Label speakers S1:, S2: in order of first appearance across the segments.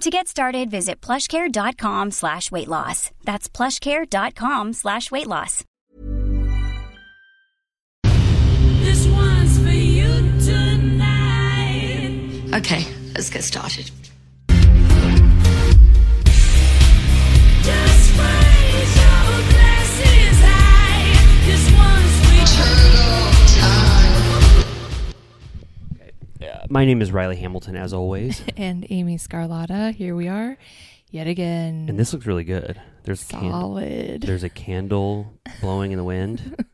S1: To get started, visit plushcare.com slash weight loss. That's plushcare.com slash weight loss.
S2: This one's for you tonight.
S3: Okay, let's get started.
S2: Just raise your glasses high. This one's for
S4: My name is Riley Hamilton, as always,
S5: and Amy Scarlotta. Here we are, yet again.
S4: and this looks really good. There's a candle.
S5: solid.
S4: There's a candle blowing in the wind.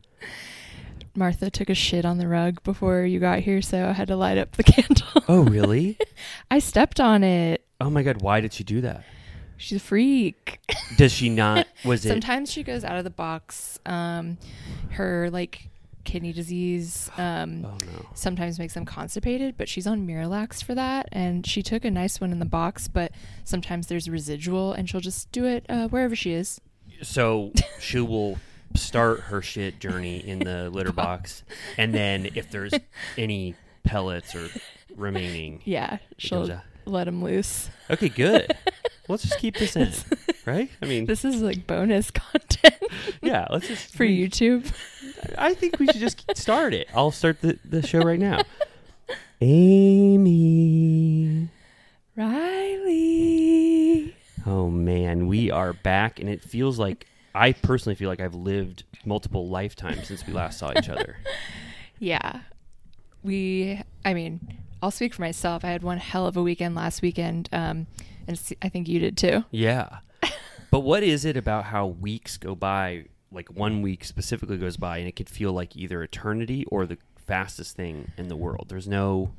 S5: Martha took a shit on the rug before you got here, so I had to light up the candle.
S4: Oh, really?
S5: I stepped on it.
S4: Oh my God! Why did she do that?
S5: She's a freak.
S4: Does she not? Was it?
S5: Sometimes she goes out of the box. Um, her like kidney disease um,
S4: Oh no!
S5: sometimes makes them constipated, but she's on Miralax for that. And she took a nice one in the box, but sometimes there's residual, and she'll just do it uh, wherever she is.
S4: So she will start her shit journey in the litter box, and then if there's any pellets or remaining,
S5: Yeah,
S4: goes
S5: she'll
S4: out.
S5: let them loose.
S4: okay, good. Let's just keep this in, right? I mean,
S5: This is like bonus content
S4: yeah. Let's just
S5: for YouTube.
S4: I think we should just start it. I'll start the, the show right now. Amy.
S5: Riley.
S4: Oh man, we are back and it feels like I personally feel like I've lived multiple lifetimes since we last saw each other.
S5: Yeah. We, I mean, I'll speak for myself. I had one hell of a weekend last weekend, um, and s- I think you did too.
S4: Yeah. But what is it about how weeks go by, like one week specifically goes by and it could feel like either eternity or the fastest thing in the world. There's no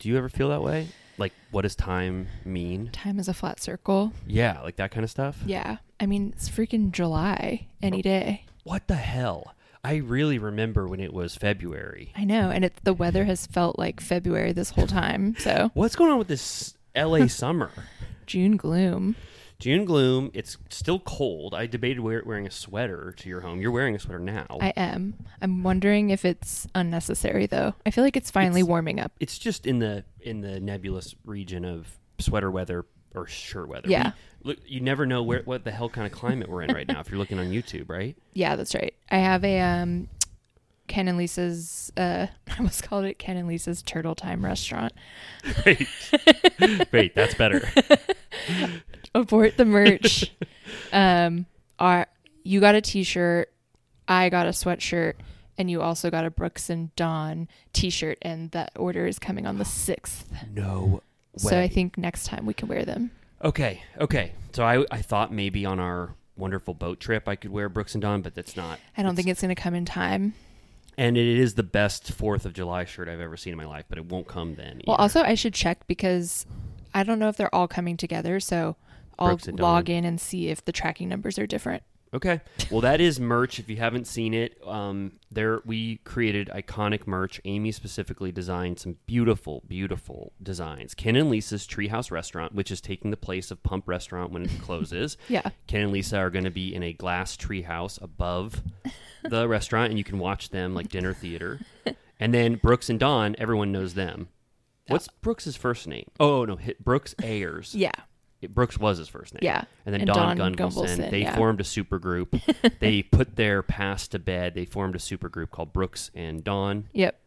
S4: Do you ever feel that way? Like what does time mean?
S5: Time is a flat circle.
S4: Yeah, like that kind of stuff.
S5: Yeah. I mean, it's freaking July any day.
S4: what the hell? I really remember when it was February.
S5: I know. And it, the weather has felt like February this whole time. So,
S4: What's going on with this LA summer?
S5: June gloom.
S4: June gloom. It's still cold. I debated wear, wearing a sweater to your home. You're wearing a sweater now.
S5: I am. I'm wondering if it's unnecessary, though. I feel like it's finally warming up.
S4: it's just in the in the nebulous region of sweater weather or shirt weather.
S5: Yeah.
S4: We- look, you never know where what the hell kind of climate we're in right now if you're looking on YouTube, right?
S5: Yeah, that's right. I have a um, Ken and Lisa's. Uh, I almost called it Ken and Lisa's Turtle Time Restaurant.
S4: Great. Great, that's better.
S5: Abort the merch. um, our, you got a T-shirt. I got a sweatshirt, and you also got a Brooks and Dawn T-shirt, and that order is coming on the sixth.
S4: No way.
S5: So I think next time we can wear them.
S4: Okay, okay. So I I thought maybe on our wonderful boat trip I could wear Brooks and Don, but that's not
S5: I don't think it's going to come in time.
S4: and it is the best Fourth of July shirt I've ever seen in my life. But it won't come then.
S5: Well,
S4: either.
S5: also I should check because I don't know if they're all coming together. So I'll
S4: Brooks and
S5: log
S4: Dawn.
S5: in and see if the tracking numbers are different.
S4: Okay. Well, that is merch. If you haven't seen it, um, there we created iconic merch. Amy specifically designed some beautiful, beautiful designs. Ken and Lisa's Treehouse Restaurant, which is taking the place of Pump Restaurant when it closes.
S5: Yeah.
S4: Ken and Lisa are going to be in a glass treehouse above the restaurant, and you can watch them like dinner theater. And then Brooks and Dawn, everyone knows them. What's Brooks's first name? Oh no, hi- Brooks Ayers.
S5: Yeah.
S4: It- Brooks was his first name.
S5: Yeah.
S4: And then
S5: And
S4: Don,
S5: Don
S4: Gunvalson.
S5: Gunvalson,
S4: They
S5: yeah.
S4: formed a supergroup. they put their past to bed. They formed a supergroup called Brooks and Don.
S5: Yep.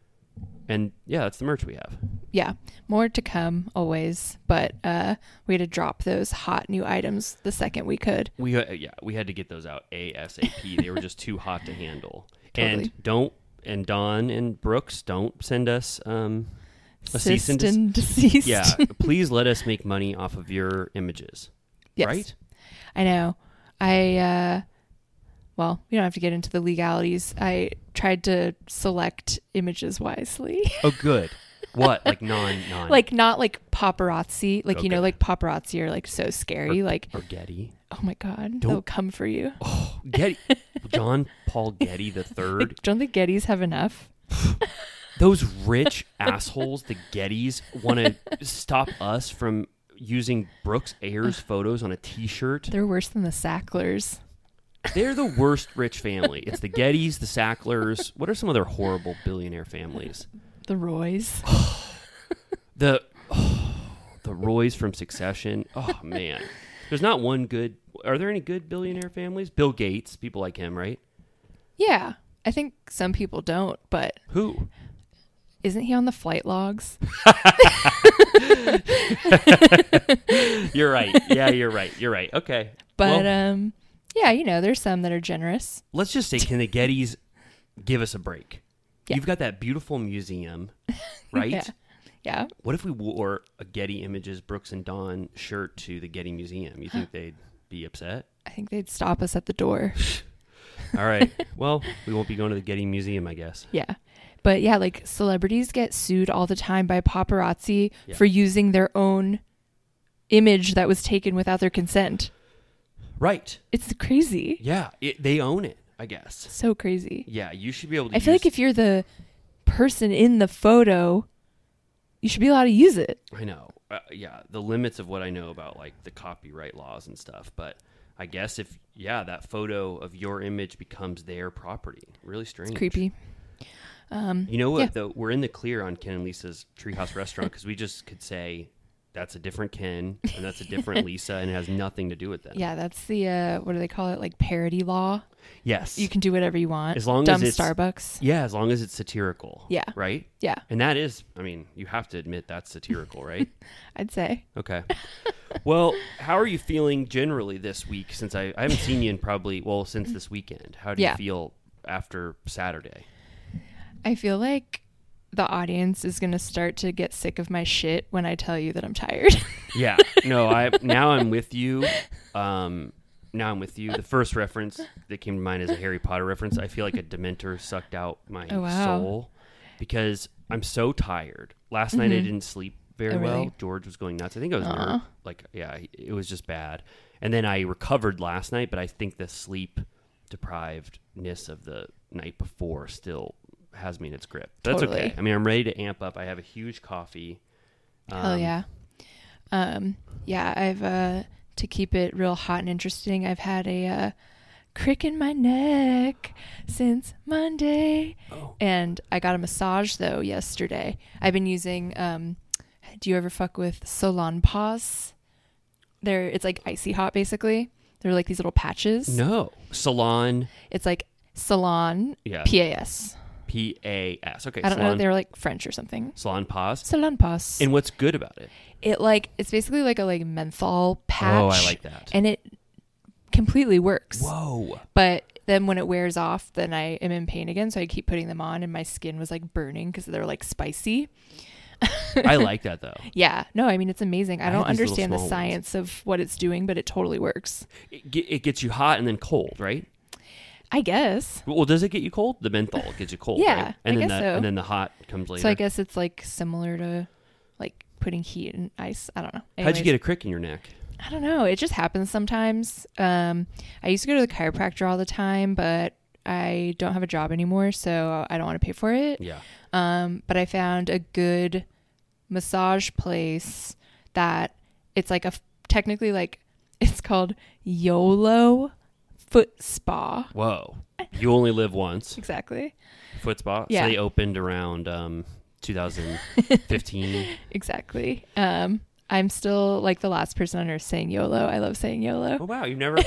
S4: And yeah, that's the merch we have.
S5: Yeah. More to come always, but uh we had to drop those hot new items the second we could.
S4: We uh, yeah, we had to get those out ASAP. they were just too hot to handle.
S5: Totally.
S4: And don't and Don and Brooks don't send us um a cease and desist.
S5: Assist and deceased.
S4: Yeah, please let us make money off of your images.
S5: Yes.
S4: Right?
S5: I know. I uh well, we don't have to get into the legalities. I tried to select images wisely.
S4: Oh good. What? Like non non
S5: like not like paparazzi, like you know
S4: Okay.
S5: like paparazzi are like so scary like
S4: or Getty.
S5: oh my god, they'll come for you.
S4: Getty John Paul Getty the third.
S5: Don't the Gettys have enough?
S4: Those rich assholes, the Gettys, want to stop us from using Brooks Ayers photos on a T-shirt.
S5: They're worse than the Sacklers.
S4: They're the worst rich family. It's the Gettys, the Sacklers. What are some other horrible billionaire families?
S5: The Roys.
S4: The the Roys from Succession. Oh man, there's not one good. Are there any good billionaire families? Bill Gates, people like him, right?
S5: Yeah. I think some people don't, but
S4: Who?
S5: isn't he on the flight logs?
S4: You're right. Yeah, you're right. You're right. Okay.
S5: But
S4: Well,
S5: um yeah, you know, there's some that are generous.
S4: let's just say, can the Gettys give us a break?
S5: Yeah.
S4: You've got that beautiful museum, right?
S5: Yeah. Yeah.
S4: What if we wore a Getty Images Brooks and Dawn shirt to the Getty Museum? You think they'd be upset?
S5: I think they'd stop us at the door.
S4: All right. well, we won't be going to the Getty Museum, I guess.
S5: Yeah. But yeah, like celebrities get sued all the time by paparazzi for using their own image that was taken without their consent.
S4: Right.
S5: It's crazy.
S4: Yeah. It, they own it, I guess.
S5: So crazy.
S4: Yeah. You should be able to.
S5: I feel like if you're the person in the photo, you should be allowed to use it.
S4: I know. Uh, yeah. The limits of what I know about like the copyright laws and stuff, but. I guess if yeah, that photo of your image becomes their property. Really strange.
S5: Creepy.
S4: You know what
S5: Yeah.
S4: though? We're in the clear on Ken and Lisa's Treehouse Restaurant because we just could say that's a different Ken and that's a different Lisa and it has nothing to do with them.
S5: Yeah, that's the uh what do they call it? Like parody law.
S4: Yes.
S5: You can do whatever you want.
S4: As long
S5: Dumb
S4: as it's-
S5: Starbucks.
S4: Yeah, as long as it's satirical.
S5: Yeah.
S4: Right.
S5: Yeah,
S4: And that is, I mean, you have to admit that's satirical, right?
S5: I'd say.
S4: Okay. well, how are you feeling generally this week? Since I, I haven't seen you in probably well since this weekend. How do
S5: Yeah.
S4: you feel after Saturday?
S5: I feel like the audience is going to start to get sick of my shit when I tell you that I'm tired.
S4: Yeah. No, I now I'm with you. Um now I'm with you. The first reference that came to mind is a Harry Potter reference. I feel like a dementor sucked out my
S5: Oh, wow.
S4: soul because I'm so tired. Last night I didn't sleep very
S5: Oh, really?
S4: well. George was going nuts. I think I was ner- like yeah, it was just bad. And then I recovered last night, but I think the sleep deprivedness of the night before still has me in its grip. That's okay.
S5: Totally.
S4: I mean, I'm ready to amp up. I have a huge coffee.
S5: Hell yeah. Um, yeah, I've uh, to keep it real hot and interesting. I've had a uh, crick in my neck since Monday, and I got a massage though yesterday. I've been using. Um, do you ever fuck with Solon Paws? They're it's like icy hot basically. They're like these little patches.
S4: No. Salon
S5: It's like Salon
S4: Yeah.
S5: PAS.
S4: P A S. Okay,
S5: I don't know.
S4: salon,
S5: They're like French or something.
S4: salon pause.
S5: Salon Paws.
S4: And what's good about it?
S5: it like it's basically like a like menthol patch.
S4: Oh, I like that.
S5: And it completely works.
S4: Whoa.
S5: But then when it wears off, then I am in pain again, so I keep putting them on, and my skin was like burning because they're like spicy.
S4: I like that though.
S5: Yeah, no, I mean it's amazing. I,
S4: I
S5: don't
S4: had these little
S5: understand the
S4: small ones.
S5: science of what it's doing, but it totally works.
S4: It, ge- it gets you hot and then cold, right?
S5: I guess.
S4: Well, does it get you cold? The menthol gets you cold.
S5: Yeah,
S4: right? and
S5: I
S4: then
S5: guess
S4: the,
S5: so.
S4: and then the hot comes later.
S5: So I guess it's like similar to like putting heat in ice. I don't know.
S4: How'd you get a crick in your neck?
S5: I don't know. It just happens sometimes. Um, I used to go to the chiropractor all the time, but I don't have a job anymore, so I don't want to pay for it.
S4: Yeah.
S5: Um, but I found a good massage place that it's like a f- technically like it's called YOLO Foot Spa.
S4: Whoa. You only live once.
S5: Exactly.
S4: Foot spa.
S5: Yeah.
S4: So they opened around um, 2015.
S5: Exactly. Um, I'm still like the last person on earth saying YOLO. I love saying YOLO.
S4: oh wow, you've never.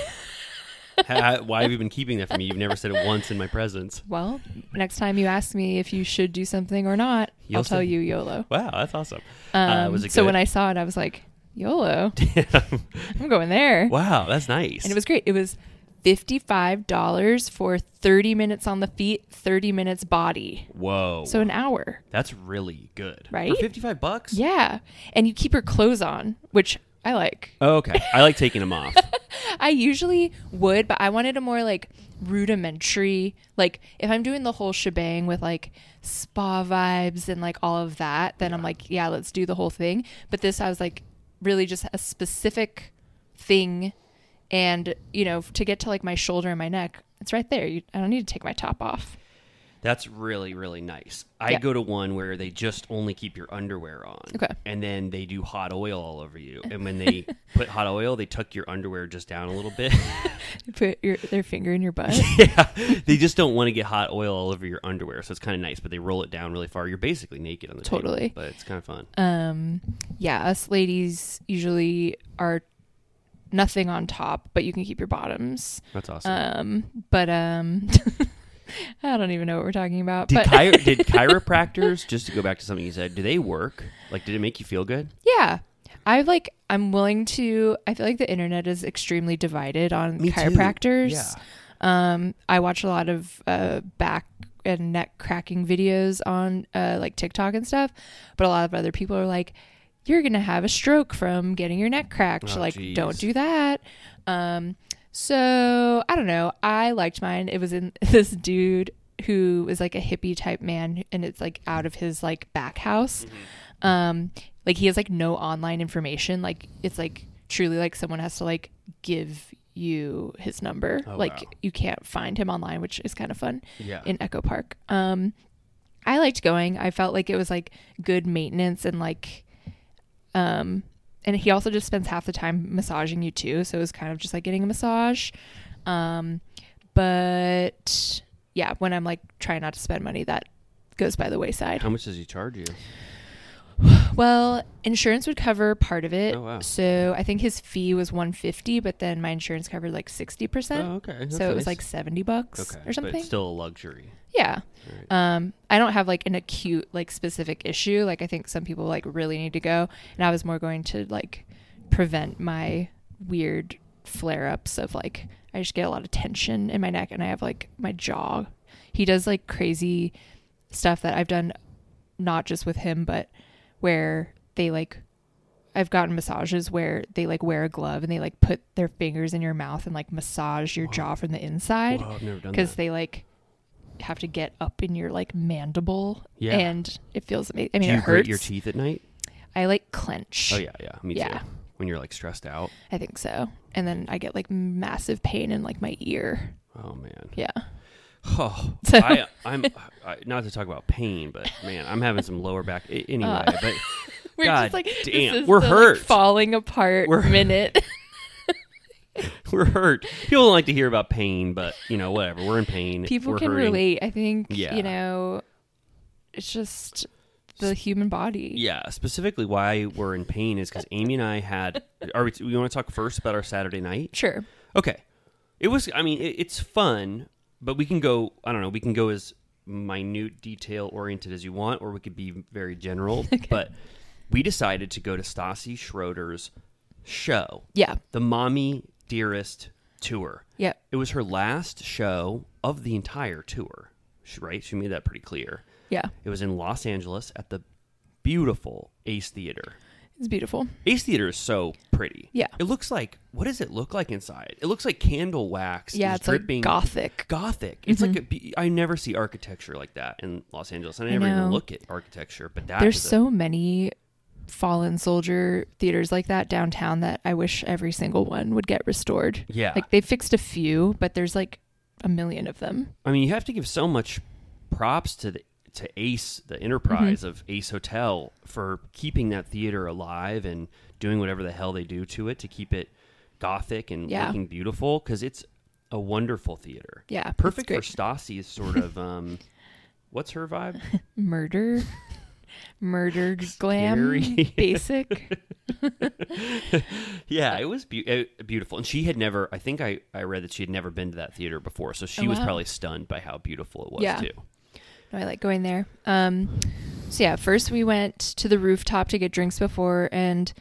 S4: Ha- Why have you been keeping that from me? You've never said it once in my presence.
S5: Well, next time you ask me if you should do something or not,
S4: You'll
S5: I'll tell
S4: say-
S5: you YOLO.
S4: Wow, that's awesome. Uh,
S5: Um, so when I saw it, I was like, YOLO, I'm going there.
S4: wow, that's nice.
S5: And it was great. It was $55 for 30 minutes on the feet, 30 minutes body.
S4: whoa.
S5: So an hour.
S4: that's really good,
S5: Right?
S4: For fifty-five bucks.
S5: Yeah. And you keep your clothes on, which I like.
S4: Oh, okay, I like taking them off.
S5: I usually would, but I wanted a more like rudimentary, like if I'm doing the whole shebang with like spa vibes and like all of that, then I'm like, yeah, let's do the whole thing. But this, I was like, really just a specific thing. And, you know, to get to like my shoulder and my neck, it's right there. You, I don't need to take my top off.
S4: That's really really nice. I
S5: Yeah.
S4: go to one where they just only keep your underwear on.
S5: Okay.
S4: And then they do hot oil all over you. And when they put hot oil, they tuck your underwear just down a little bit.
S5: You put your, their finger in your butt.
S4: yeah. They just don't want to get hot oil all over your underwear, so it's kind of nice. But they roll it down really far. You're basically naked on the table,
S5: Totally.
S4: but it's kind of fun.
S5: um yeah us ladies usually are nothing on top but you can keep your bottoms
S4: That's awesome.
S5: um but um i don't even know what we're talking about
S4: did,
S5: but
S4: chiro- did chiropractors just to go back to something you said? Do they work? Like, did it make you feel good?
S5: yeah i like i'm willing to i feel like the internet is extremely divided on chiropractors um i watch a lot of uh back and neck cracking videos on uh like tiktok and stuff but a lot of other people are like you're gonna have a stroke from getting your neck cracked
S4: Oh,
S5: like
S4: geez.
S5: don't do that um so i don't know i liked mine it was in this dude who is like a hippie type man and it's like out of his like back house
S4: Mm-hmm.
S5: um like he has like no online information like it's like truly like someone has to like give you his number like
S4: Oh, wow.
S5: you can't find him online which is kind of fun
S4: Yeah.
S5: in echo park um i liked going i felt like it was like good maintenance and like um and he also just spends half the time massaging you too so it was kind of just like getting a massage um but yeah when i'm like trying not to spend money that goes by the wayside
S4: How much does he charge you?
S5: well, insurance would cover part of it.
S4: Oh, wow.
S5: So I think his fee was 150, but then my insurance covered like 60%.
S4: Oh, okay. That's
S5: So it was
S4: nice.
S5: like 70 bucks or
S4: but
S5: something.
S4: it's still a luxury.
S5: yeah. Um I don't have like an acute like specific issue. Like I think some people like really need to go, and I was more going to like prevent my weird flare-ups of like I just get a lot of tension in my neck and I have like my jaw. He does like crazy stuff that I've done not just with him, but where they like I've gotten massages where they like wear a glove and they like put their fingers in your mouth and like massage your jaw from the inside
S4: Whoa, I've never done
S5: because
S4: that.
S5: they like have to get up in your like mandible
S4: Yeah.
S5: and it feels amazing. I mean,
S4: Do you
S5: it hurts.
S4: grate your teeth at night?
S5: I like clench.
S4: Oh yeah, yeah, me
S5: Yeah.
S4: too. When you're like stressed out.
S5: I think so. And then I get like massive pain in like my ear.
S4: Oh man.
S5: Yeah.
S4: Oh, I, I'm I, not to talk about pain, but man, I'm having some lower back a- anyway. but
S5: Uh, We're
S4: God
S5: just like, this
S4: damn,
S5: is
S4: we're
S5: the, like,
S4: hurt.
S5: falling apart
S4: We're-
S5: minute.
S4: we're hurt. People don't like to hear about pain, but you know, whatever. We're in pain.
S5: People
S4: We're
S5: can
S4: hurting.
S5: relate. I think,
S4: Yeah.
S5: you know, it's just the human body.
S4: Yeah, specifically why we're in pain is because Amy and I had. Are we? We want to talk first about our Saturday night.
S5: Sure.
S4: Okay. It was. I mean, it, it's fun, but we can go. I don't know. We can go as minute, detail oriented as you want, or we could be very general. But we decided to go to Stassi Schroeder's show,
S5: Yeah.
S4: the Mommy Dearest tour.
S5: Yeah.
S4: It was her last show of the entire tour. She, right? She made that pretty clear.
S5: Yeah.
S4: It was in Los Angeles at the beautiful Ace Theater.
S5: It's beautiful.
S4: Ace Theater is so pretty.
S5: Yeah.
S4: It looks like what does it look like inside? It looks like candle wax.
S5: Yeah,
S4: is
S5: it's like
S4: dripping
S5: gothic. Mm-hmm.
S4: Gothic. It's like a be- I never see architecture like that in Los Angeles. I never
S5: know.
S4: even look at architecture, but that
S5: There's
S4: was a-
S5: so many fallen soldier theaters like that downtown that I wish every single one would get restored.
S4: Yeah.
S5: Like they fixed a few, but there's like a million of them.
S4: I mean, you have to give so much props to the, to Ace, the enterprise
S5: Mm-hmm.
S4: of Ace Hotel, for keeping that theater alive and doing whatever the hell they do to it to keep it gothic and
S5: Yeah.
S4: looking beautiful because it's a wonderful theater.
S5: Yeah, it's
S4: perfect for
S5: great.
S4: Stasi is sort of um, what's her vibe?
S5: Murder. Murder glam
S4: Scary.
S5: basic.
S4: Yeah, it was beau- uh, beautiful, and she had never. I think I I read that she had never been to that theater before, so she
S5: Oh,
S4: was
S5: wow.
S4: probably stunned by how beautiful it was
S5: Yeah.
S4: too.
S5: No, I like going there. Um so yeah, first we went to the rooftop to get drinks before and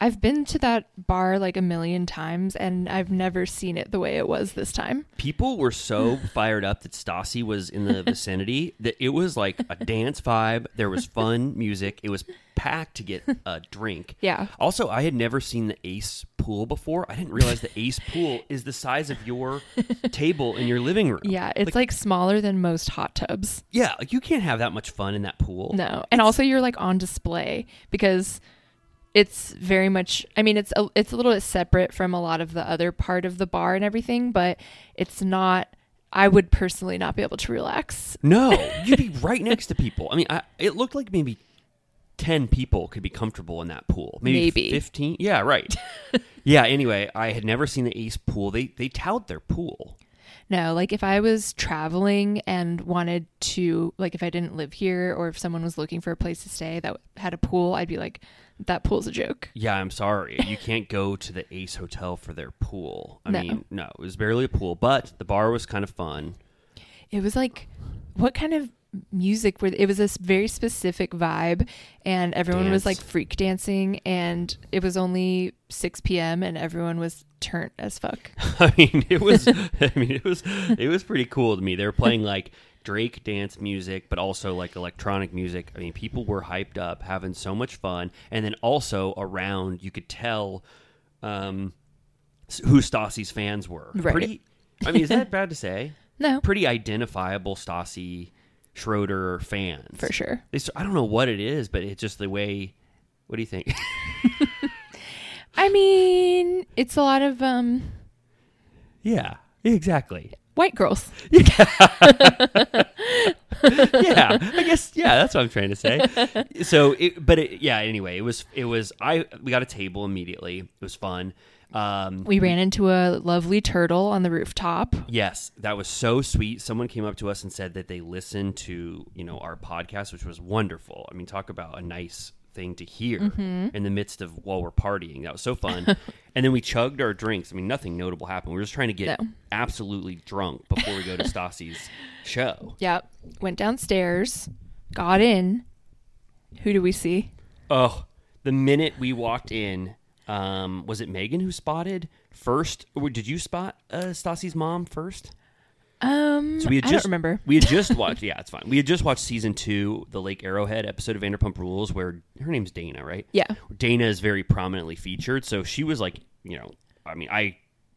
S5: I've been to that bar like a million times and I've never seen it the way it was this time.
S4: people were so fired up that Stassi was in the vicinity that it was like a dance vibe. There was fun music. It was packed to get a drink.
S5: Yeah.
S4: Also, I had never seen the Ace pool before. I didn't realize the Ace pool is the size of your table in your living room.
S5: Yeah, it's like smaller than most hot tubs.
S4: yeah, like you can't have that much fun in that pool.
S5: No, and also you're like on display because it's very much. I mean, it's a, it's a little bit separate from a lot of the other part of the bar and everything, but it's not. I would personally not be able to relax.
S4: No, you'd be right next to people. I mean, I, it looked like maybe 10 people could be comfortable in that pool. Maybe,
S5: Maybe.
S4: 15. Yeah, right. yeah, anyway, I had never seen the Ace pool. They they tout their pool.
S5: No, like if I was traveling and wanted to, like if I didn't live here or if someone was looking for a place to stay that had a pool, I'd be like, that pool's a joke.
S4: Yeah, I'm sorry. You can't go to the Ace Hotel for their pool. I
S5: No.
S4: mean, no, it was barely a pool, but the bar was kind of fun.
S5: it was like what kind of music were it was this very specific vibe and everyone was
S4: Dance.
S5: like freak dancing and it was only 6 p.m and everyone was turned as fuck
S4: I mean, it was I mean, it was it was pretty cool to me. They were playing like Drake dance music, but also like electronic music. I mean, people were hyped up, having so much fun, and then also around you could tell um s- who Stassi's fans were.
S5: Right.
S4: Pretty I mean, is that bad to say?
S5: no
S4: Pretty identifiable Stassi Schroeder fans.
S5: for sure
S4: It's, I don't know what it is, but it's just the way. What do you think?
S5: i mean it's a lot of um
S4: yeah, exactly.
S5: white girls
S4: Yeah, I guess. Yeah, that's what I'm trying to say. So, it, but it, yeah. Anyway, it was. It was. I we got a table immediately. It was fun. Um,
S5: we ran into a lovely turtle on the rooftop
S4: yes, that was so sweet. Someone came up to us and said that they listened to you know our podcast, which was wonderful. I mean, talk about a nice thing to hear in the midst of while we're partying. That was so fun. and then we chugged our drinks. I mean, nothing notable happened. We were just trying to get
S5: No.
S4: absolutely drunk before we go to Stassi's show.
S5: yep went downstairs got in who do we see
S4: Oh, the minute we walked in, um, was it Megan who spotted first? Or did you spot uh, Stassi's mom first?
S5: um
S4: So we had
S5: i
S4: just
S5: don't remember
S4: We had just watched. yeah, it's fine. We had just watched season two, the Lake Arrowhead episode of Vanderpump Rules, where her name's Dana, right?
S5: Yeah.
S4: Dana is very prominently featured, so she was like, you know, I mean, I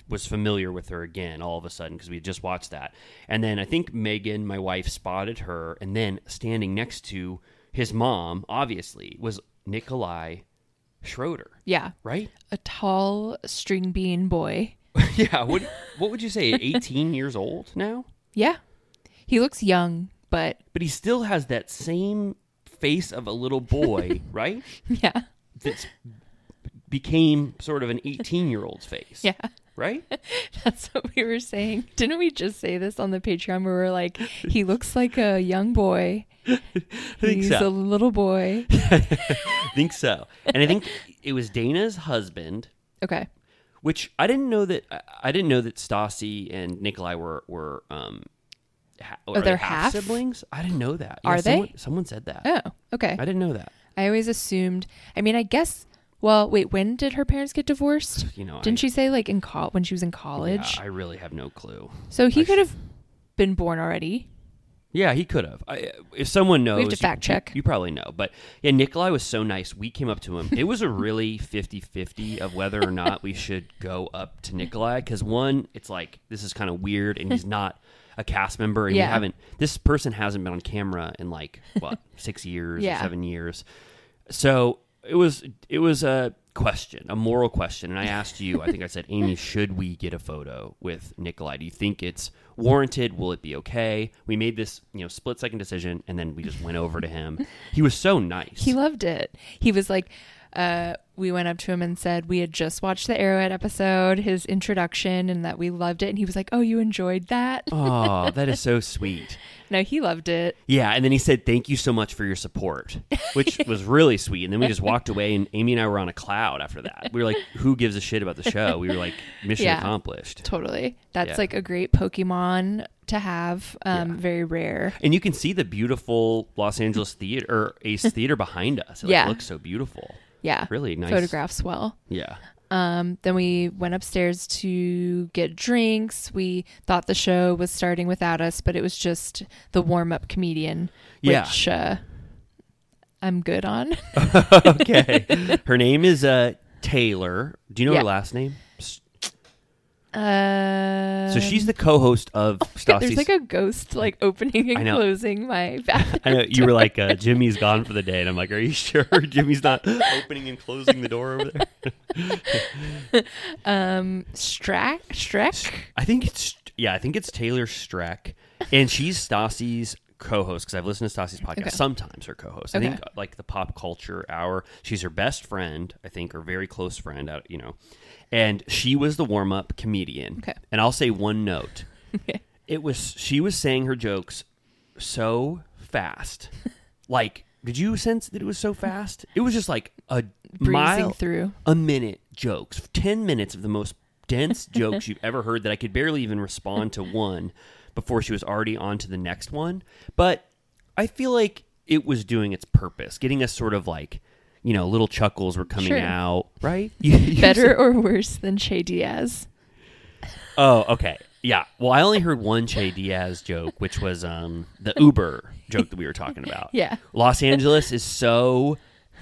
S4: was familiar with her again all of a sudden because we had just watched that, and then I think Megan, my wife, spotted her, and then standing next to his mom, obviously, was Nikolai Schroeder,
S5: yeah
S4: right?
S5: a tall string bean boy
S4: yeah. What What would you say? Eighteen years old now.
S5: Yeah. He looks young, but
S4: but he still has that same face of a little boy, right?
S5: yeah.
S4: That's became sort of an 18 year old's face.
S5: Yeah.
S4: Right?
S5: That's what we were saying. Didn't we just say this on the Patreon where we're like, he looks like a young boy.
S4: think
S5: He's
S4: so.
S5: a little boy.
S4: I think so. And I think it was Dana's husband,
S5: Okay.
S4: which I didn't know that I- I didn't know that Stassi and Nikolai were were um ha- are
S5: Oh, they're
S4: half
S5: half?
S4: siblings. I didn't know that.
S5: Are they?
S4: Someone, someone said that.
S5: Oh, okay.
S4: I didn't know that.
S5: I always assumed. I mean, I guess. Well, wait. When did her parents get divorced?
S4: You know,
S5: Didn't
S4: I-
S5: she say like in col when she was in
S4: Yeah,
S5: college?
S4: I really have no clue.
S5: so he could have been born already.
S4: Yeah, he could have. I, if someone knows,
S5: to fact
S4: you,
S5: check.
S4: You, you probably know, but yeah, Nikolai was so nice. We came up to him. It was a really 50-50 of whether or not we should go up to Nikolai because one, it's like this is kind of weird, and he's not a cast member, and
S5: Yeah.
S4: we haven't. This person hasn't been on camera in like what six years
S5: Yeah.
S4: or seven years. So it was it was a question, a moral question, and I asked you. I think I said, Amy, should we get a photo with Nikolai? Do you think it's warranted? Will it be okay? We made this you know split second decision, and then we just went over to him. He was so nice.
S5: He loved it. He was like, uh, we went up to him and said we had just watched the Arrowhead episode, his introduction, and that we loved it. And he was like, "Oh, you enjoyed that?"
S4: oh, that is so sweet.
S5: No, he loved it.
S4: Yeah, and then he said, "Thank you so much for your support," which was really sweet. And then we just walked away, and Amy and I were on a cloud after that. We were like, "Who gives a shit about the show?" We were like, "Mission
S5: Yeah.
S4: accomplished."
S5: Totally. That's
S4: Yeah.
S5: like a great Pokemon to have. Um, Very rare.
S4: And you can see the beautiful Los Angeles theater or Ace Theater behind us. It like,
S5: Yeah.
S4: looks so beautiful.
S5: Yeah.
S4: Really nice.
S5: Photographs well.
S4: Yeah.
S5: Um, then we went upstairs to get drinks. We thought the show was starting without us, but it was just the warm up comedian,
S4: Yeah.
S5: which uh, I'm good on.
S4: Okay. her name is uh, Taylor. Do you know
S5: Yeah.
S4: her last name? S-
S5: Uh,
S4: So she's the co-host of Stassi's.
S5: there's like a ghost like opening
S4: I
S5: and
S4: know.
S5: closing my back.
S4: I know you were like uh, Jimmy's gone for the day, and I'm like, are you sure Jimmy's not opening and closing the door over there?
S5: Strack, Shrek.
S4: I think it's yeah, I think it's Taylor Streck, and she's Stassi's co-host because I've listened to Stassi's podcast. Sometimes her co-host. I think
S5: Okay.
S4: uh, like the pop culture hour. She's her best friend, I think, or very close friend. uh, You know, and she was the warm-up comedian.
S5: Okay.
S4: And I'll say one note. It was she was saying her jokes so fast, like. Did you sense that it was so fast? It was just like a
S5: Breezing
S4: mile
S5: through.
S4: a minute jokes, 10 minutes of the most dense jokes you've ever heard that I could barely even respond to one before she was already on to the next one. But I feel like it was doing its purpose, getting us sort of like, you know, little chuckles were coming
S5: Sure.
S4: out, right? You- you
S5: Better or worse than Che Diaz?
S4: Oh, okay. Yeah. Well, I only heard one Che Diaz joke, which was um, the Uber joke that we were talking about.
S5: Yeah.
S4: Los Angeles is so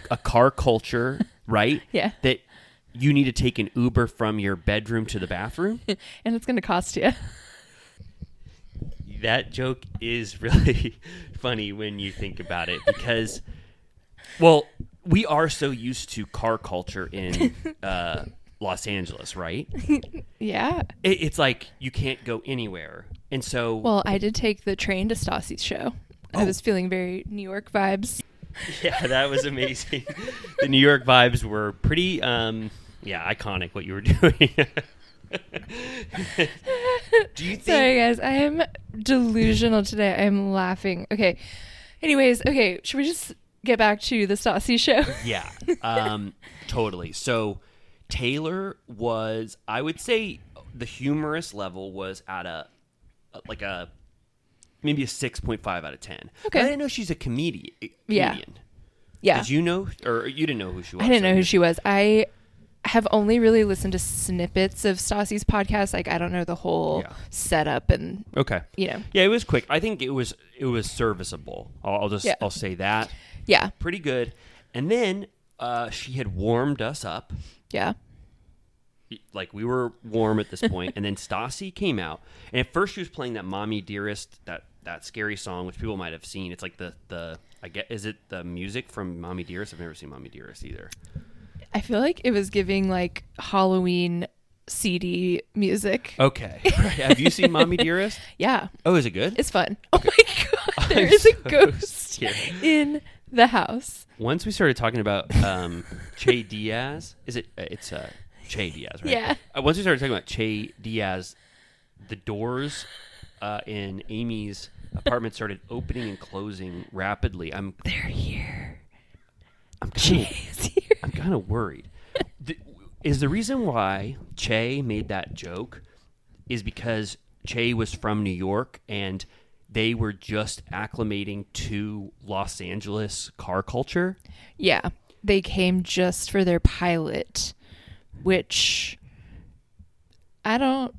S4: a car culture, right?
S5: Yeah.
S4: That you need to take an Uber from your bedroom to the bathroom.
S5: And it's gonna cost you.
S4: that joke is really funny when you think about it because well we are so used to car culture in uh, los angeles right
S5: yeah.
S4: it, it's like you can't go anywhere and so
S5: Well, I did take the train to Stassi's show. I was feeling very New York vibes.
S4: yeah, that was amazing. the New York vibes were pretty, um, yeah, iconic. What you were doing. Do you think?
S5: Sorry, guys. I am delusional today. I'm laughing. Okay. Anyways, okay. Should we just get back to the Stassi show?
S4: Yeah, um, totally. So Taylor was, I would say, the humorous level was at a like a maybe a six point five out of ten. But I
S5: Okay.
S4: didn't know she's a comedian.
S5: Yeah.
S4: comedian.
S5: yeah.
S4: Did you know, or you didn't know who she was?
S5: I didn't
S4: so
S5: know who
S4: you-
S5: she was. I have only really listened to snippets of Stassi's podcast. Like, I don't know the whole
S4: Yeah.
S5: setup and
S4: Okay.
S5: You know.
S4: Yeah, it was quick. I think it was it was serviceable. I'll, I'll just
S5: Yeah.
S4: I'll say that
S5: yeah,
S4: pretty good. And then uh, she had warmed us up.
S5: yeah,
S4: Like we were warm at this point, and then Stassi came out, and at first she was playing that "Mommy Dearest" that that scary song, which people might have seen. It's like the the I get is it the music from "Mommy Dearest"? I've never seen "Mommy Dearest" either.
S5: I feel like it was giving like Halloween CD music.
S4: Okay, have you seen "Mommy Dearest"?
S5: Yeah,
S4: Oh, is it good?
S5: it's fun. Oh my god, there is a ghost in the house.
S4: Once we started talking about um, Che Diaz, is it? uh, It's uh, Che Diaz, right?
S5: Yeah.
S4: Uh, once we started talking about Che Diaz, the doors uh, in Amy's apartment started opening and closing rapidly. I'm they're here. I'm kind of I'm kind of worried. Th- Is the reason why Che made that joke is because Che was from New York and they were just acclimating to Los Angeles car culture.
S5: Yeah, they came just for their pilot, which I don't.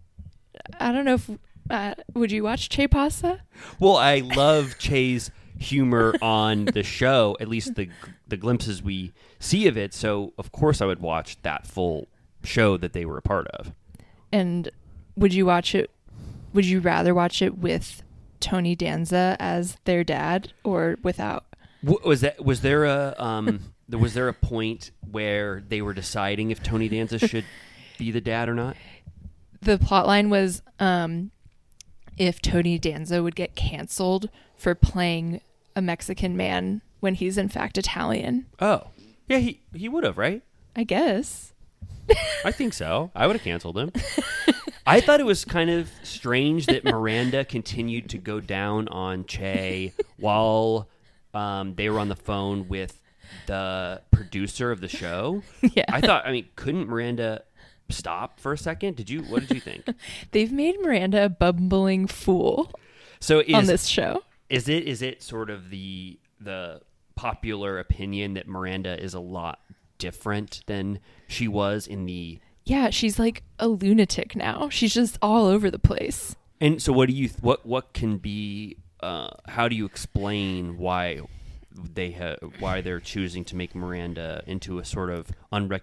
S5: I don't know if uh, would you watch Che Pasa?
S4: Well, I love Che's humor on the show, at least the the glimpses we see of it. So, of course, I would watch that full show that they were a part of.
S5: And would you watch it? Would you rather watch it with Tony Danza as their dad or without?
S4: W- was that was there a um There- Was there a point where they were deciding if Tony Danza should be the dad or not?
S5: the plot line was um, if Tony Danza would get canceled for playing a Mexican man when he's in fact Italian.
S4: Oh, yeah, he he would have, right?
S5: I guess.
S4: I think so. I would have canceled him. I thought it was kind of strange that Miranda continued to go down on Che while um, they were on the phone with the producer of the show.
S5: Yeah.
S4: I thought. I mean, couldn't Miranda stop for a second? Did you? What did you think?
S5: They've made Miranda a bumbling fool
S4: So is
S5: on this show.
S4: is it is it sort of the the popular opinion that Miranda is a lot different than she was in the
S5: Yeah, she's like a lunatic now. She's just all over the place.
S4: And so, what do you? What what can be? Uh, how do you explain why they ha- why they're choosing to make Miranda into a sort of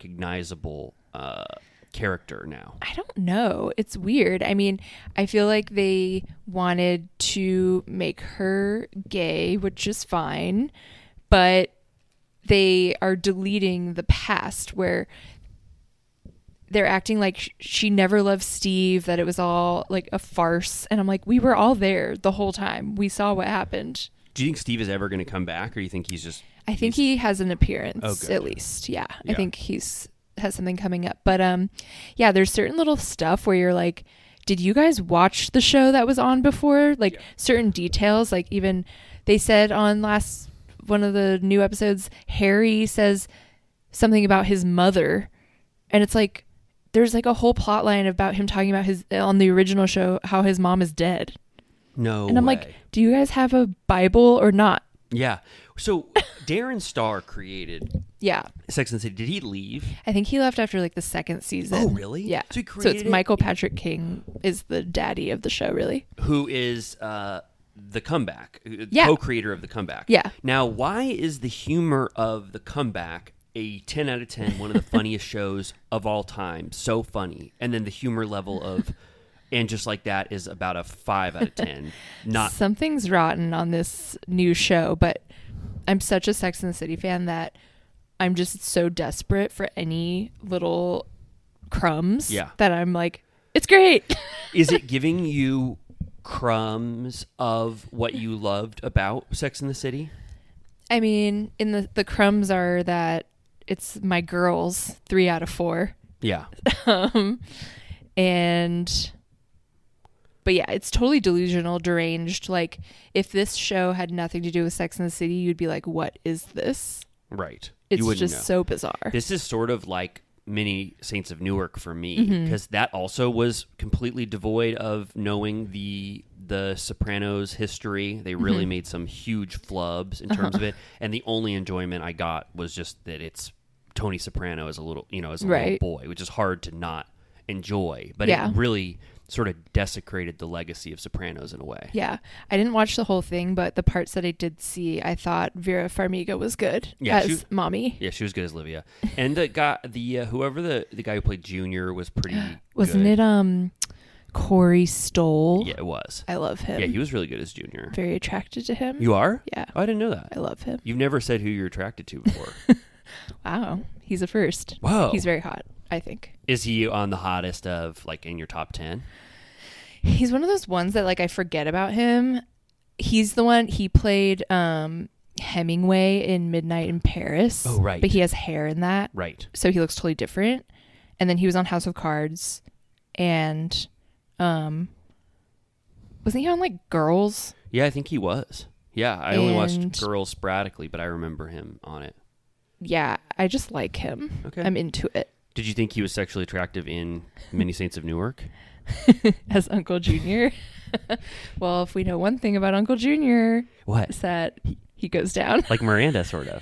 S4: unrecognizable uh, character now?
S5: I don't know. It's weird. I mean, I feel like they wanted to make her gay, which is fine, but they are deleting the past where they're acting like sh- she never loved Steve, that it was all like a farce. And I'm like, we were all there the whole time. We saw what happened.
S4: Do you think Steve is ever going to come back, or you think he's just?
S5: I think he has an appearance
S4: good.
S5: at least. Yeah.
S4: Yeah.
S5: I think he's has something coming up. But um yeah, there's certain little stuff where you're like, did you guys watch the show that was on before? Like certain details, like even they said on last one of the new episodes, Harry says something about his mother and it's like there's like a whole plot line about him talking about his on the original show how his mom is dead.
S4: No,
S5: And I'm like, do you guys have a Bible or not?
S4: yeah. So Darren Star created
S5: Yeah.
S4: Sex and the City. Did he leave?
S5: I think he left after like the second season.
S4: Oh, really?
S5: Yeah.
S4: So
S5: So,
S4: he
S5: it's
S4: created-
S5: Michael Patrick King is the daddy of the show, really.
S4: who is uh, the comeback, uh,
S5: Yeah.
S4: co-creator of the comeback.
S5: Yeah.
S4: Now, why is the humor of the comeback a 10 out of 10, one of the funniest shows of all time? So funny, and then the humor level of, and just like that is about a five out of 10. Not
S5: Something's rotten on this new show, but I'm such a Sex and the City fan that I'm just so desperate for any little crumbs
S4: Yeah.
S5: that I'm like, it's great.
S4: is it giving you crumbs of what you loved about Sex in the City?
S5: I mean, in the the crumbs are that it's my girls, three out of four.
S4: Yeah.
S5: and but yeah it's totally delusional deranged like if this show had nothing to do with sex in the city you'd be like what is this
S4: Right. You
S5: it's
S4: wouldn't
S5: just
S4: know.
S5: so bizarre
S4: This is sort of like mini Saints of Newark for me
S5: Mm-hmm.
S4: because that also was completely devoid of knowing the the Sopranos history. They really
S5: Mm-hmm.
S4: made some huge flubs in
S5: Uh-huh.
S4: terms of it, and the only enjoyment I got was just that it's Tony Soprano as a little, you know, as a
S5: Right.
S4: little boy, which is hard to not enjoy, but
S5: Yeah.
S4: it really sort of desecrated the legacy of Sopranos in a way.
S5: yeah i didn't watch the whole thing but the parts that i did see i thought vera farmiga was good
S4: Yeah,
S5: as
S4: she-
S5: mommy
S4: Yeah, she was good as Livia, and the guy, the uh, whoever the the guy who played Junior was pretty.
S5: wasn't
S4: good.
S5: it um corey stoll
S4: Yeah, it was.
S5: i love him
S4: Yeah, he was really good as junior.
S5: very attracted to him
S4: You are?
S5: Yeah.
S4: Oh, I didn't know that.
S5: i love him
S4: You've never said who you're attracted to before.
S5: wow he's a first
S4: Whoa.
S5: he's very hot i think
S4: Is he on the hottest of like in your top 10?
S5: he's one of those ones that like I forget about him. He's the one he played um Hemingway in Midnight in Paris.
S4: Oh, right.
S5: But he has hair in that.
S4: Right.
S5: So he looks totally different. And then he was on House of Cards and um wasn't he on like Girls?
S4: Yeah, I think he was. Yeah, I only
S5: And-
S4: watched Girls sporadically, but I remember him on it.
S5: Yeah, I just like him.
S4: Okay.
S5: I'm into it.
S4: Did you think he was sexually attractive in Many Saints of Newark?
S5: As Uncle Junior. well, if we know one thing about Uncle Junior,
S4: What?
S5: is that he goes down
S4: Like Miranda, sort of.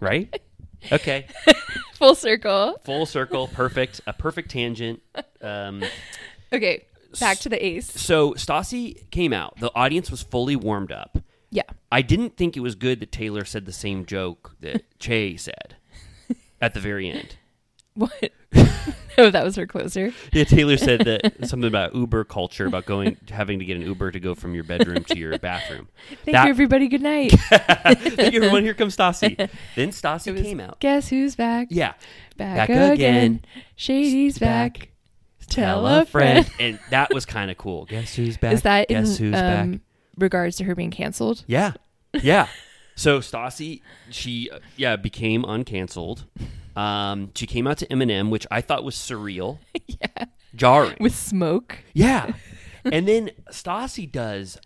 S4: right? Okay.
S5: full circle.
S4: Full circle. Perfect. A perfect tangent. Um,
S5: Okay, back to the ace.
S4: so Stassi came out. The audience was fully warmed up.
S5: Yeah.
S4: I didn't think it was good that Taylor said the same joke that Che said at the very end.
S5: What? oh, that was her closer.
S4: Yeah, Taylor said that something about Uber culture, about going having to get an Uber to go from your bedroom to your bathroom.
S5: Thank
S4: That-
S5: you, everybody. Good night.
S4: Thank you, everyone. Here comes Stassi. Then Stassi came out.
S5: Guess who's back?
S4: yeah,
S5: back,
S4: Back
S5: again.
S4: again.
S5: Shady's back.
S4: Tell
S5: a
S4: a friend, and that was kind of cool. Guess who's back?
S5: Is that
S4: Guess
S5: in
S4: who's
S5: um,
S4: back?
S5: regards to her being canceled?
S4: Yeah, yeah. So Stassi, she uh, yeah became uncanceled. Um, she came out to Eminem, which I thought was surreal, yeah, jarring.
S5: With smoke?
S4: Yeah. and then Stassi does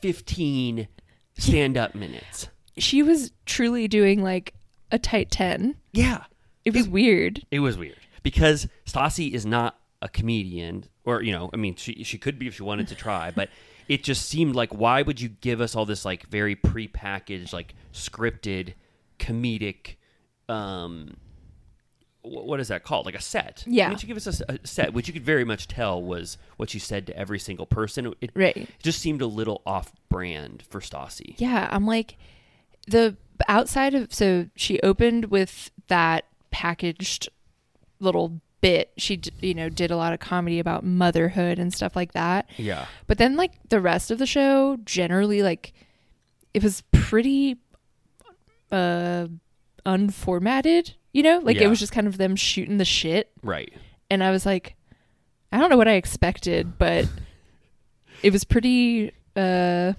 S4: 15 stand up minutes.
S5: She was truly doing like a tight 10.
S4: Yeah.
S5: It was weird.
S4: It was weird because Stassi is not a comedian or you know, I mean she she could be if she wanted to try, but it just seemed like why would you give us all this like very prepackaged like scripted comedic um wh- what is that called? Like a set.
S5: Yeah.
S4: Why didn't you give us a s- a, set, which you could very much tell was what she said to every single person. It,
S5: Right.
S4: it just seemed a little off brand for Stassi.
S5: Yeah, I'm like the outside of so she opened with that packaged little bit. She d- you know did a lot of comedy about motherhood and stuff like that.
S4: Yeah.
S5: But then like the rest of the show generally like it was pretty uh unformatted, you know? Like
S4: Yeah.
S5: it was just kind of them shooting the shit
S4: Right.
S5: and I was like I don't know what I expected, but it was pretty uh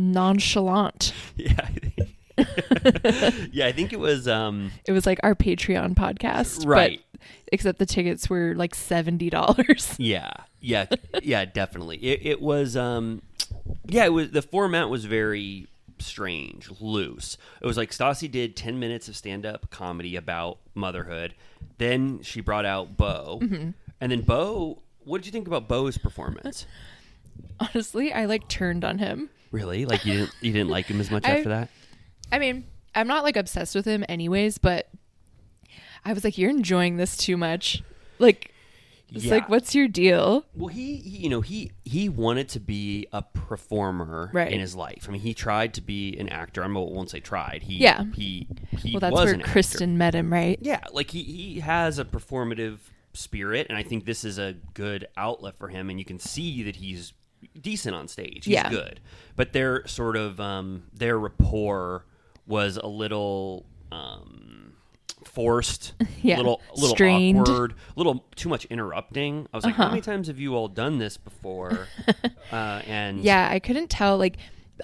S5: nonchalant.
S4: Yeah. I think. yeah, I think it was um
S5: It was like our Patreon podcast,
S4: Right.
S5: But except the tickets were like seventy dollars.
S4: yeah. Yeah. Yeah, definitely. It it was um yeah, it was the format was very strange, loose. It was like Stassi did 10 minutes of stand-up comedy about motherhood. Then she brought out Bo.
S5: Mm-hmm.
S4: And then Bo, what did you think about Bo's performance?
S5: Honestly, I like turned on him.
S4: Really? Like you didn't you didn't like him as much
S5: I-
S4: after that?
S5: I mean, I'm not like obsessed with him, anyways. But I was like, you're enjoying this too much. Like, it's
S4: Yeah.
S5: like, what's your deal?
S4: Well, he, he- you know, he he wanted to be a performer
S5: Right.
S4: in his life. I mean, he tried to be an actor. I am won't say tried. He,
S5: Yeah.
S4: He, he
S5: Well, that's
S4: was
S5: where
S4: an actor.
S5: Kristen met him, right?
S4: Yeah, like he he has a performative spirit, and I think this is a good outlet for him. And you can see that he's decent on stage. He's
S5: Yeah.
S4: good, but their sort of um, their rapport was a little. Um, forced
S5: Yeah.
S4: little a little
S5: Strained. Uh-huh.
S4: awkward a little too much interrupting i was like how many times have you all done this before uh and
S5: Yeah, I couldn't tell. Like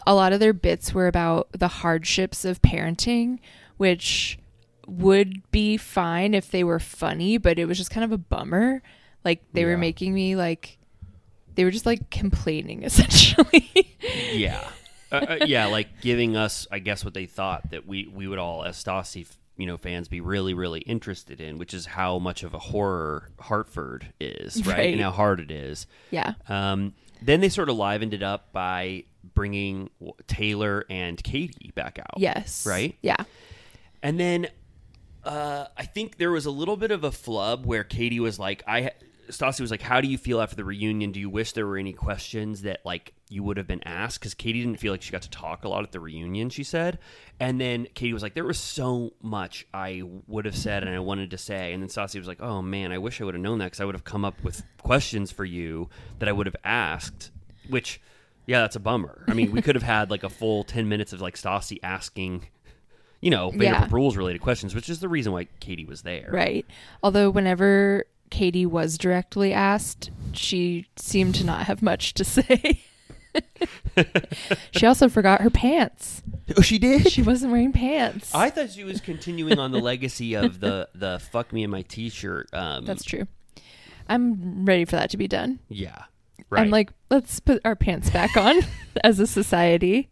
S5: a lot of their bits were about the hardships of parenting, which would be fine if they were funny, but it was just kind of a bummer. Like they were making me like they were just like complaining essentially.
S4: yeah uh, uh, yeah like giving us i guess what they thought that we we would all as stassi f- you know fans be really really interested in which is how much of a horror hartford is right,
S5: Right.
S4: and how hard it is
S5: yeah.
S4: um then they sort of livened it up by bringing w- taylor and katie back out
S5: Yes.
S4: right
S5: Yeah.
S4: and then uh, I think there was a little bit of a flub where Katie was like, I Stassi was like, how do you feel after the reunion? Do you wish there were any questions that like you would have been asked? Because Katie didn't feel like she got to talk a lot at the reunion. She said, and then Katie was like, there was so much I would have said and I wanted to say. And then Stassi was like, oh man, I wish I would have known that because I would have come up with questions for you that I would have asked, which. Yeah, that's a bummer. I mean, we could have had like a full 10 minutes of like Stassi asking you know, Vanderpump
S5: Yeah.
S4: Rules related questions, which is the reason why Katie was there.
S5: Right. Although whenever Katie was directly asked, she seemed to not have much to say. she also forgot her pants.
S4: Oh, she did.
S5: She wasn't wearing pants.
S4: I thought she was continuing on the legacy of the the "fuck me in my t-shirt." Um,
S5: That's true. I'm ready for that to be done.
S4: yeah, right.
S5: I'm like, let's put our pants back on as a society.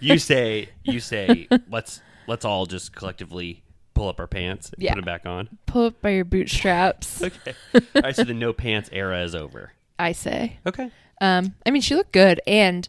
S4: you say, you say, let's let's all just collectively pull up our pants and
S5: Yeah.
S4: put them back on.
S5: Pull up by your bootstraps,
S4: Okay. all right, so the no pants era is over.
S5: I say.
S4: Okay.
S5: Um, I mean, she looked good, and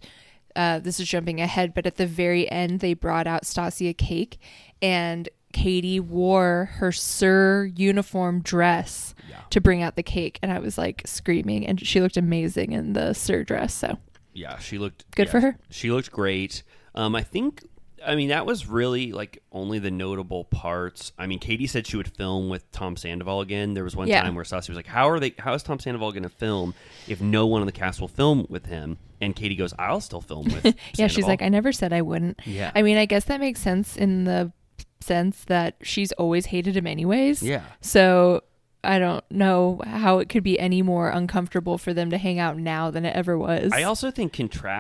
S5: uh, this is jumping ahead, but at the very end, they brought out Stassi a cake, and Katie wore her Sir uniform dress to bring out the cake, and I was like screaming, and she looked amazing in the Sir dress. So
S4: Yeah, she looked
S5: Good
S4: yeah,
S5: for her.
S4: She looked great. Um, I think I mean, that was really like only the notable parts. I mean, Katie said she would film with Tom Sandoval again. There was one
S5: Yeah.
S4: time where Sassi was like, "How are they? How is Tom Sandoval going to film if no one on the cast will film with him?" And Katie goes, "I'll still film with."
S5: Yeah, she's like, I never said I wouldn't.
S4: Yeah.
S5: I mean, I guess that makes sense in the sense that she's always hated him anyways.
S4: Yeah.
S5: So I don't know how it could be any more uncomfortable for them to hang out now than it ever was.
S4: I also think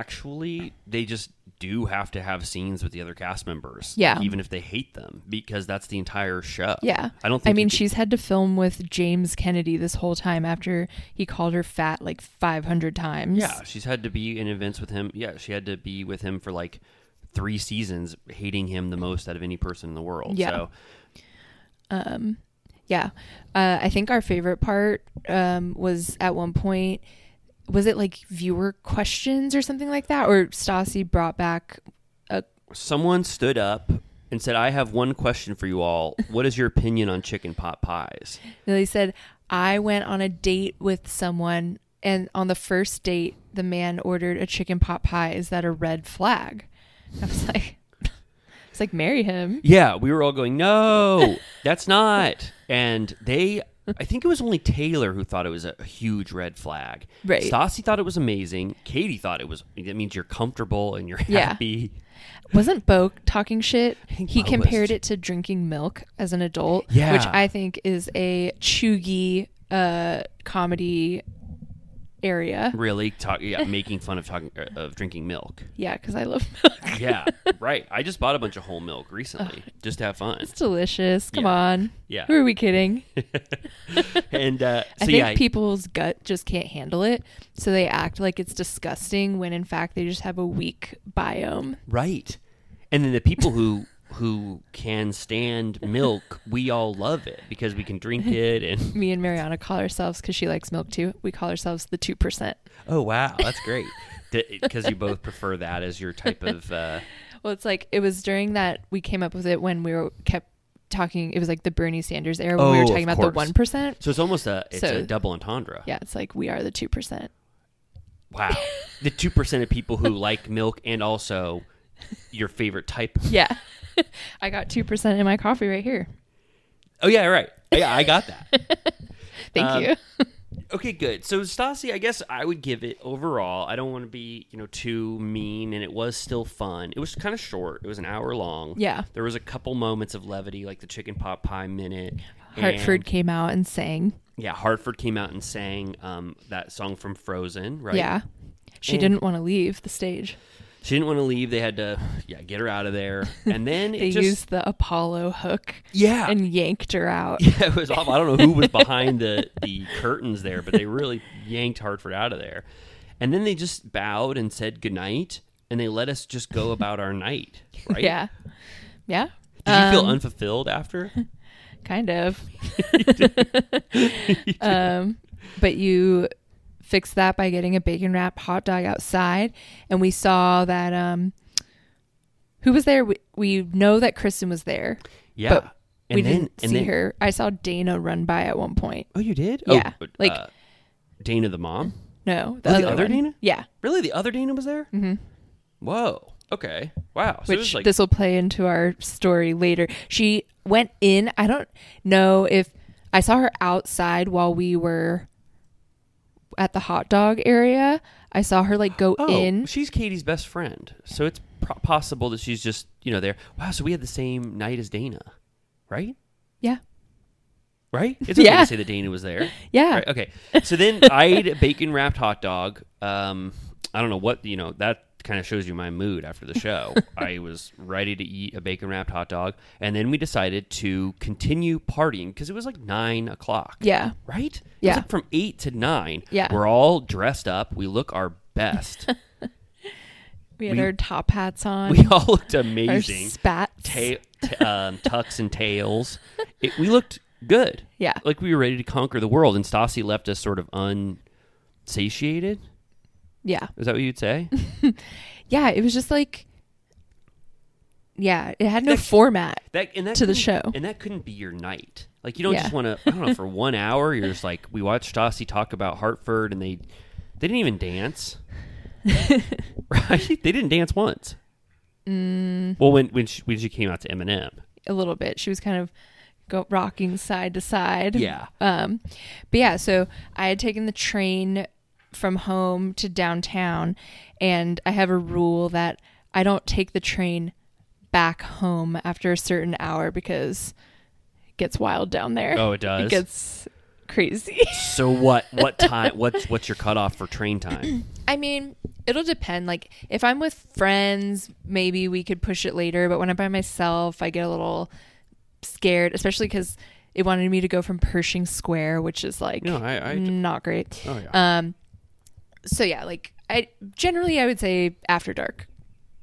S4: contractually they just do have to have scenes with the other cast members, like,
S5: Yeah.
S4: even if they hate them, because that's the entire show.
S5: yeah.
S4: I don't. Think
S5: I
S4: you
S5: mean,
S4: can-
S5: she's had to film with James Kennedy this whole time after he called her fat like 500 times.
S4: Yeah, she's had to be in events with him. Yeah, she had to be with him for like three seasons, hating him the most out of any person in the world.
S5: Yeah.
S4: So
S5: Yeah. Uh, I think our favorite part um, was at one point, was it like viewer questions or something like that? Or Stassi brought back
S4: someone stood up and said, "I have one question for you all. What is your opinion on chicken pot pies?"
S5: Lily said, I went on a date with someone, and on the first date, the man ordered a chicken pot pie. Is that a red flag? I was like, it's like, marry him.
S4: Yeah, we were all going, "No, that's not." And they I think it was only Taylor who thought it was a huge red flag.
S5: Right.
S4: Stassi thought it was amazing. Katie thought it was that means you're comfortable and you're
S5: Yeah.
S4: happy.
S5: Wasn't Bo talking shit? He
S4: Bo
S5: compared
S4: was-
S5: it to drinking milk as an adult,
S4: Yeah.
S5: which I think is a chuggy uh, comedy area.
S4: Really talk, yeah, making fun of talking uh, of drinking milk.
S5: Yeah, because I love milk.
S4: yeah, right. I just bought a bunch of whole milk recently just to have fun.
S5: It's delicious. Come
S4: Yeah.
S5: on.
S4: Yeah.
S5: Who are we kidding?
S4: And uh, so
S5: I think
S4: yeah,
S5: people's gut just can't handle it, so they act like it's disgusting when in fact they just have a weak biome.
S4: right. And then the people who who can stand milk, we all love it because we can drink it. And
S5: Me and Mariana call ourselves because she likes milk too. We call ourselves the two percent.
S4: oh wow, that's great. Because you both prefer that as your type of uh,
S5: Well, it's like it was during that we came up with it when we were kept talking. It was like the Bernie Sanders era when we
S4: Oh,
S5: were
S4: of
S5: talking about the
S4: course.
S5: one percent.
S4: so it's almost a it's
S5: So-
S4: a double entendre.
S5: Yeah, it's like we are the two percent.
S4: Wow, the two percent of people who like milk and also your favorite type.
S5: Yeah, I got two percent in my coffee right here.
S4: Oh yeah, right. Yeah, I got that.
S5: Thank
S4: Um,
S5: you.
S4: Okay, good. So Stassi, I guess I would give it overall. I don't want to be, you know, too mean, and it was still fun. It was kind of short. It was an hour long.
S5: Yeah.
S4: There was a couple moments of levity, like the chicken pot pie minute.
S5: Hartford
S4: and-
S5: came out and sang.
S4: yeah, Hartford came out and sang um, that song from Frozen, right?
S5: Yeah, she
S4: And-
S5: didn't want to leave the stage.
S4: She didn't want to leave. They had to, yeah, get her out of there. And then
S5: They
S4: it just,
S5: used the Apollo hook.
S4: yeah,
S5: and yanked her out.
S4: it was awful. I don't know who was behind the, the curtains there, but they really yanked Hartford out of there. And then they just bowed and said goodnight, and they let us just go about our night, right?
S5: Yeah. Um, Yeah.
S4: Did you feel unfulfilled after?
S5: Kind of. um, but you fixed that by getting a bacon wrap hot dog outside. And we saw that. Um, who was there? We, we know that Kristen was there.
S4: Yeah.
S5: But
S4: Uh, and
S5: we
S4: then,
S5: didn't
S4: and
S5: see
S4: then,
S5: her. I saw Dana run by at one point.
S4: Oh, you did?
S5: Yeah,
S4: Oh,
S5: like-
S4: uh, Dana the mom?
S5: No,
S4: Oh, the other
S5: one.
S4: Dana?
S5: Yeah.
S4: Really? The other Dana was there? Mm-hmm. Whoa. Okay. Wow. So it
S5: which
S4: was like,
S5: this will play into our story later. She went in. I don't know if I saw her outside while we were at the hot dog area. I saw her like go
S4: oh,
S5: in.
S4: she's Katie's best friend. So it's pro- possible that she's just, you know, there. Wow. So we had the same night as Dana, right?
S5: Yeah,
S4: Right? It's okay
S5: Yeah.
S4: to say that Dana was there.
S5: yeah.
S4: Right, okay. So then I ate a bacon wrapped hot dog. Um, I don't know what, you know, that kind of shows you my mood after the show. I was ready to eat a bacon wrapped hot dog. And then we decided to continue partying because it was like nine o'clock.
S5: Yeah.
S4: Right? It was,
S5: Yeah.
S4: like, from eight to nine.
S5: Yeah.
S4: We're all dressed up. We look our best.
S5: We had
S4: We-
S5: our top hats on.
S4: we all looked
S5: our
S4: amazing.
S5: spats.
S4: Ta- t- um, tucks and tails. It, we looked good.
S5: Yeah.
S4: Like we were ready to conquer the world. And Stassi left us sort of unsatiated.
S5: yeah,
S4: Is that what you'd say?
S5: yeah. It was just like, yeah. It had no format.
S4: That and that
S5: To the
S4: couldn't-
S5: show.
S4: and that couldn't be your night. Like you don't
S5: Yeah.
S4: just want to. I don't know. For one hour, you're just like we watched Stassi talk about Hartford, and they they didn't even dance. right? They didn't dance once.
S5: Mm.
S4: Well, when when she, when she came out to Eminem,
S5: a little bit. She was kind of go rocking side to side.
S4: Yeah.
S5: Um, but yeah, so I had taken the train from home to downtown, and I have a rule that I don't take the train back home after a certain hour because it gets wild down there.
S4: Oh, it does?
S5: It gets crazy.
S4: so what what time what's what's your cutoff for train time?
S5: I mean, it'll depend. Like, if I'm with friends, maybe we could push it later. But when I'm by myself, I get a little scared, especially because it wanted me to go from Pershing Square, which is like
S4: No, I- I-
S5: not great. Um,
S4: Oh yeah.
S5: So yeah, like I generally I would say after dark,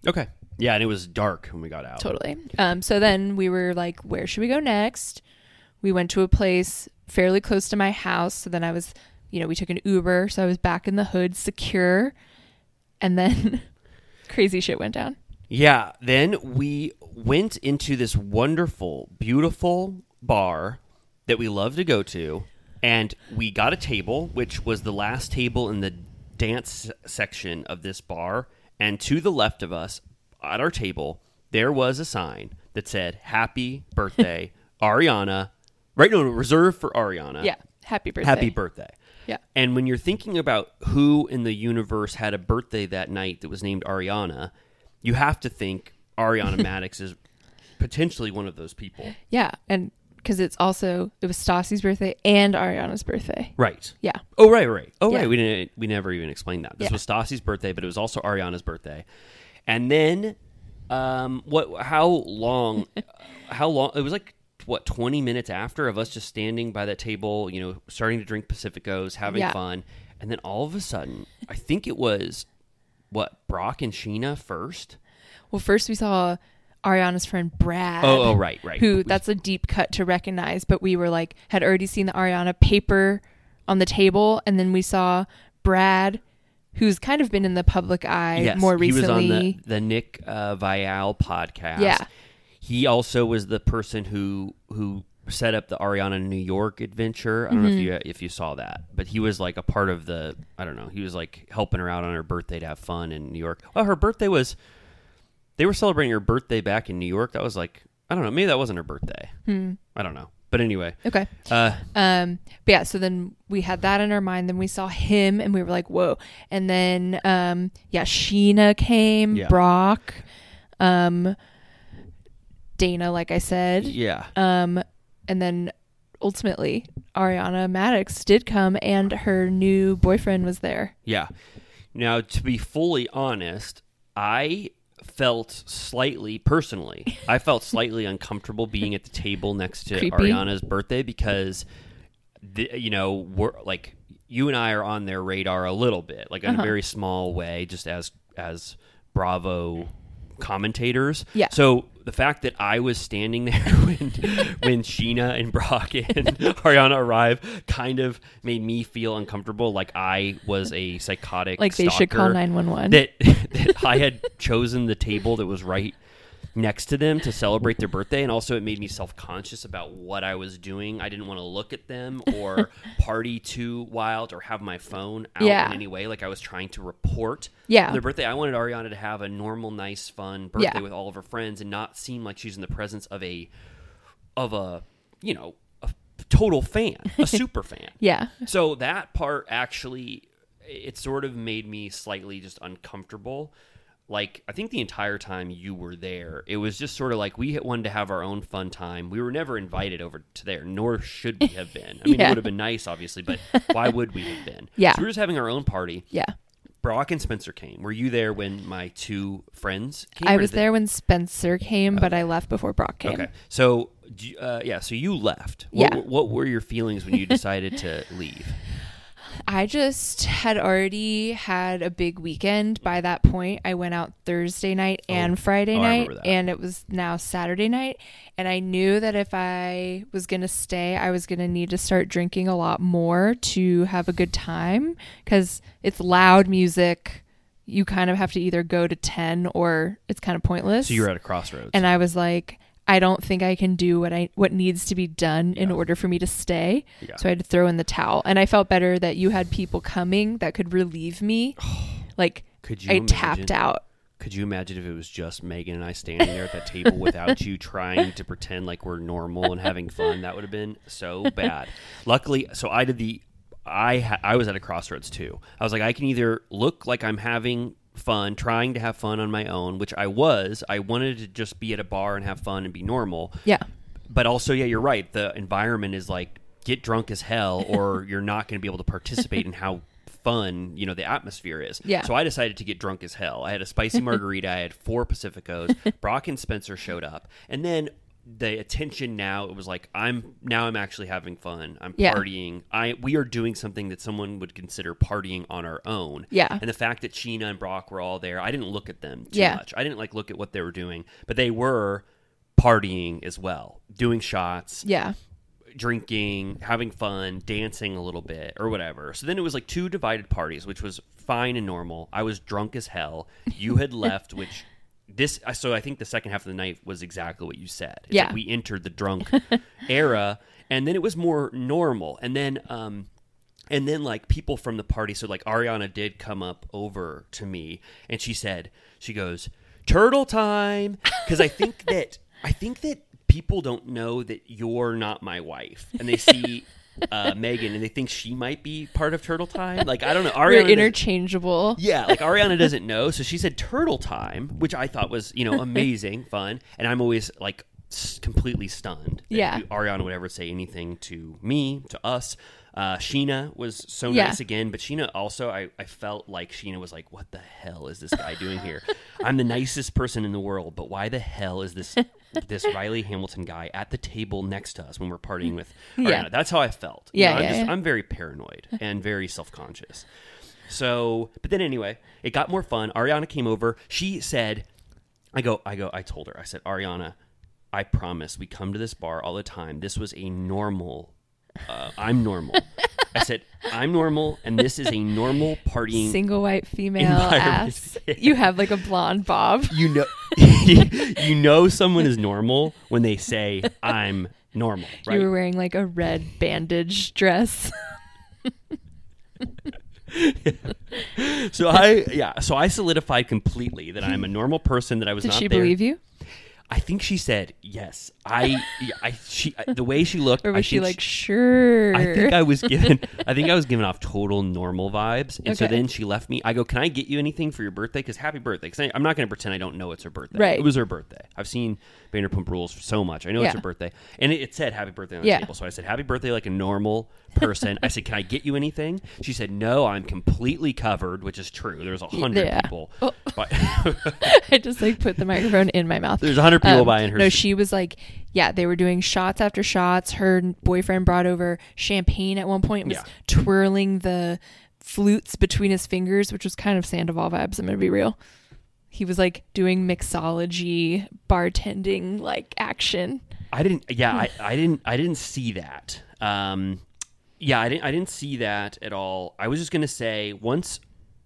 S4: okay. Yeah, and it was dark when we got out.
S5: totally. Um, so then we were like, where should we go next? We went to a place fairly close to my house. So then I was, you know, we took an Uber, so I was back in the hood, secure, and then crazy shit went down.
S4: Yeah. Then we went into this wonderful, beautiful bar that we love to go to, and we got a table, which was the last table in the dance section of this bar. And to the left of us, at our table, there was a sign that said "Happy Birthday, Ariana." Right? No, no, reserved for Ariana.
S5: Yeah. Happy birthday.
S4: Uh, Happy birthday.
S5: Yeah.
S4: And when you're thinking about who in the universe had a birthday that night that was named Ariana, you have to think Ariana Maddox is potentially one of those people.
S5: Yeah. And because it's also, it was Stassi's birthday and Ariana's birthday.
S4: Right.
S5: Yeah.
S4: Oh right, right. Oh
S5: Yeah.
S4: right. We didn't. We never even explained that. This
S5: Yeah.
S4: was Stassi's birthday, but it was also Ariana's birthday. And then, um, what? How long? how long? It was like what twenty minutes after of us just standing by that table, you know, starting to drink Pacificos, having
S5: Yeah.
S4: fun, and then all of a sudden, I think it was what Brock and Sheena first.
S5: Well, first we saw Ariana's friend Brad.
S4: Oh, oh, right, right.
S5: Who that's a deep cut to recognize, but we were like, had already seen the Ariana paper on the table. And then we saw Brad, who's kind of been in the public eye more recently.
S4: He was on the, the Nick uh, Vial podcast.
S5: Yeah.
S4: He also was the person who who set up the Ariana New York adventure. I don't
S5: Mm-hmm.
S4: know if you if you saw that, but he was like a part of the. I don't know. He was like helping her out on her birthday to have fun in New York. Well, her birthday was. They were celebrating her birthday back in New York. That was like I don't know. Maybe that wasn't her birthday.
S5: Hmm.
S4: I don't know. But anyway,
S5: Okay.
S4: uh,
S5: Um, but yeah, so then we had that in our mind. Then we saw him and we were like, whoa. And then, um, yeah, Sheena came,
S4: Yeah.
S5: Brock, um, Dana, like I said.
S4: yeah.
S5: Um, and then ultimately, Ariana Maddox did come and her new boyfriend was there.
S4: Yeah. Now, to be fully honest, I felt slightly, personally, I felt slightly uncomfortable being at the table next to
S5: Creepy.
S4: Ariana's birthday because, the, you know, we're like you and I are on their radar a little bit, like
S5: Uh-huh.
S4: in a very small way, just as as Bravo commentators.
S5: Yeah.
S4: So the fact that I was standing there when when Sheena and Brock and Ariana arrived kind of made me feel uncomfortable, like I was a psychotic
S5: Like they should call
S4: stalker
S5: 911.
S4: That, that I had chosen the table that was right next to them to celebrate their birthday, and also it made me self conscious about what I was doing. I didn't want to look at them or party too wild or have my phone out
S5: Yeah.
S4: in any way. Like I was trying to report
S5: Yeah.
S4: their birthday. I wanted Ariana to have a normal, nice, fun birthday
S5: Yeah.
S4: with all of her friends and not seem like she's in the presence of a of a you know a total fan, a super fan.
S5: Yeah.
S4: So that part actually, it sort of made me slightly just uncomfortable. Like I think the entire time you were there, it was just sort of like we wanted to have our own fun time. We were never invited over to there, nor should we have been. I mean, it
S5: Yeah.
S4: would have been nice, obviously, but why would we have been?
S5: Yeah.
S4: so we were just having our own party.
S5: Yeah.
S4: Brock and Spencer came. Were you there when my two friends came?
S5: I
S4: or
S5: was
S4: did they-
S5: there when Spencer came, but I left before Brock came.
S4: Okay. So, do you- uh, yeah, so you left. What,
S5: Yeah.
S4: what were your feelings when you decided to leave?
S5: I just had already had a big weekend by that point. I went out Thursday night and Friday
S4: oh, I
S5: night,
S4: remember that.
S5: and it was now Saturday night. And I knew that if I was going to stay, I was going to need to start drinking a lot more to have a good time because it's loud music. You kind of have to either go to 10 or it's kind of pointless.
S4: So you were at a crossroads.
S5: and I was like, I don't think I can do what I what needs to be done in order for me to stay. So I had to throw in the towel, and I felt better that you had people coming that could relieve me. like
S4: Could you
S5: I
S4: imagine?
S5: tapped out.
S4: Could you imagine if it was just Megan and I standing there at that table without you trying to pretend like we're normal and having fun? That would have been so bad. Luckily, so I did the I ha- I was at a crossroads too. I was like I can either look like I'm having fun, trying to have fun on my own, which I was. I wanted to just be at a bar and have fun and be normal
S5: Yeah.
S4: but also yeah you're right the environment is like get drunk as hell or you're not going to be able to participate in how fun you know the atmosphere is
S5: Yeah.
S4: so i decided to get drunk as hell i had a spicy margarita i had four pacificos brock and spencer showed up and then the attention now it was like i'm now i'm actually having fun i'm
S5: Yeah.
S4: partying i we are doing something that someone would consider partying on our own
S5: Yeah.
S4: and the fact that sheena and brock were all there i didn't look at them too
S5: Yeah.
S4: much much. I didn't like look at what they were doing, but they were partying as well, doing shots,
S5: Yeah.
S4: drinking, having fun, dancing a little bit or whatever. So then it was like two divided parties, which was fine and normal. I was drunk as hell. You had left, which this so I think the second half of the night was exactly what you said. It's
S5: Yeah.
S4: like we entered the drunk era and then it was more normal. And then um and then like people from the party so like ariana did come up over to me and she said she goes turtle time because i think that i think that people don't know that you're not my wife and they see uh, megan and they think she might be part of turtle time like i don't know
S5: We're
S4: ariana does-
S5: interchangeable.
S4: yeah, like Ariana doesn't know, so she said turtle time, which I thought was you know amazing, fun, and I'm always like s- completely stunned. that
S5: Yeah.
S4: you- Ariana would ever say anything to me, to us. Uh, Sheena was so
S5: Yeah.
S4: nice again, but Sheena also I I felt like Sheena was like, what the hell is this guy doing here? I'm the nicest person in the world, but why the hell is this? This Riley Hamilton guy at the table next to us when we're partying with Ariana.
S5: Yeah.
S4: That's how I felt.
S5: Yeah,
S4: I'm
S5: yeah,
S4: just-
S5: yeah.
S4: I'm very paranoid and very self conscious. So, but then anyway, it got more fun. Ariana came over. She said, I go, I go, I told her, I said, Ariana, I promise we come to this bar all the time. This was a normal, uh, I'm normal. I said, I'm normal, and this is a normal partying
S5: Single white female
S4: Environment.
S5: ass. You have like a blonde bob.
S4: you know you know someone is normal when they say I'm normal, right?
S5: You were wearing like a red bandage dress.
S4: So I yeah, so I solidified completely that I'm a normal person that I was
S5: Did
S4: not
S5: she
S4: there.
S5: believe you?
S4: I think she said yes. I, yeah, I she I- the way she looked,
S5: Or was
S4: I
S5: she
S4: think
S5: like, sure?
S4: I think I was given I think I was giving off total normal vibes. And so
S5: Okay.
S4: then she left me. I go, "Can I get you anything for your birthday cuz happy birthday." Cuz I'm not going to pretend I don't know it's her birthday.
S5: Right.
S4: It was her birthday. I've seen Vanderpump Rules so much. I know it's
S5: Yeah.
S4: her birthday. And it, it said happy birthday on the
S5: Yeah.
S4: table. So I said, "Happy birthday like a normal person." I said, "Can I get you anything?" She said, "No, I'm completely covered," which is true. There's a 100
S5: Yeah.
S4: people.
S5: Oh.
S4: But
S5: I just like put the microphone in my mouth. Um,
S4: There's 100 people buying her
S5: No,
S4: shit.
S5: she was like, yeah, they were doing shots after shots. Her n- boyfriend brought over champagne at one point. and Was
S4: Yeah.
S5: twirling the flutes between his fingers, which was kind of Sandoval vibes. I'm gonna be real. He was like doing mixology, bartending, like action.
S4: I didn't.
S5: Hmm.
S4: Yeah, I, I didn't. I didn't see that. Um, yeah, I didn't. I didn't see that at all. I was just gonna say once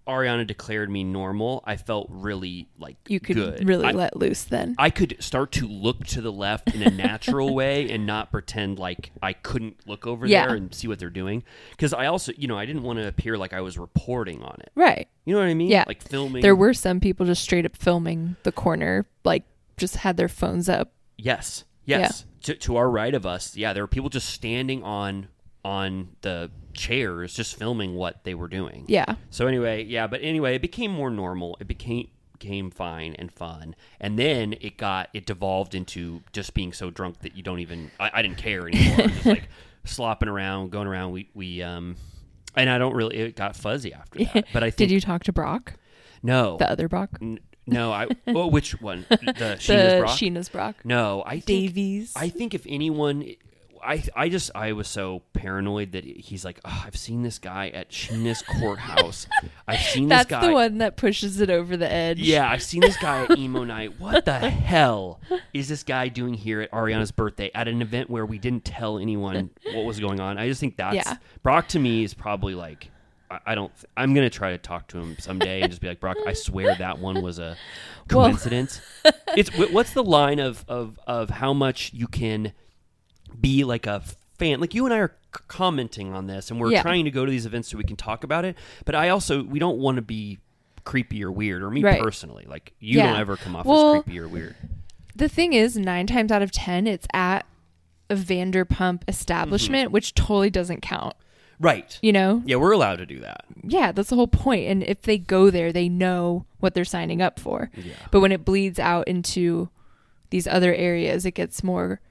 S4: Ariana declared me normal, I felt really like
S5: You could
S4: good.
S5: really
S4: I,
S5: let loose then.
S4: I could start to look to the left in a natural way and not pretend like I couldn't look over
S5: Yeah.
S4: there and see what they're doing. Because I also, you know, I didn't want to appear like I was reporting on it.
S5: right.
S4: You know what I mean?
S5: Yeah.
S4: Like filming.
S5: There were some people just straight up filming the corner, like just had their phones up.
S4: Yes. Yes. To, to our right of us, yeah, there were people just standing on on the chairs, just filming what they were doing.
S5: Yeah.
S4: So anyway, yeah, but anyway, it became more normal. It became became fine and fun, and then it got it devolved into just being so drunk that you don't even I, I didn't care anymore. I'm just like slopping around, going around. We we um, and I don't really. It got fuzzy after that. But I think
S5: Did you talk to Brock,
S4: no
S5: the other Brock?
S4: N- no I well which one the
S5: the
S4: Sheena's Brock
S5: Sheena's Brock.
S4: no I think,
S5: Davies.
S4: I think if anyone, I I just I was so paranoid that he's like, oh, I've seen this guy at Sheena's courthouse. I've seen
S5: That's
S4: this guy.
S5: the one that pushes it over the edge.
S4: Yeah, I've seen this guy at emo night. What the hell is this guy doing here at Ariana's birthday at an event where we didn't tell anyone what was going on? I just think that's
S5: Yeah.
S4: Brock to me is probably like. I- I don't. th- I'm gonna try to talk to him someday and just be like, Brock, I swear that one was a coincidence. it's wh- what's the line of of of how much you can be like a fan. Like you and I are c- commenting on this, and we're
S5: Yeah.
S4: trying to go to these events so we can talk about it. But I also we don't want to be creepy or weird, or me
S5: Right.
S4: personally. Like you
S5: Yeah.
S4: don't ever come off
S5: Well-
S4: as creepy or weird.
S5: The thing is, nine times out of ten, it's at a Vanderpump
S4: Mm-hmm.
S5: establishment, which totally doesn't count.
S4: Right.
S5: You know?
S4: Yeah, we're allowed to do that.
S5: Yeah, that's the whole point. And if they go there, they know what they're signing up for. But when it bleeds out into these other areas, it gets more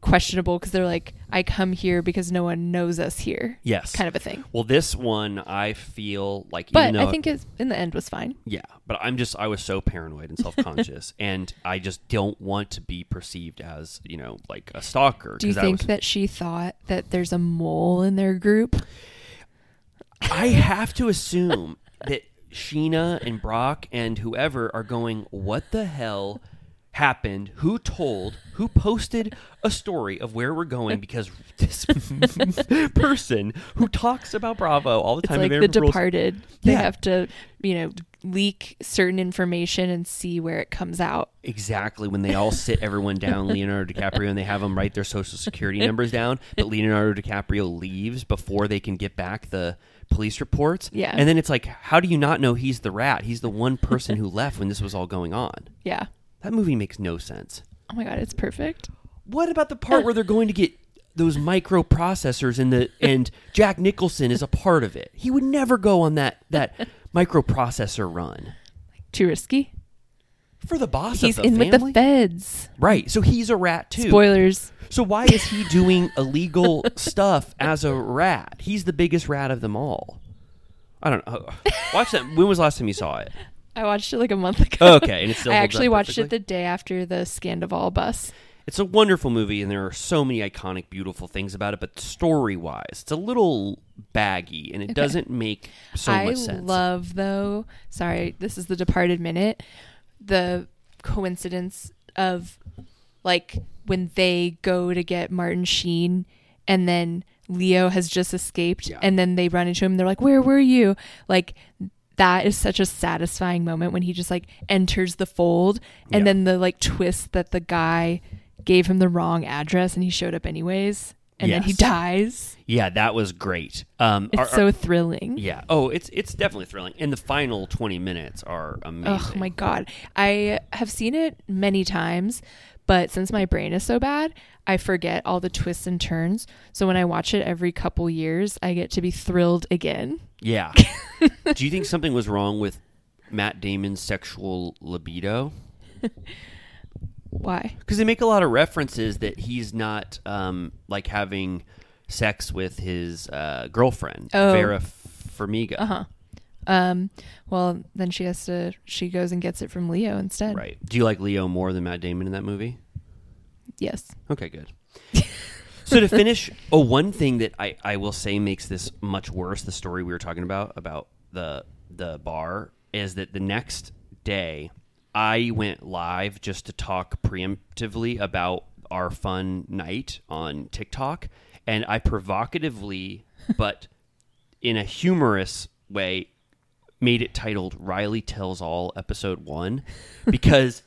S5: questionable because they're like, I come here because no one knows us here.
S4: Yes.
S5: Kind of a thing.
S4: Well, this one I feel like
S5: But
S4: even though
S5: I think it's in the end was fine.
S4: yeah, but I'm just I was so paranoid and self conscious, and I just don't want to be perceived as you know like a stalker.
S5: Do you
S4: 'cause I
S5: think
S4: was-
S5: that she thought that there's a mole in their group?
S4: I have to assume that Sheena and Brock and whoever are going, what the hell happened? Who told? Who posted a story of where we're going? Because this person who talks about Bravo all the
S5: It's
S4: time,
S5: like
S4: and
S5: the
S4: their rules-
S5: departed. They
S4: Yeah.
S5: have to, you know, leak certain information and see where it comes out.
S4: Exactly. When they all sit everyone down, Leonardo DiCaprio, and they have them write their social security numbers down, but Leonardo DiCaprio leaves before they can get back the police reports.
S5: Yeah.
S4: And then it's like, how do you not know he's the rat? He's the one person who left when this was all going on.
S5: Yeah.
S4: That movie makes no sense.
S5: Oh my god, it's perfect.
S4: What about the part where they're going to get those microprocessors and the and Jack Nicholson is a part of it? He would never go on that that microprocessor run
S5: Too risky.
S4: for the boss
S5: He's
S4: of the
S5: in
S4: family.
S5: with the feds.
S4: right. So he's a rat too.
S5: Spoilers.
S4: So why is he doing illegal stuff as a rat? He's the biggest rat of them all. I don't know. Watch that. When was the last time you saw it?
S5: I watched it like a month ago.
S4: Okay, and it still
S5: I
S4: holds
S5: actually
S4: up
S5: watched it
S4: perfectly?
S5: the day after the Scandival bus.
S4: It's a wonderful movie, and there are so many iconic, beautiful things about it. But story wise, it's a little baggy, and it doesn't make so
S5: I
S4: much sense.
S5: love though. Sorry, this is the departed minute. The coincidence of like when they go to get Martin Sheen and then Leo has just escaped and then they run into him they're like where were you? Like that is such a satisfying moment when he just like enters the fold and then the like twist that the guy gave him the wrong address and he showed up anyways and then he
S4: Yes.
S5: dies.
S4: yeah, that was great. Um,
S5: It's
S4: are- are-
S5: so thrilling.
S4: yeah. Oh, it's it's definitely thrilling, and the final twenty minutes are amazing.
S5: Oh my god. I have seen it many times, but since my brain is so bad, I forget all the twists and turns. So when I watch it every couple years, I get to be thrilled again.
S4: Yeah. Do you think something was wrong with Matt Damon's sexual libido?
S5: Why?
S4: because they make a lot of references that he's not um, like having sex with his uh, girlfriend
S5: Oh.
S4: Vera Farmiga,
S5: Um, well, then she has to she goes and gets it from Leo instead.
S4: right? Do you like Leo more than Matt Damon in that movie?
S5: Yes.
S4: Okay, good. so to finish, oh, one thing that I, I will say makes this much worse, the story we were talking about about the the bar is that the next day I went live just to talk preemptively about our fun night on TikTok and I provocatively but in a humorous way made it titled Riley Tells All episode 1 because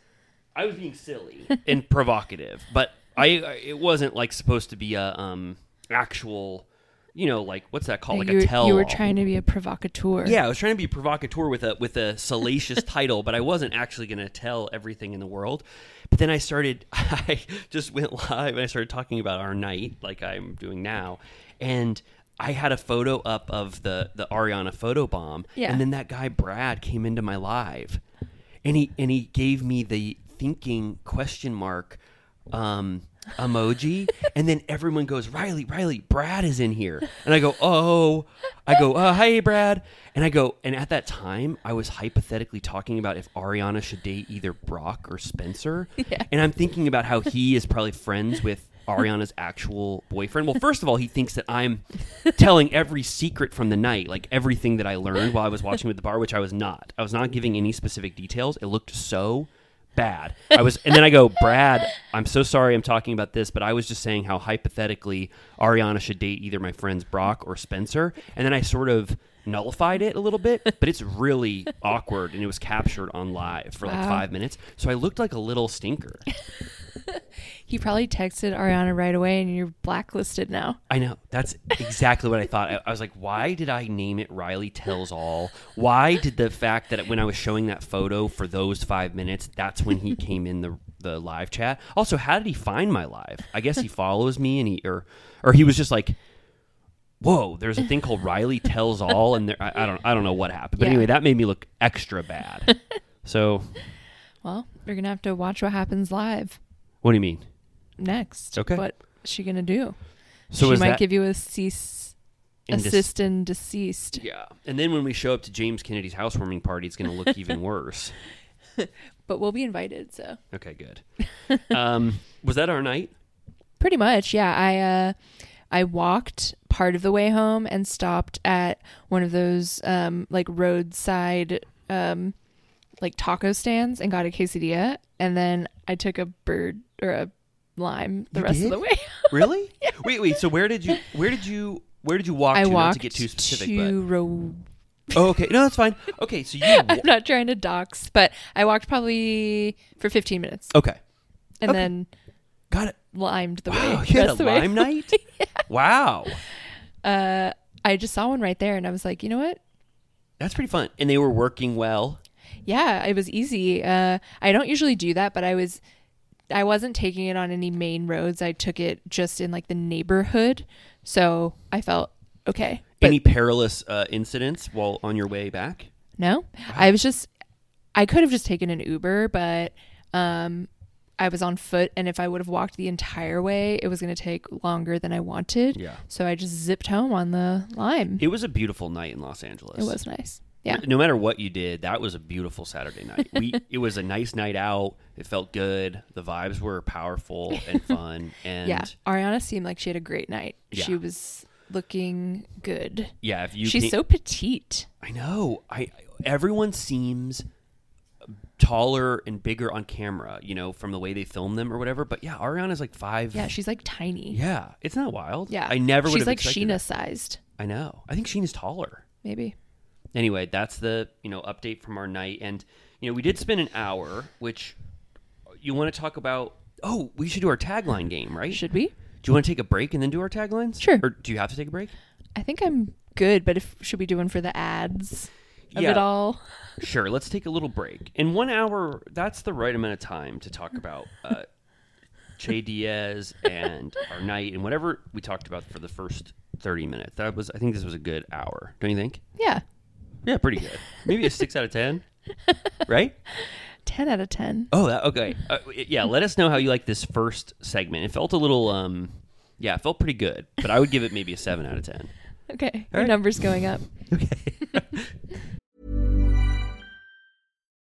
S4: I was being silly and provocative, but I it wasn't like supposed to be a um actual, you know, like what's that called? Oh, Like
S5: you,
S4: a
S5: were-
S4: tell.
S5: you were trying to be a provocateur.
S4: Yeah, I was trying to be provocateur with a with a salacious title, but I wasn't actually going to tell everything in the world. But then I started. I just went live and I started talking about our night, like I'm doing now, and. I had a photo up of the the Ariana photo bomb,
S5: Yeah.
S4: and then that guy Brad came into my live, and he and he gave me the thinking question mark um emoji and then everyone goes riley riley brad is in here and i go oh i go oh hey brad and i go and at that time i was hypothetically talking about if ariana should date either brock or spencer and i'm thinking about how he is probably friends with ariana's actual boyfriend well first of all he thinks that i'm telling every secret from the night like everything that i learned while i was watching with the bar which i was not i was not giving any specific details it looked so bad. I was, and then I go, Brad, I'm so sorry I'm talking about this, but I was just saying how hypothetically Ariana should date either my friends Brock or Spencer, and then I sort of nullified it a little bit, but it's really awkward, and it was captured on live for like five minutes, so I looked like a little stinker.
S5: He probably texted Ariana right away, and you're blacklisted now.
S4: I know. That's exactly what I thought. I, I was like, why did I name it Riley Tells All? Why did the fact that when I was showing that photo for those five minutes, that's when he came in the the live chat? Also, how did he find my live? I guess he follows me, and he or or he was just like. Whoa! There's a thing called Riley tells all, and there, I, I don't, I don't know what happened. But
S5: Yeah.
S4: anyway, that made me look extra bad. So,
S5: Well, you're gonna have to watch what happens live
S4: what do you mean?
S5: next.
S4: Okay.
S5: What is she gonna do?
S4: So
S5: she
S4: is
S5: might
S4: that
S5: give you a cease,
S4: in dis-
S5: assist and deceased.
S4: Yeah, and then when we show up to James Kennedy's housewarming party, it's going to look even worse.
S5: But we'll be invited, so
S4: Okay, good. Um, was that our night?
S5: pretty much, yeah. I uh, I walked part of the way home and stopped at one of those um like roadside um like taco stands and got a quesadilla, and then I took a bird or a lime the rest
S4: did?
S5: of the way.
S4: Really? Wait, wait. So where did you? Where did you? Where did you walk
S5: I
S4: to? Not
S5: walked
S4: to get too specific,
S5: to Ro-
S4: but oh, okay. No, that's fine. Okay, so you. wa-
S5: I'm not trying to dox, but I walked probably for 15 minutes
S4: Okay,
S5: and then
S4: got it.
S5: limed the way.
S4: Wow,
S5: rest
S4: you had a
S5: of the way.
S4: lime night. Wow,
S5: I just saw one right there, and I was like, you know what?
S4: that's pretty fun. And they were working well.
S5: Yeah, it was easy. Uh, I don't usually do that, but I was, I wasn't taking it on any main roads. I took it just in like the neighborhood, so I felt okay. But
S4: Any perilous uh, incidents while on your way back?
S5: No, I was just, I could have just taken an Uber, but um, I was on foot, and if I would have walked the entire way, it was going to take longer than I wanted.
S4: Yeah.
S5: So I just zipped home on the lime.
S4: It was a beautiful night in Los Angeles.
S5: It was nice. Yeah.
S4: No matter what you did, that was a beautiful Saturday night. We it was a nice night out. It felt good. The vibes were powerful and fun. And
S5: Yeah.
S4: yeah,
S5: Ariana seemed like she had a great night. She
S4: Yeah.
S5: was looking good.
S4: if you
S5: She's
S4: can't-
S5: so petite.
S4: I know. I everyone seems taller and bigger on camera, you know, from the way they film them or whatever. But yeah, Ariana's like five.
S5: Yeah, she's like tiny.
S4: yeah, it's not wild.
S5: Yeah.
S4: I never. would
S5: She's
S4: have
S5: like
S4: expected
S5: Sheena
S4: that.
S5: sized,
S4: I know. I think Sheena's taller.
S5: maybe.
S4: anyway, that's the you know update from our night, and you know we did spend an hour, which you want to talk about. Oh, we should do our tagline game, right?
S5: Should we?
S4: Do you want to take a break and then do our taglines?
S5: Sure.
S4: Or do you have to take a break?
S5: I think I'm good, but if should we do one for the ads of it all?
S4: sure. Let's take a little break. In one hour, that's the right amount of time to talk about uh, Che Diaz and our night and whatever we talked about for the first thirty minutes. That was, I think, this was a good hour. Don't you think?
S5: Yeah.
S4: Yeah, pretty good. Maybe a six out of ten, right?
S5: 10 out of 10.
S4: Oh, that, okay. Uh, yeah, let us know how you like this first segment. It felt a little, um, yeah, it felt pretty good, but I would give it maybe a seven out of ten.
S5: Okay.
S4: All
S5: Your
S4: right.
S5: number's going up.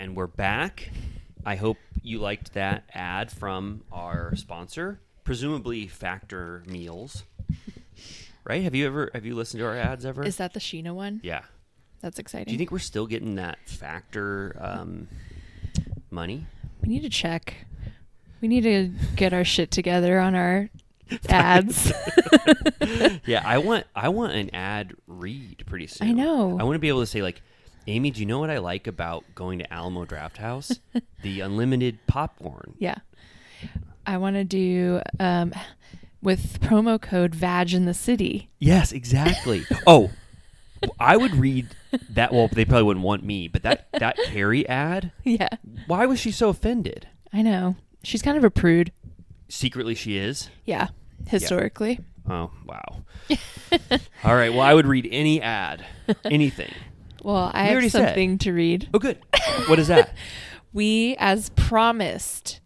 S4: And we're back. I hope you liked that ad from our sponsor, presumably Factor Meals. Right? Have you ever have you listened to our ads ever?
S5: Is that the Sheena one?
S4: yeah.
S5: That's exciting.
S4: Do you think we're still getting that Factor um, money?
S5: we need to check? We need to get our shit together on our ads.
S4: Yeah, I want I want an ad read pretty soon.
S5: I know.
S4: I want to be able to say like, Amy, do you know what I like about going to Alamo Draft House? the unlimited popcorn.
S5: Yeah. I want to do um, with promo code VAG in the city.
S4: Yes, exactly. oh, I would read that. Well, they probably wouldn't want me, but that that Carrie ad.
S5: Yeah.
S4: Why was she so offended?
S5: I know. She's kind of a prude.
S4: Secretly, she is.
S5: Yeah. Historically.
S4: Oh wow. All right. Well, I would read any ad, anything.
S5: Well, I
S4: You already
S5: have
S4: said.
S5: something to read.
S4: Oh, good. What is that?
S5: We, as promised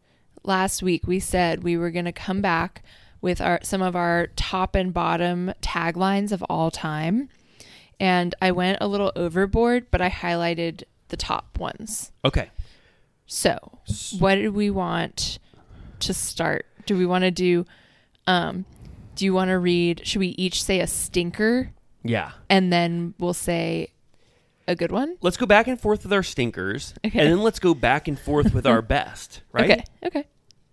S5: last week, we said we were going to come back with our some of our top and bottom taglines of all time. And I went a little overboard, but I highlighted the top ones.
S4: Okay.
S5: So, what do we want to start? Do we want to do um do you want to read should we each say a stinker
S4: Yeah.
S5: and then we'll say a good one?
S4: Let's go back and forth with our stinkers,
S5: Okay.
S4: and then let's go back and forth with our best. Right?
S5: Okay. Okay.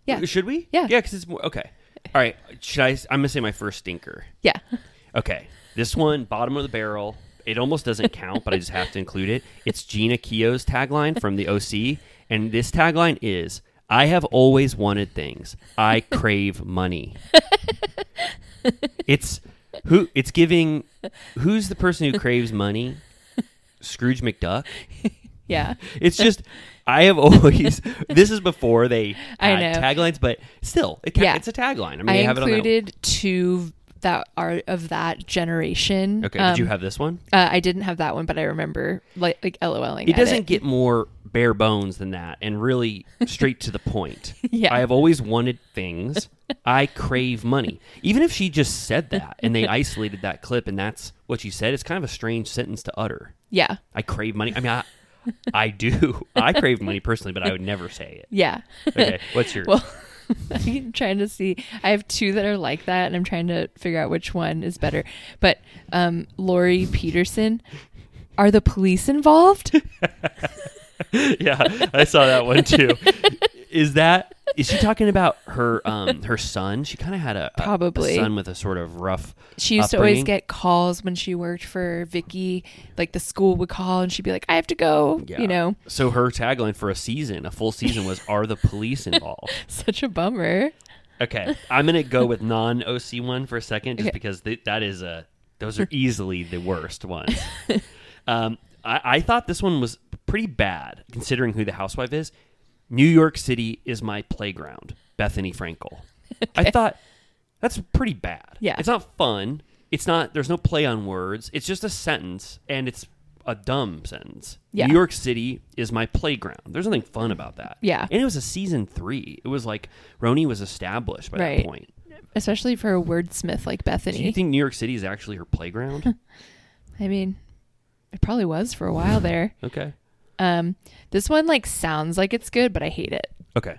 S5: Yeah.
S4: Should we?
S5: Yeah.
S4: Yeah, because it's more okay. All right. Should I? I'm gonna say my first stinker.
S5: Yeah.
S4: Okay. This one, bottom of the barrel. It almost doesn't count, but I just have to include it. It's Gina Keo's tagline from the OC, and this tagline is I have always wanted things. I crave money. it's who it's giving who's the person who craves money? Scrooge McDuck.
S5: Yeah.
S4: It's just I have always this is before they
S5: I
S4: had
S5: know.
S4: taglines, but still it ca-
S5: Yeah.
S4: it's a tagline. I mean
S5: I
S4: they have it on their-
S5: included two that are of that generation.
S4: Okay, did you have this one?
S5: Uh, I didn't have that one, but I remember like like LOLing.
S4: It
S5: at
S4: doesn't get more bare bones than that and really straight to the point.
S5: Yeah.
S4: I have always wanted things. I crave money. Even if she just said that and they isolated that clip and that's what she said, it's kind of a strange sentence to utter.
S5: Yeah.
S4: I crave money. I mean, I, I do. I crave money personally, but I would never say it.
S5: Yeah.
S4: Okay, what's yours?
S5: well, I'm trying to see. I have two that are like that, and I'm trying to figure out which one is better. But um, Lori Peterson, are the police involved?
S4: yeah, I saw that one too. Is that is she talking about her um her son? She kind of had a, a- a
S5: Probably.
S4: son with a sort of rough.
S5: She used to always
S4: upbringing.
S5: get calls when she worked for Vicky. Like the school would call, and she'd be like, "I have to go," you know.
S4: So her tagline for a season, a full season, was "Are the police involved?"
S5: Such a bummer.
S4: Okay, I'm gonna go with non OC one for a second, just
S5: Okay.
S4: because th- that is a those are easily the worst ones. um, I, I thought this one was pretty bad considering who the housewife is. New York City is my playground, Bethany Frankel. I thought that's pretty bad.
S5: Yeah.
S4: it's not fun. It's not. There's no play on words. It's just a sentence, and it's a dumb sentence.
S5: Yeah.
S4: New York City is my playground. There's nothing fun about that.
S5: Yeah.
S4: And it was a season three. It was like Roni was established by
S5: Right.
S4: that point.
S5: Especially for a wordsmith like Bethany.
S4: Do you think New York City is actually her playground?
S5: I mean, it probably was for a while there.
S4: okay.
S5: Um, this one like sounds like it's good, but I hate it.
S4: Okay.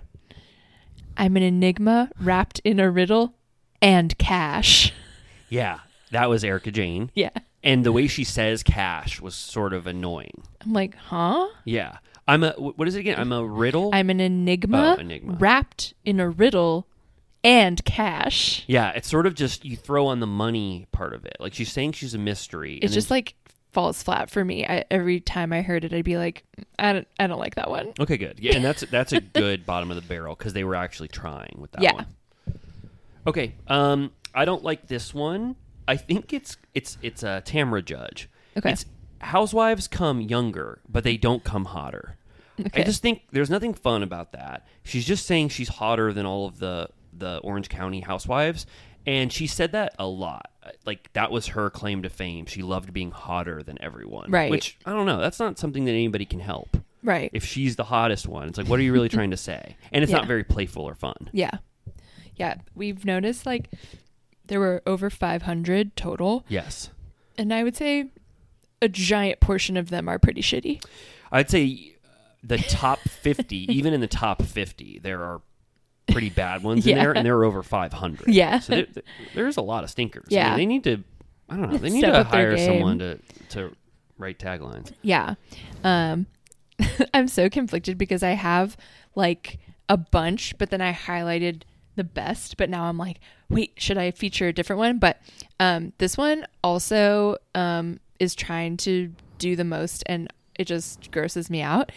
S5: I'm an enigma wrapped in a riddle and cash.
S4: Yeah. That was Erica Jane.
S5: Yeah.
S4: And the way she says cash was sort of annoying.
S5: I'm like, huh?
S4: Yeah. I'm a, wh- what is it again? I'm a riddle?
S5: I'm an enigma,
S4: Oh, enigma.
S5: wrapped in a riddle and cash.
S4: yeah. It's sort of just, you throw on the money part of it. Like she's saying she's a mystery. and
S5: It's
S4: then
S5: just
S4: she-
S5: like falls flat for me. I, every time I heard it, I'd be like, I don't, I don't like that one.
S4: Okay, good. Yeah, and that's that's a good bottom of the barrel because they were actually trying with that
S5: Yeah.
S4: one. Okay. Um, I don't like this one. I think it's it's it's a Tamra Judge.
S5: Okay.
S4: It's housewives come younger, but they don't come hotter. I
S5: Okay.
S4: just think there's nothing fun about that. She's just saying she's hotter than all of the the Orange County housewives, and she said that a lot. Like that was her claim to fame. She loved being hotter than everyone.
S5: Right.
S4: Which I don't know. That's not something that anybody can help
S5: Right.
S4: if she's the hottest one. It's like, what are you really trying to say? And it's not
S5: Yeah.
S4: very playful or fun.
S5: yeah. Yeah. We've noticed like there were over 500 total.
S4: Yes.
S5: And I would say a giant portion of them are pretty shitty.
S4: I'd say uh, the top 50, even in the top 50, there are pretty bad ones in
S5: Yeah.
S4: there, and there are over 500.
S5: Yeah.
S4: So there, there- there's a lot of stinkers. I mean,
S5: Yeah.
S4: they need to, I don't know, they need
S5: Step
S4: to
S5: up their
S4: hire
S5: game.
S4: someone to, to write taglines.
S5: Yeah. Um I'm so conflicted because I have like a bunch, but then I highlighted the best, but now I'm like, wait, should I feature a different one? But um this one also um is trying to do the most and it just grosses me out.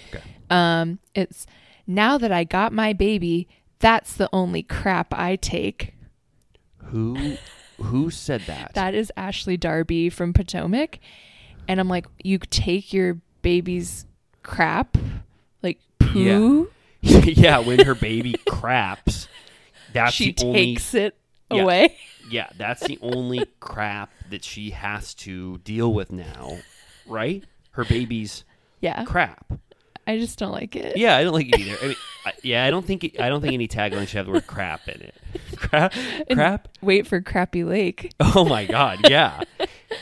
S5: Um it's now that I got my baby, that's the only crap I take.
S4: Who who said that?
S5: That is Ashley Darby from Potomac. And I'm like, you take your baby's crap, like poo.
S4: Yeah, yeah when her baby craps, that's
S5: She
S4: the only-
S5: takes it
S4: Yeah.
S5: away.
S4: Yeah, that's the only crap that she has to deal with now, right? Her baby's
S5: Yeah.
S4: crap.
S5: I just don't like it.
S4: Yeah, I don't like it either. I mean, I, yeah, I don't think it, I don't think any tagline should have the word crap in it. Crap,
S5: And
S4: crap.
S5: Wait for Crappy Lake.
S4: Oh my god, yeah.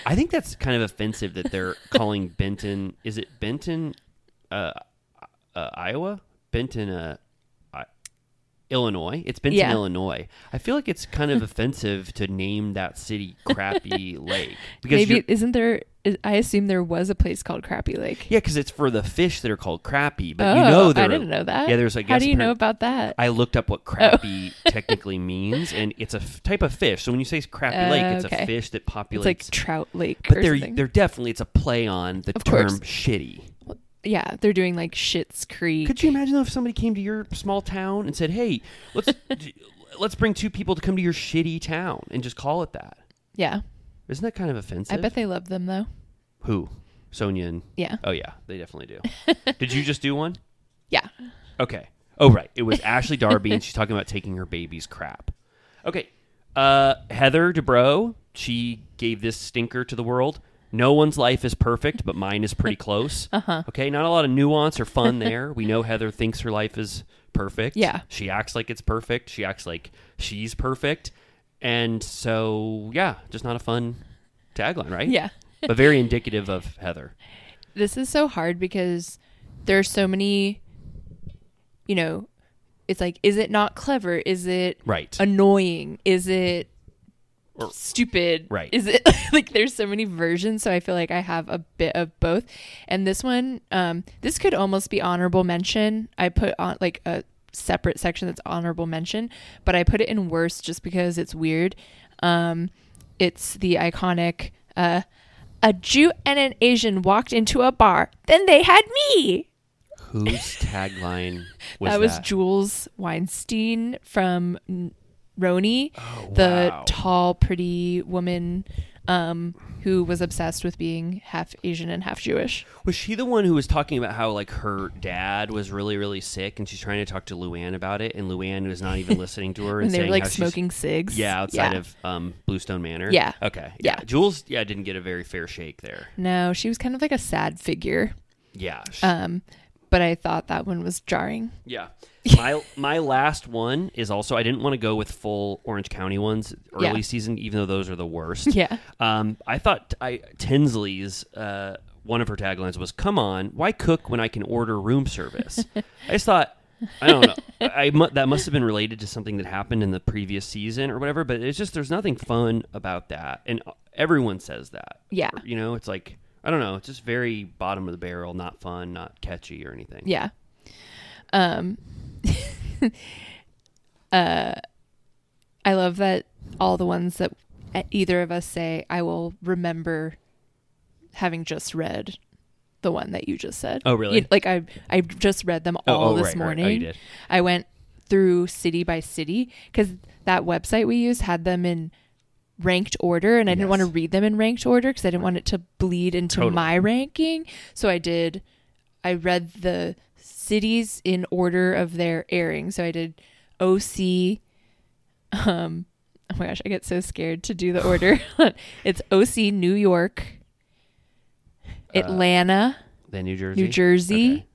S4: I think that's kind of offensive that they're calling Benton. Is it Benton, uh, uh, Iowa? Benton, uh, I, Illinois. It's Benton,
S5: Yeah.
S4: Illinois. I feel like it's kind of offensive to name that city Crappy Lake because
S5: Maybe
S4: you're-
S5: isn't there? Is, I assume there was a place called Crappy Lake.
S4: yeah, because it's for the fish that are called crappy. But
S5: Oh,
S4: you know,
S5: I
S4: they're-
S5: didn't know that.
S4: Yeah, there's I guess.
S5: How do you
S4: apparent-
S5: know about Oh. that?
S4: I looked up what crappy technically means, and it's a f- type of fish. So when you say crappy
S5: Uh,
S4: lake, it's
S5: okay.
S4: a fish that populates.
S5: It's like Trout Lake
S4: but
S5: or
S4: they're
S5: something.
S4: they're definitely it's a play on the
S5: Of
S4: term
S5: course.
S4: shitty.
S5: yeah, they're doing like Shit's Creek.
S4: Could you imagine though if somebody came to your small town and said, "Hey, let's d- let's bring two people to come to your shitty town and just call it that"?
S5: Yeah,
S4: Isn't that kind of offensive?
S5: I bet they love them though.
S4: Who? Sonia and
S5: Yeah.
S4: Oh yeah, they definitely do. Did you just do one?
S5: Yeah,
S4: Okay. Oh right, it was Ashley Darby, and she's talking about taking her baby's crap. Okay. Uh, Heather Dubrow, she gave this stinker to the world. No one's life is perfect, but mine is pretty close. uh-huh. Okay, not a lot of nuance or fun there. We know Heather thinks her life is perfect.
S5: Yeah.
S4: She acts like it's perfect. She acts like she's perfect. And so, yeah, just not a fun tagline, right?
S5: Yeah.
S4: but very indicative of Heather.
S5: this is so hard because there are so many. You know, it's like, is it not clever? Is it
S4: Right.
S5: annoying? Is it
S4: Or-
S5: stupid?
S4: Right.
S5: Is it like there's so many versions? So I feel like I have a bit of both. And this one, um, this could almost be honorable mention. I put on like a separate section that's honorable mention, but I put it in worst just because it's weird. Um, it's the iconic. Uh, a Jew and an Asian walked into a bar. Then they had me.
S4: Whose tagline was
S5: that was
S4: that?
S5: Jules Weinstein from N- Roni,
S4: Oh,
S5: the
S4: wow.
S5: tall, pretty woman um, who was obsessed with being half Asian and half Jewish.
S4: Was she the one who was talking about how like her dad was really really sick and she's trying to talk to Luann about it and Luann was not even listening to her
S5: When
S4: and
S5: they were
S4: saying
S5: like
S4: how she's-
S5: smoking cigs.
S4: yeah outside of um, Bluestone Manor
S5: Yeah.
S4: okay
S5: Yeah.
S4: Jules yeah didn't get a very fair shake there
S5: No, she was kind of like a sad figure.
S4: yeah sh-
S5: Um, but I thought that one was jarring.
S4: yeah my my last one is also I didn't want to go with full Orange County ones early
S5: Yeah.
S4: season even though those are the worst
S5: Yeah.
S4: um I thought I Tinsley's uh one of her taglines was come on why cook when I can order room service I just thought, I don't know. I, I mu- that must have been related to something that happened in the previous season or whatever. But it's just there's nothing fun about that, and uh, everyone says that.
S5: Yeah.
S4: you know, it's like I don't know. It's just very bottom of the barrel, not fun, not catchy or anything.
S5: Yeah. Um uh I love that all the ones that e- either of us say I will remember having just read the one that you just said.
S4: Oh, really?
S5: You- like I I just read them
S4: Oh,
S5: all
S4: oh,
S5: this
S4: right, right. Oh, you
S5: morning.
S4: did.
S5: I went through city by city cuz that website we use had them in ranked order and I didn't want to
S4: Yes.
S5: read them in ranked order because I didn't want it to bleed into
S4: Totally.
S5: my ranking. So I did, I read the cities in order of their airing. So I did OC. Um, oh my gosh, I get so scared to do the order. it's OC, New York, Atlanta,
S4: Then Uh, New Jersey,
S5: New Jersey,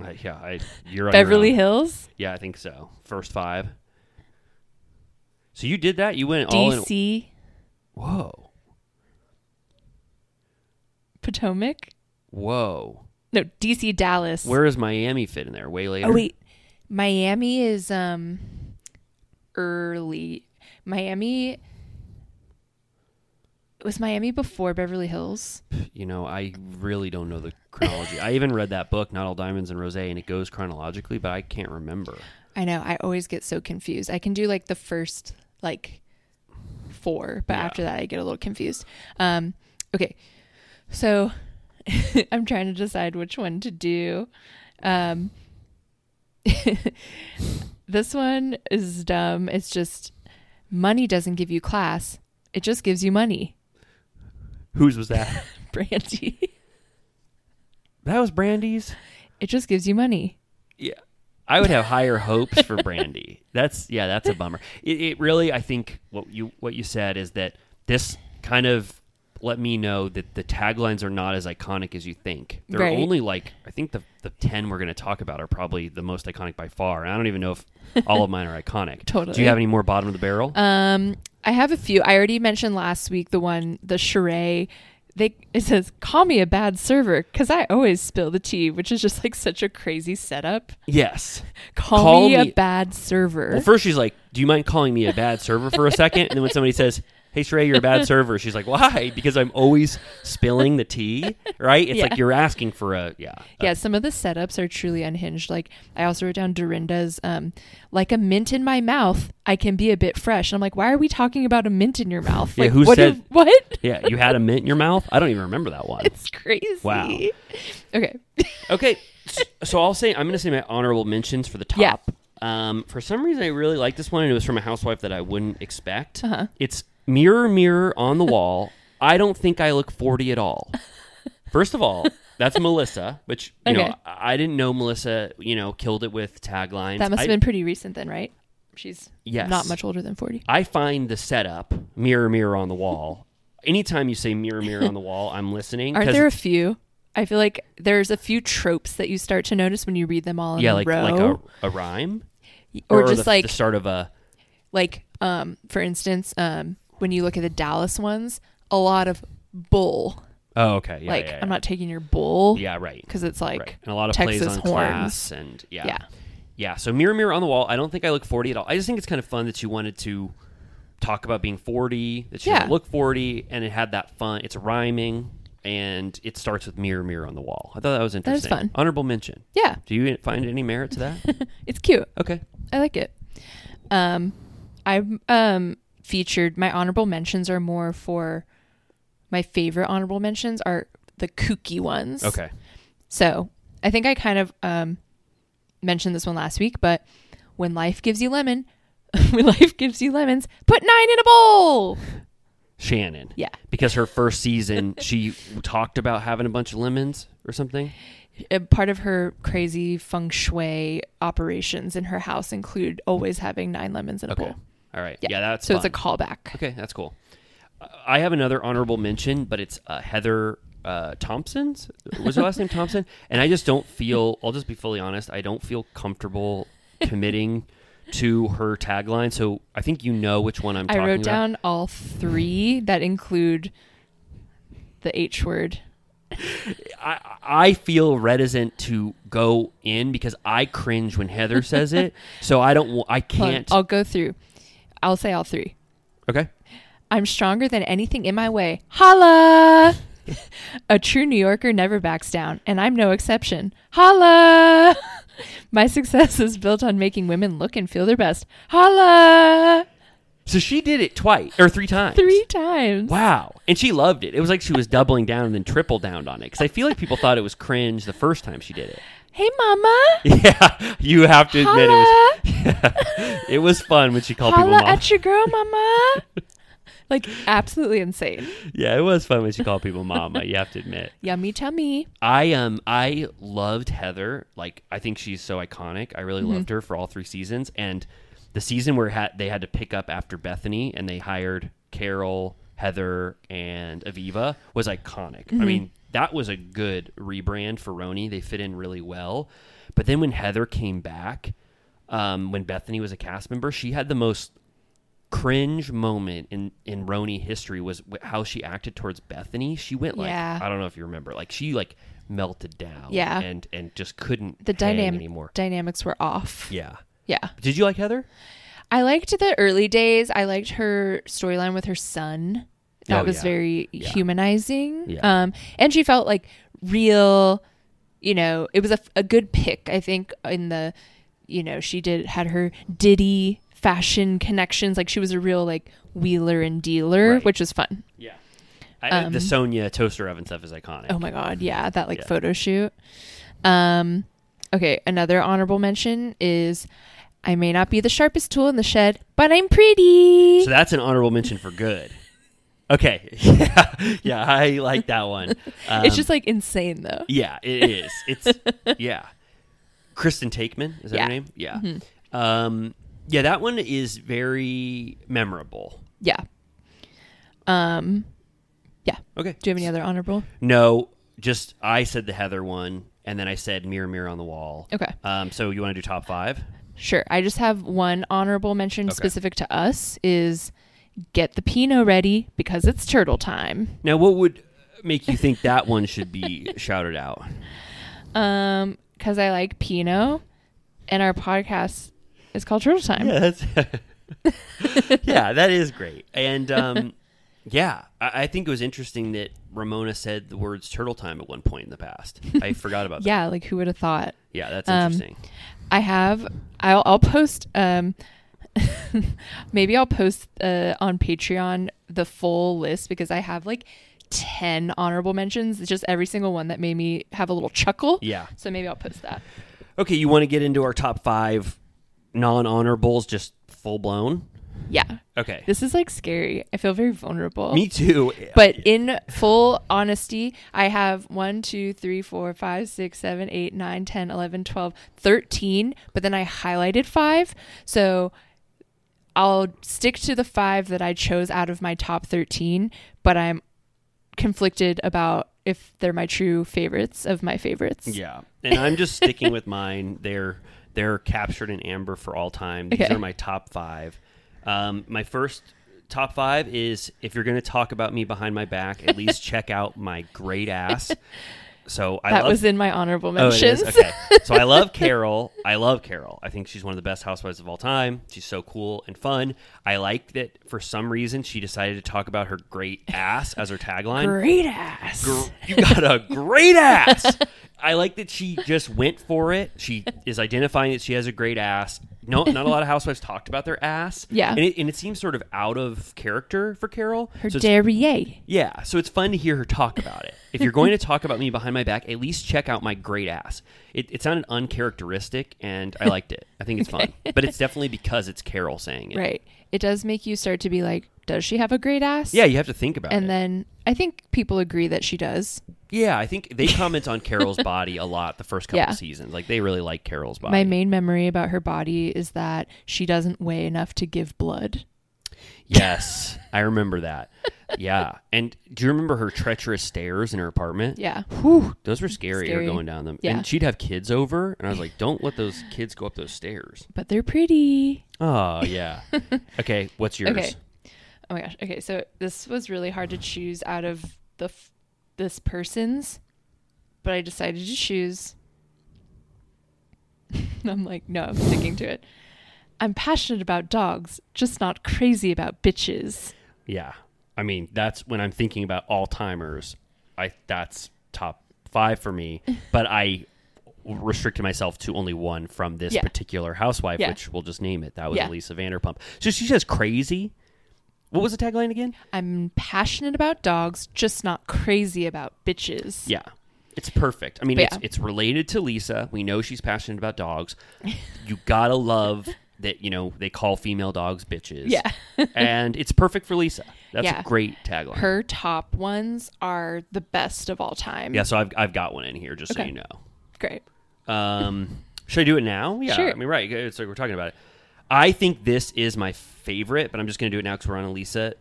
S4: Okay. Uh, yeah, I, you're on your
S5: Beverly
S4: own.
S5: Hills,
S4: Yeah, I think so. First five. So you did that. You went all in.
S5: DC,
S4: Whoa,
S5: Potomac.
S4: whoa.
S5: No, DC, Dallas.
S4: Where does Miami fit in there? Way later.
S5: Oh wait, Miami is um early. Miami was Miami before Beverly Hills.
S4: you know, I really don't know the chronology. I even read that book, Not All Diamonds and Rose, and it goes chronologically, but I can't remember.
S5: I know. I always get so confused. I can do like the first like four, but
S4: Yeah.
S5: after that I get a little confused. Um okay. So I'm trying to decide which one to do. Um This one is dumb. It's just money doesn't give you class. It just gives you money.
S4: Whose was that?
S5: Brandy.
S4: that was Brandy's.
S5: It just gives you money.
S4: Yeah. I would have higher hopes for Brandy. That's yeah, that's a bummer. It, it really, I think what you what you said is that this kind of let me know that the taglines are not as iconic as you think. They're
S5: Right.
S4: only like I think the the ten we're going to talk about are probably the most iconic by far, and I don't even know if all of mine are iconic. Do
S5: Totally.
S4: you have any more bottom of the barrel?
S5: Um, I have a few. I already mentioned last week the one, the charade. They it says, "Call me a bad server," because I always spill the tea, which is just like such a crazy setup.
S4: yes.
S5: Call, me, a bad server.
S4: Well, first she's like, "Do you mind calling me a bad server for a second? And then when somebody says, "Hey, Sheree, you're a bad server," she's like, "Why? Because I'm always spilling the tea, right? It's
S5: Yeah.
S4: like you're asking for a yeah, a-
S5: yeah, some of the setups are truly unhinged. Like I also wrote down Dorinda's, um, like a mint in my mouth. I can be a bit fresh. And I'm like, why are we talking about a mint in your mouth?
S4: yeah.
S5: Like,
S4: Who
S5: what
S4: said
S5: if- what?
S4: Yeah, you had a mint in your mouth. I don't even remember that one.
S5: It's crazy.
S4: Wow.
S5: Okay.
S4: Okay, s- so I'll say I'm going to say my honorable mentions for the top.
S5: Yeah.
S4: Um, for some reason, I really like this one, and it was from a housewife that I wouldn't expect.
S5: Uh-huh.
S4: It's mirror, mirror on the wall. I don't think I look forty at all. First of all, that's Melissa, which you
S5: Okay.
S4: know I I didn't know Melissa. You know, killed it with taglines.
S5: That must
S4: I,
S5: have been pretty recent then, right? She's
S4: Yes.
S5: not much older than 40.
S4: I find the setup mirror, mirror on the wall. Anytime you say mirror, mirror on the wall, I'm listening.
S5: Aren't
S4: 'cause-
S5: there a few? I feel like there's a few tropes that you start to notice when you read them all in
S4: yeah,
S5: a
S4: like
S5: row.
S4: like a, a rhyme,
S5: or, just
S4: the-
S5: like
S4: the start of a
S5: like um for instance, um when you look at the Dallas ones, a lot of bull.
S4: Oh, okay. Yeah,
S5: like
S4: yeah, yeah.
S5: I'm not taking your bull.
S4: Yeah, right.
S5: Because Oh, it's like
S4: Right. and a lot of
S5: Texas
S4: plays on
S5: horns.
S4: class and yeah.
S5: Yeah.
S4: yeah, So mirror, mirror on the wall. I don't think I look forty at all. I just think it's kind of fun that you wanted to talk about being forty, that you
S5: Yeah.
S4: look forty, and it had that fun. It's rhyming, and it starts with mirror, mirror on the wall. I thought that was
S5: That is
S4: interesting.
S5: fun.
S4: Honorable mention.
S5: Yeah.
S4: Do you find any merit to that?
S5: It's cute.
S4: okay.
S5: I like it. Um, I um featured my honorable mentions are more for my favorite honorable mentions are the kooky ones.
S4: Okay.
S5: So I think I kind of um mentioned this one last week, but when life gives you lemon, when life gives you lemons, put nine in a bowl.
S4: Shannon.
S5: Yeah.
S4: Because her first season, she talked about having a bunch of lemons or something.
S5: a part of her crazy feng shui operations in her house include always having nine lemons in a
S4: Okay.
S5: bowl.
S4: All right. Yeah, that's
S5: so
S4: fun.
S5: it's a callback.
S4: Okay, that's cool. Uh, I have another honorable mention, but it's uh, Heather uh, Thompson's. Was her last name Thompson? And I just don't feel. I'll just be fully honest. I don't feel comfortable committing to her tagline. So I think you know which one I'm
S5: I
S4: talking
S5: wrote
S4: about.
S5: down all three that include the H word.
S4: I, I feel reticent to go in because I cringe when Heather says it. So I don't. wa- I
S5: Hold on,
S4: can't.
S5: I'll go through. I'll say all three.
S4: Okay.
S5: I'm stronger than anything in my way. Holla! A true New Yorker never backs down, and I'm no exception. Holla! My success is built on making women look and feel their best. Holla!
S4: So she did it twice or three times.
S5: Three times.
S4: Wow. And she loved it. It was like she was doubling down and then triple down on it. Because I feel like people thought it was cringe the first time she did it.
S5: Hey, mama.
S4: Yeah. You have to admit
S5: Holla.
S4: it was it was fun when she called people
S5: Holla
S4: mom.
S5: at your girl, mama. like, absolutely insane.
S4: yeah, it was fun when she called people mama, you have to admit.
S5: Yummy tummy.
S4: I um I loved Heather. Like I think she's so iconic. I really loved her for all three seasons. And the season where ha- they had to pick up after Bethany and they hired Carol, Heather, and Aviva was iconic. I mean, that was a good rebrand for Roni. They fit in really well. But then when Heather came back, um, when Bethany was a cast member, she had the most cringe moment in in Roni history was wh- how she acted towards Bethany. She went like
S5: Yeah.
S4: I don't know if you remember, like she like melted down,
S5: Yeah.
S4: and and just couldn't
S5: The
S4: hang
S5: dynam-
S4: anymore.
S5: dynamics were off.
S4: yeah,
S5: Yeah.
S4: did you like Heather?
S5: I liked the early days. I liked her storyline with her son. That
S4: Oh,
S5: was
S4: yeah.
S5: very
S4: Yeah.
S5: humanizing.
S4: Yeah.
S5: Um, and she felt like real, you know, it was a, a good pick, I think, in the, you know, she did, had her Diddy fashion connections. Like she was a real, like, wheeler and dealer,
S4: Right.
S5: which was fun.
S4: Yeah, I, uh,
S5: Um,
S4: the Sonia toaster oven stuff is iconic.
S5: Oh my god, yeah, that like
S4: Yeah.
S5: photo shoot. Um okay, another honorable mention is I may not be the sharpest tool in the shed, but I'm pretty.
S4: So that's an honorable mention for good. Okay. Yeah. Yeah. I like that one.
S5: it's
S4: Um,
S5: just like insane though.
S4: Yeah, it is. It's yeah. Kristen Takeman is that
S5: Yeah.
S4: her name? Yeah.
S5: Mhm.
S4: Um, yeah, that one is very memorable.
S5: Yeah. Um yeah.
S4: Okay.
S5: Do you have any other honorable?
S4: No, just I said the Heather one, and then I said Mirror Mirror on the Wall.
S5: Okay.
S4: Um, so you want to do top five?
S5: Sure. I just have one honorable mention
S4: Okay.
S5: specific to us is get the Pinot ready because it's turtle time.
S4: Now, what would make you think that one should be shouted out?
S5: Um cuz I like Pinot and our podcast is called Turtle Time.
S4: Yeah, that's yeah, that is great. And um, yeah, I, I think it was interesting that Ramona said the words "turtle time" at one point in the past. I forgot about that.
S5: Yeah, like who would have thought?
S4: Yeah, that's
S5: Um,
S4: interesting.
S5: I have. I'll, I'll post. Um, maybe I'll post uh, on Patreon the full list because I have like ten honorable mentions. It's just every single one that made me have a little chuckle.
S4: Yeah.
S5: So maybe I'll post that.
S4: Okay, you want to get into our top five non-honorables, just full blown?
S5: Yeah.
S4: Okay.
S5: This is like scary. I feel very vulnerable.
S4: Me too.
S5: But in full honesty, I have 1, 2, 3, 4, 5, 6, 7, 8, 9, 10, 11, 12, 13, but then I highlighted five. So I'll stick to the five that I chose out of my top 13, but I'm conflicted about if they're my true favorites of my favorites.
S4: Yeah, and I'm just sticking with mine. They're they're captured in amber for all time. These
S5: Okay.
S4: are my top five. Um, my first top five is if you're going to talk about me behind my back, at least check out my great ass. So I
S5: that
S4: love,
S5: was in my honorable
S4: Oh, it is?
S5: mentions.
S4: Okay. So I love Carol. I love Carol. I think she's one of the best housewives of all time. She's so cool and fun. I like that for some reason she decided to talk about her great ass as her tagline.
S5: Great ass.
S4: Gr- you got a great ass. I like that she just went for it. She is identifying that she has a great ass. No, not a lot of housewives talked about their ass.
S5: Yeah.
S4: and it, and it seems sort of out of character for Carol.
S5: Her
S4: So it's-
S5: derriere.
S4: yeah, so it's fun to hear her talk about it. If you're going to talk about me behind my back, at least check out my great ass. It, it sounded uncharacteristic, and I liked it. I think it's fun, but it's definitely because it's Carol saying it.
S5: Right. It does make you start to be like, does she have a great ass?
S4: Yeah, you have to think about
S5: and
S4: it.
S5: then I think people agree that she does.
S4: yeah, I think they comment on Carol's body a lot the first couple
S5: Yeah.
S4: seasons. Like they really like Carol's body.
S5: My main memory about her body is that she doesn't weigh enough to give blood.
S4: Yes, I remember that. Yeah, and do you remember her treacherous stairs in her apartment?
S5: Yeah.
S4: Whew, those were scary. Her
S5: Scary.
S4: going down them,
S5: Yeah.
S4: and she'd have kids over, and I was like, "Don't let those kids go up those stairs."
S5: But they're pretty.
S4: Oh yeah. okay, what's yours?
S5: Okay. Oh my gosh. Okay, so this was really hard to choose out of the f- this person's, but I decided to choose. I'm like, no, I'm sticking to it. I'm passionate about dogs, just not crazy about bitches.
S4: Yeah, I mean that's when I'm thinking about all timers. I that's top five for me, but I restricted myself to only one from this
S5: Yeah.
S4: particular housewife,
S5: Yeah.
S4: which we'll just name it. That was
S5: Yeah.
S4: Elisa Vanderpump. So she says crazy. What was the tagline again?
S5: I'm passionate about dogs, just not crazy about bitches.
S4: Yeah. It's perfect. I mean,
S5: But
S4: it's,
S5: yeah.
S4: it's related to Lisa. We know she's passionate about dogs. You gotta love that, you know, they call female dogs bitches.
S5: Yeah.
S4: and it's perfect for Lisa. That's
S5: Yeah.
S4: a great tagline.
S5: Her top ones are the best of all time.
S4: yeah, so I've, I've got one in here, just so
S5: Okay.
S4: you know.
S5: Great.
S4: Um, should I do it now? Yeah.
S5: Sure.
S4: I mean, right. It's like we're talking about it. I think this is my favorite, but I'm just gonna do it now because we're on a Lisa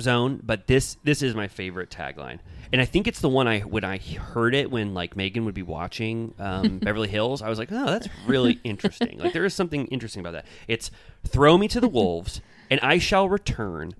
S4: zone. But this this is my favorite tagline, and I think it's the one I when I heard it when like Megan would be watching um, Beverly Hills. I was like, oh, that's really interesting. like there is something interesting about that. It's throw me to the wolves, and I shall return,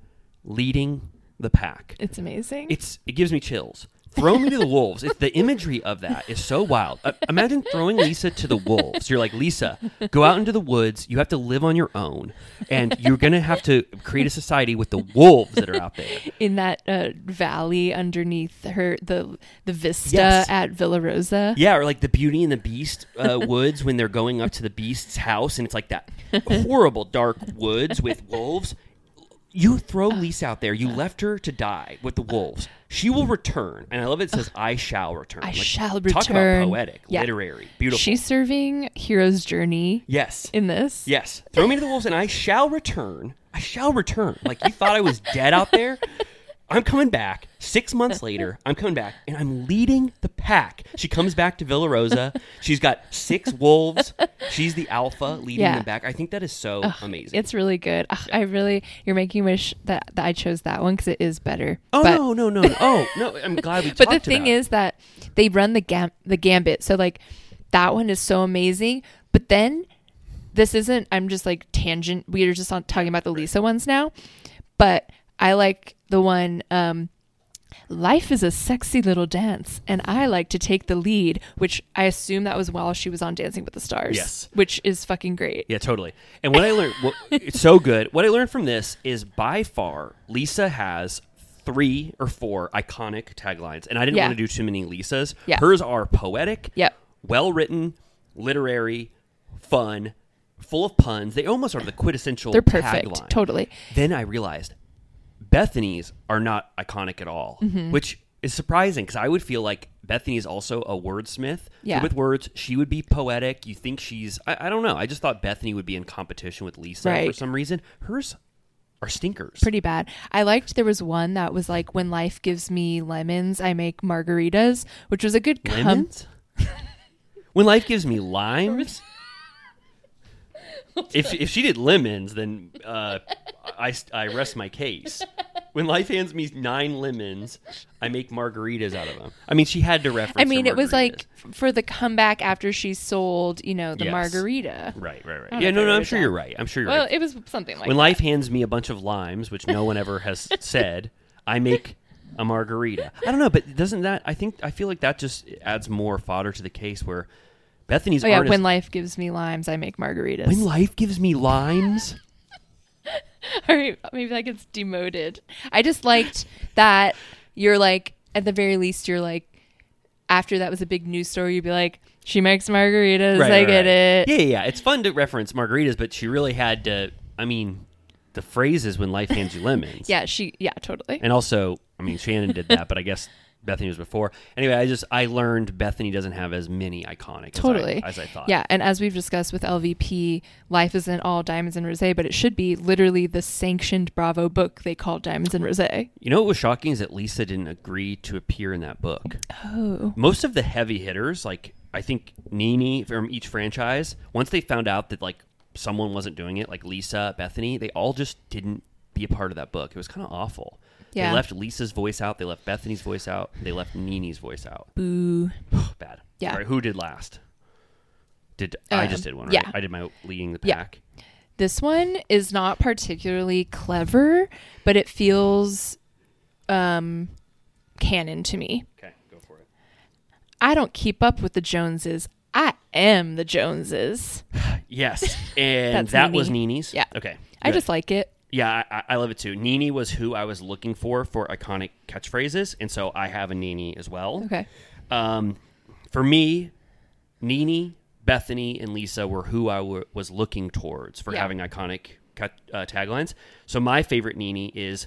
S4: leading the pack.
S5: It's amazing.
S4: It's it gives me chills. Throw me to the wolves. It's, the imagery of that is so wild. Uh, imagine throwing Lisa to the wolves. You're like Lisa, go out into the woods. You have to live on your own, and you're gonna have to create a society with the wolves that are out there.
S5: in that uh, valley underneath her the the vista
S4: Yes.
S5: at Villa Rosa.
S4: Yeah, or like the Beauty and the Beast uh, woods when they're going up to the Beast's house, and it's like that horrible dark woods with wolves. You throw Lisa out there. You left her to die with the wolves. She will return, and I love it. it says, "I shall return."
S5: I shall
S4: Talk about
S5: return.
S4: poetic,
S5: Yeah.
S4: literary, beautiful.
S5: She's serving Hero's Journey
S4: yes,
S5: in this.
S4: yes. Throw me to the wolves, and I shall return. I shall return. Like you thought I was dead out there. I'm coming back. Six months later, I'm coming back and I'm leading the pack. She comes back to Villa Rosa. She's got six wolves. She's the alpha leading
S5: Yeah.
S4: them back. I think that is so
S5: Ugh,
S4: amazing.
S5: It's really good. Ugh, I really, you're making me wish that, that I chose that one because it is better.
S4: Oh
S5: But-
S4: no, no, no, no. Oh no, I'm glad we.
S5: but the
S4: talked
S5: thing
S4: about it.
S5: is that they run the gam- the gambit. So like that one is so amazing, but then this isn't I'm just like tangent. We are just on talking about the Lisa ones now. But I like the one um Life is a sexy little dance, and I like to take the lead, which I assume that was while she was on Dancing with the Stars.
S4: Yes.
S5: Which is fucking great.
S4: Yeah, totally. And what I learned, what, it's so good. What I learned from this is by far, Lisa has three or four iconic taglines, and I didn't
S5: Yeah.
S4: want to do too many Lisas.
S5: Yeah.
S4: Hers are poetic,
S5: Yep.
S4: well written, literary, fun, full of puns. They almost are the quintessential
S5: They're perfect.
S4: tagline.
S5: Totally.
S4: Then I realized Bethany's are not iconic at all,
S5: Mhm.
S4: which is surprising because I would feel like Bethany's also a wordsmith. Good
S5: Yeah.
S4: with words, she would be poetic. You think she's, I, I don't know. I just thought Bethany would be in competition with Lisa for
S5: Right.
S4: some reason. Hers are stinkers.
S5: pretty bad. I liked there was one that was like when life gives me lemons, I make margaritas, which was a good com-
S4: Lemons? when life gives me limes? if, if she did lemons, then uh, I, I rest my case. When life hands me nine lemons, I make margaritas out of them. I mean, she had to reference.
S5: I
S4: her
S5: mean, it was
S4: margaritas.
S5: like f- for the comeback after she sold, you know, the
S4: Yes.
S5: margarita.
S4: Right, right,
S5: I
S4: right.
S5: don't
S4: Yeah, no,
S5: know if
S4: no,
S5: I wrote
S4: I'm
S5: it
S4: sure
S5: down.
S4: you're right. I'm sure you're
S5: Well,
S4: right.
S5: it was something like
S4: when
S5: that.
S4: life hands me a bunch of limes, which no one ever has said, I make a margarita. I don't know, but doesn't that? I think I feel like that just adds more fodder to the case where Bethany's
S5: Oh yeah,
S4: aren't as-
S5: when life gives me limes, I make margaritas.
S4: when life gives me limes.
S5: All right, maybe that gets demoted. I just liked that you're like at the very least you're like after that was a big news story, you'd be like, she makes margaritas. I get it.
S4: Yeah, yeah, yeah. It's fun to reference margaritas, but she really had to. I mean, the phrase is when life hands you lemons.
S5: Yeah, she. Yeah, totally.
S4: And also, I mean, Shannon did that, but I guess Bethany was before. Anyway, I just I learned Bethany doesn't have as many iconic as I-
S5: totally
S4: as I, thought.
S5: Yeah, and as we've discussed with LVP, life isn't all diamonds and rosé, but it should be literally the sanctioned Bravo book they call Diamonds and Rosé.
S4: You know what was shocking is that Lisa didn't agree to appear in that book.
S5: Oh,
S4: Most of the heavy hitters, like I think Nini from each franchise, once they found out that like someone wasn't doing it, like Lisa, Bethany, they all just didn't be a part of that book. It was kind of awful.
S5: Yeah.
S4: They left Lisa's voice out. They left Bethany's voice out. They left Nini's voice out.
S5: boo.
S4: Bad.
S5: Yeah.
S4: All right, who did last? Did I just
S5: Um,
S4: did one? Right?
S5: yeah.
S4: I did my leading the
S5: Yeah.
S4: pack.
S5: This one is not particularly clever, but it feels um canon to me.
S4: Okay, go for it.
S5: I don't keep up with the Joneses. I am the Joneses.
S4: Yes, and
S5: That's
S4: that was
S5: Nene.
S4: Nini's.
S5: Yeah.
S4: Okay.
S5: I
S4: good.
S5: just like it.
S4: Yeah, I, I- I love it too. Nini was who I was looking for for iconic catchphrases, and so I have a Nini as well.
S5: Okay.
S4: Um, for me, Nini, Bethany, and Lisa were who I wa- was looking towards for
S5: Yeah.
S4: having iconic cat, uh, taglines. So my favorite Nini is,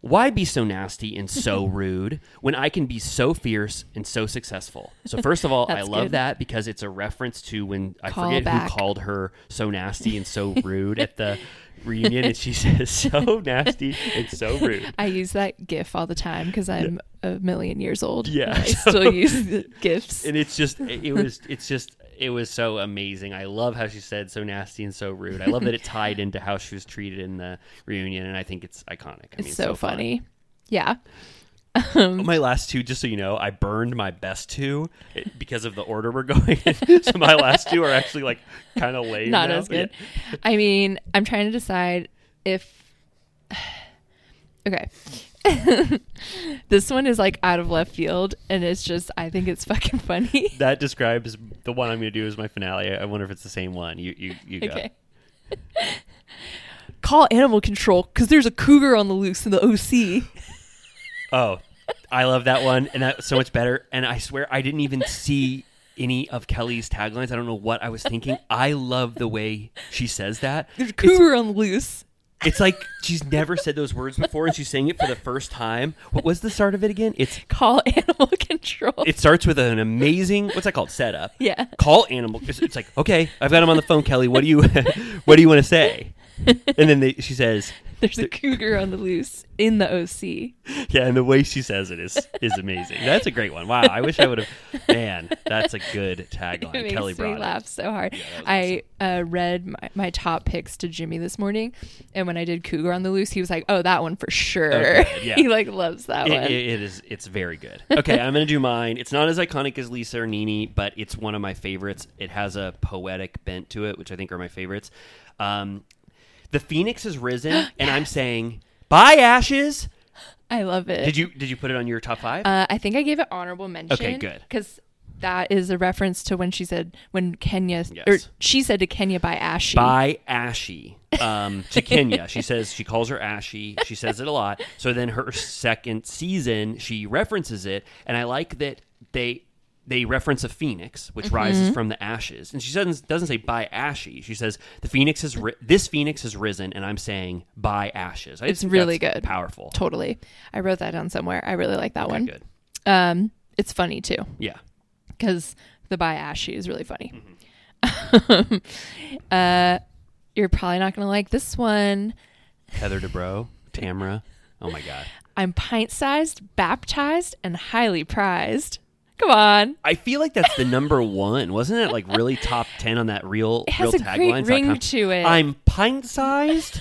S4: "Why be so nasty and so rude when I can be so fierce and so successful?" So first of all, I
S5: That's
S4: love
S5: good.
S4: that because it's a reference to when I
S5: Call
S4: forget
S5: back.
S4: who called her so nasty and so rude at the reunion, and she says so nasty and so rude.
S5: I use that GIF all the time because I'm a million years old.
S4: Yeah,
S5: I
S4: so-
S5: still use the GIFs.
S4: and it's just it it was it's just it was so amazing i love how she said so nasty and so rude i love that it tied into how she was treated in the reunion and i think it's iconic I mean,
S5: it's so,
S4: fun.
S5: funny. Yeah.
S4: my last two just so you know i burned my best two it- because of the order we're going in so my last two are actually like kind of lame
S5: Not
S4: now.
S5: as good.
S4: Yeah.
S5: I mean, I'm trying to decide if Okay. this one is like out of left field and it's just I think it's fucking funny.
S4: that describes the one i'm gonna do as my finale i wonder if it's the same one you you you go
S5: Okay. Call animal control cuz there's a cougar on the loose in the OC.
S4: Oh, I love that one, and that's so much better. And I swear, I didn't even see any of Kelly's taglines. I don't know what I was thinking. I love the way she says that.
S5: There's a cougar on the loose.
S4: It's like she's never said those words before, and she's saying it for the first time. What was the start of it again? It's
S5: Call animal control.
S4: it starts with an amazing what's that called setup.
S5: Yeah.
S4: Call animal. It's, it's like okay, I've got him on the phone, Kelly. What do you what do you want to say? And then they, she says,
S5: There's a cougar on the loose in the OC.
S4: Yeah, and the way she says it is is amazing. That's a great one. Wow, I wish I would have. Man, that's a good tagline.
S5: It makes
S4: Kelly
S5: me
S4: brought
S5: laugh so hard. I uh, read my, my top picks to Jimmy this morning, and when I did Cougar on the Loose, he was like, "Oh, that one for sure."
S4: Okay, yeah.
S5: he like loves that
S4: it.
S5: one.
S4: It- it- it is. It's very good. Okay, I'm gonna do mine. It's not as iconic as Lisa or Nini, but it's one of my favorites. It has a poetic bent to it, which I think are my favorites. Um, the phoenix has risen, and I'm saying, "Bye, ashes."
S5: I love it.
S4: Did you did you put it on your top five?
S5: Uh, I think I gave it honorable mention.
S4: good.
S5: Because that is a reference to when she said when Kenya or
S4: Yes.
S5: she said to Kenya by Ashy.
S4: by Ashy um, to Kenya. she says she calls her Ashy. She says it a lot. So then her second season, she references it, and I like that they they reference a phoenix which
S5: Mm-hmm.
S4: rises
S6: Mhm.
S4: from the ashes. And she doesn't doesn't say by Ashy. She says the phoenix has ri- this phoenix has risen, and I'm saying by ashes. I just
S5: it's
S4: think
S5: really
S4: that's
S5: good.
S4: powerful.
S5: Totally. I wrote that down somewhere. I really like that
S4: Okay,
S5: one.
S4: good.
S5: Um, it's funny too.
S4: Yeah.
S5: Because the by Ashy is really funny. Um, uh, you're probably not gonna like this one.
S4: Heather Dubrow, Tamra. Oh my god.
S5: I'm pint sized, baptized, and highly prized. Come on.
S4: I feel like that's the number one, wasn't it? Like really top ten on that real
S5: It
S4: real
S5: has a great
S4: taglines.
S5: ring to it.
S4: I'm pint sized,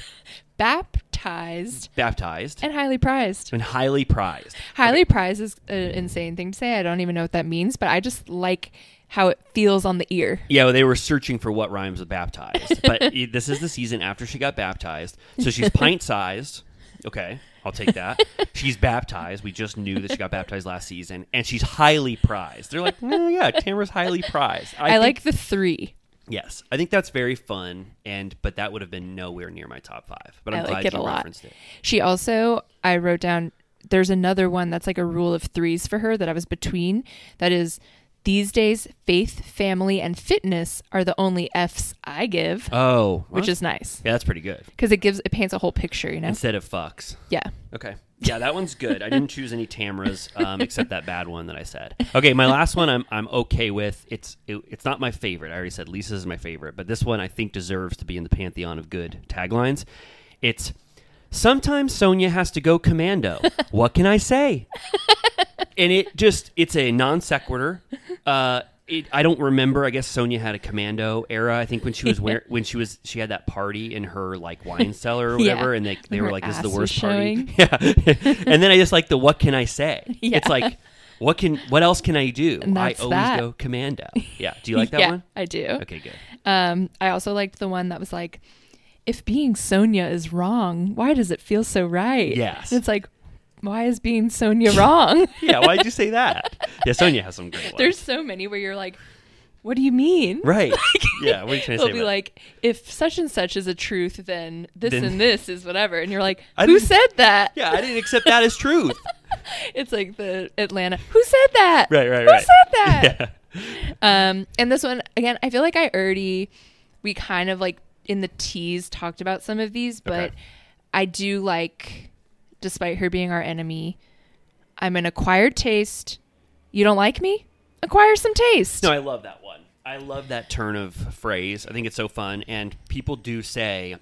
S5: baptized,
S4: baptized,
S5: and highly prized.
S4: and highly prized.
S5: Highly prized is an insane thing to say. I don't even know what that means, but I just like how it feels on the ear.
S4: Yeah, well, they were searching for what rhymes with baptized, but i- this is the season after she got baptized, so she's pint sized. Okay, I'll take that. She's baptized. We just knew that she got baptized last season, and she's highly prized. They're like, oh yeah, Tamara's highly prized.
S5: I,
S4: think-
S5: like the three.
S4: Yes, I think that's very fun, and but that would have been nowhere near my top five. But I'm
S5: I like
S4: glad
S5: it
S4: you
S5: a lot.
S4: referenced it.
S5: She also, I wrote down, there's another one that's like a rule of threes for her that I was between. That is, these days, faith, family, and fitness are the only F's I give.
S4: Oh,
S5: Which
S4: huh?
S5: is nice.
S4: Yeah, that's pretty good.
S5: Because it gives, it paints a whole picture, you know?
S4: Instead of fucks.
S5: Yeah.
S4: Okay. Yeah, that one's good. I didn't choose any Tamaras um, except that bad one that I said. Okay, my last one I'm I'm okay with. It's it, it's not my favorite. I already said Lisa's is my favorite, but this one I think deserves to be in the pantheon of good taglines. It's sometimes Sonia has to go commando. what can I say? and it just it's a non sequitur. Uh, it, I don't remember. I guess Sonia had a commando era. I think when she was wear, when she was she had that party in her like wine cellar or
S6: Yeah.
S4: whatever, and they they
S6: Her
S4: were like, "This is the
S6: ass was
S4: worst
S6: showing.
S4: party." Yeah, and then I just like the what can I say?
S6: Yeah.
S4: It's like what can what else can I do?
S5: And
S4: I
S5: that's
S4: always
S5: that.
S4: go commando. Yeah. Do you like that
S5: yeah,
S4: one?
S5: I do.
S4: Okay, good.
S5: Um, I also liked the one that was like, if being Sonia is wrong, why does it feel so right?
S4: Yes.
S5: It's like, why is being Sonia wrong?
S4: Yeah. Why'd you say that? Yeah, Sonia has some great ones.
S5: There's so many where you're like, what do you mean?
S4: right. yeah. What are you trying to
S5: They'll
S4: say?
S5: be
S4: about-
S5: like, if such and such is a truth, then this
S4: Then-
S5: and this is whatever. And you're like,
S4: I
S5: who
S4: didn't-
S5: said that?
S4: yeah, I didn't accept that as truth.
S5: It's like the Atlanta, who said that?
S4: Right, right,
S5: Who
S4: right.
S5: said that? Um, and this one again, I feel like I already we kind of like in the tease talked about some of these, but I do like, despite her being our enemy, I'm an acquired taste. You don't like me? Acquire some taste.
S4: No, I love that one. I love that turn of phrase. I think it's so fun, and people do say.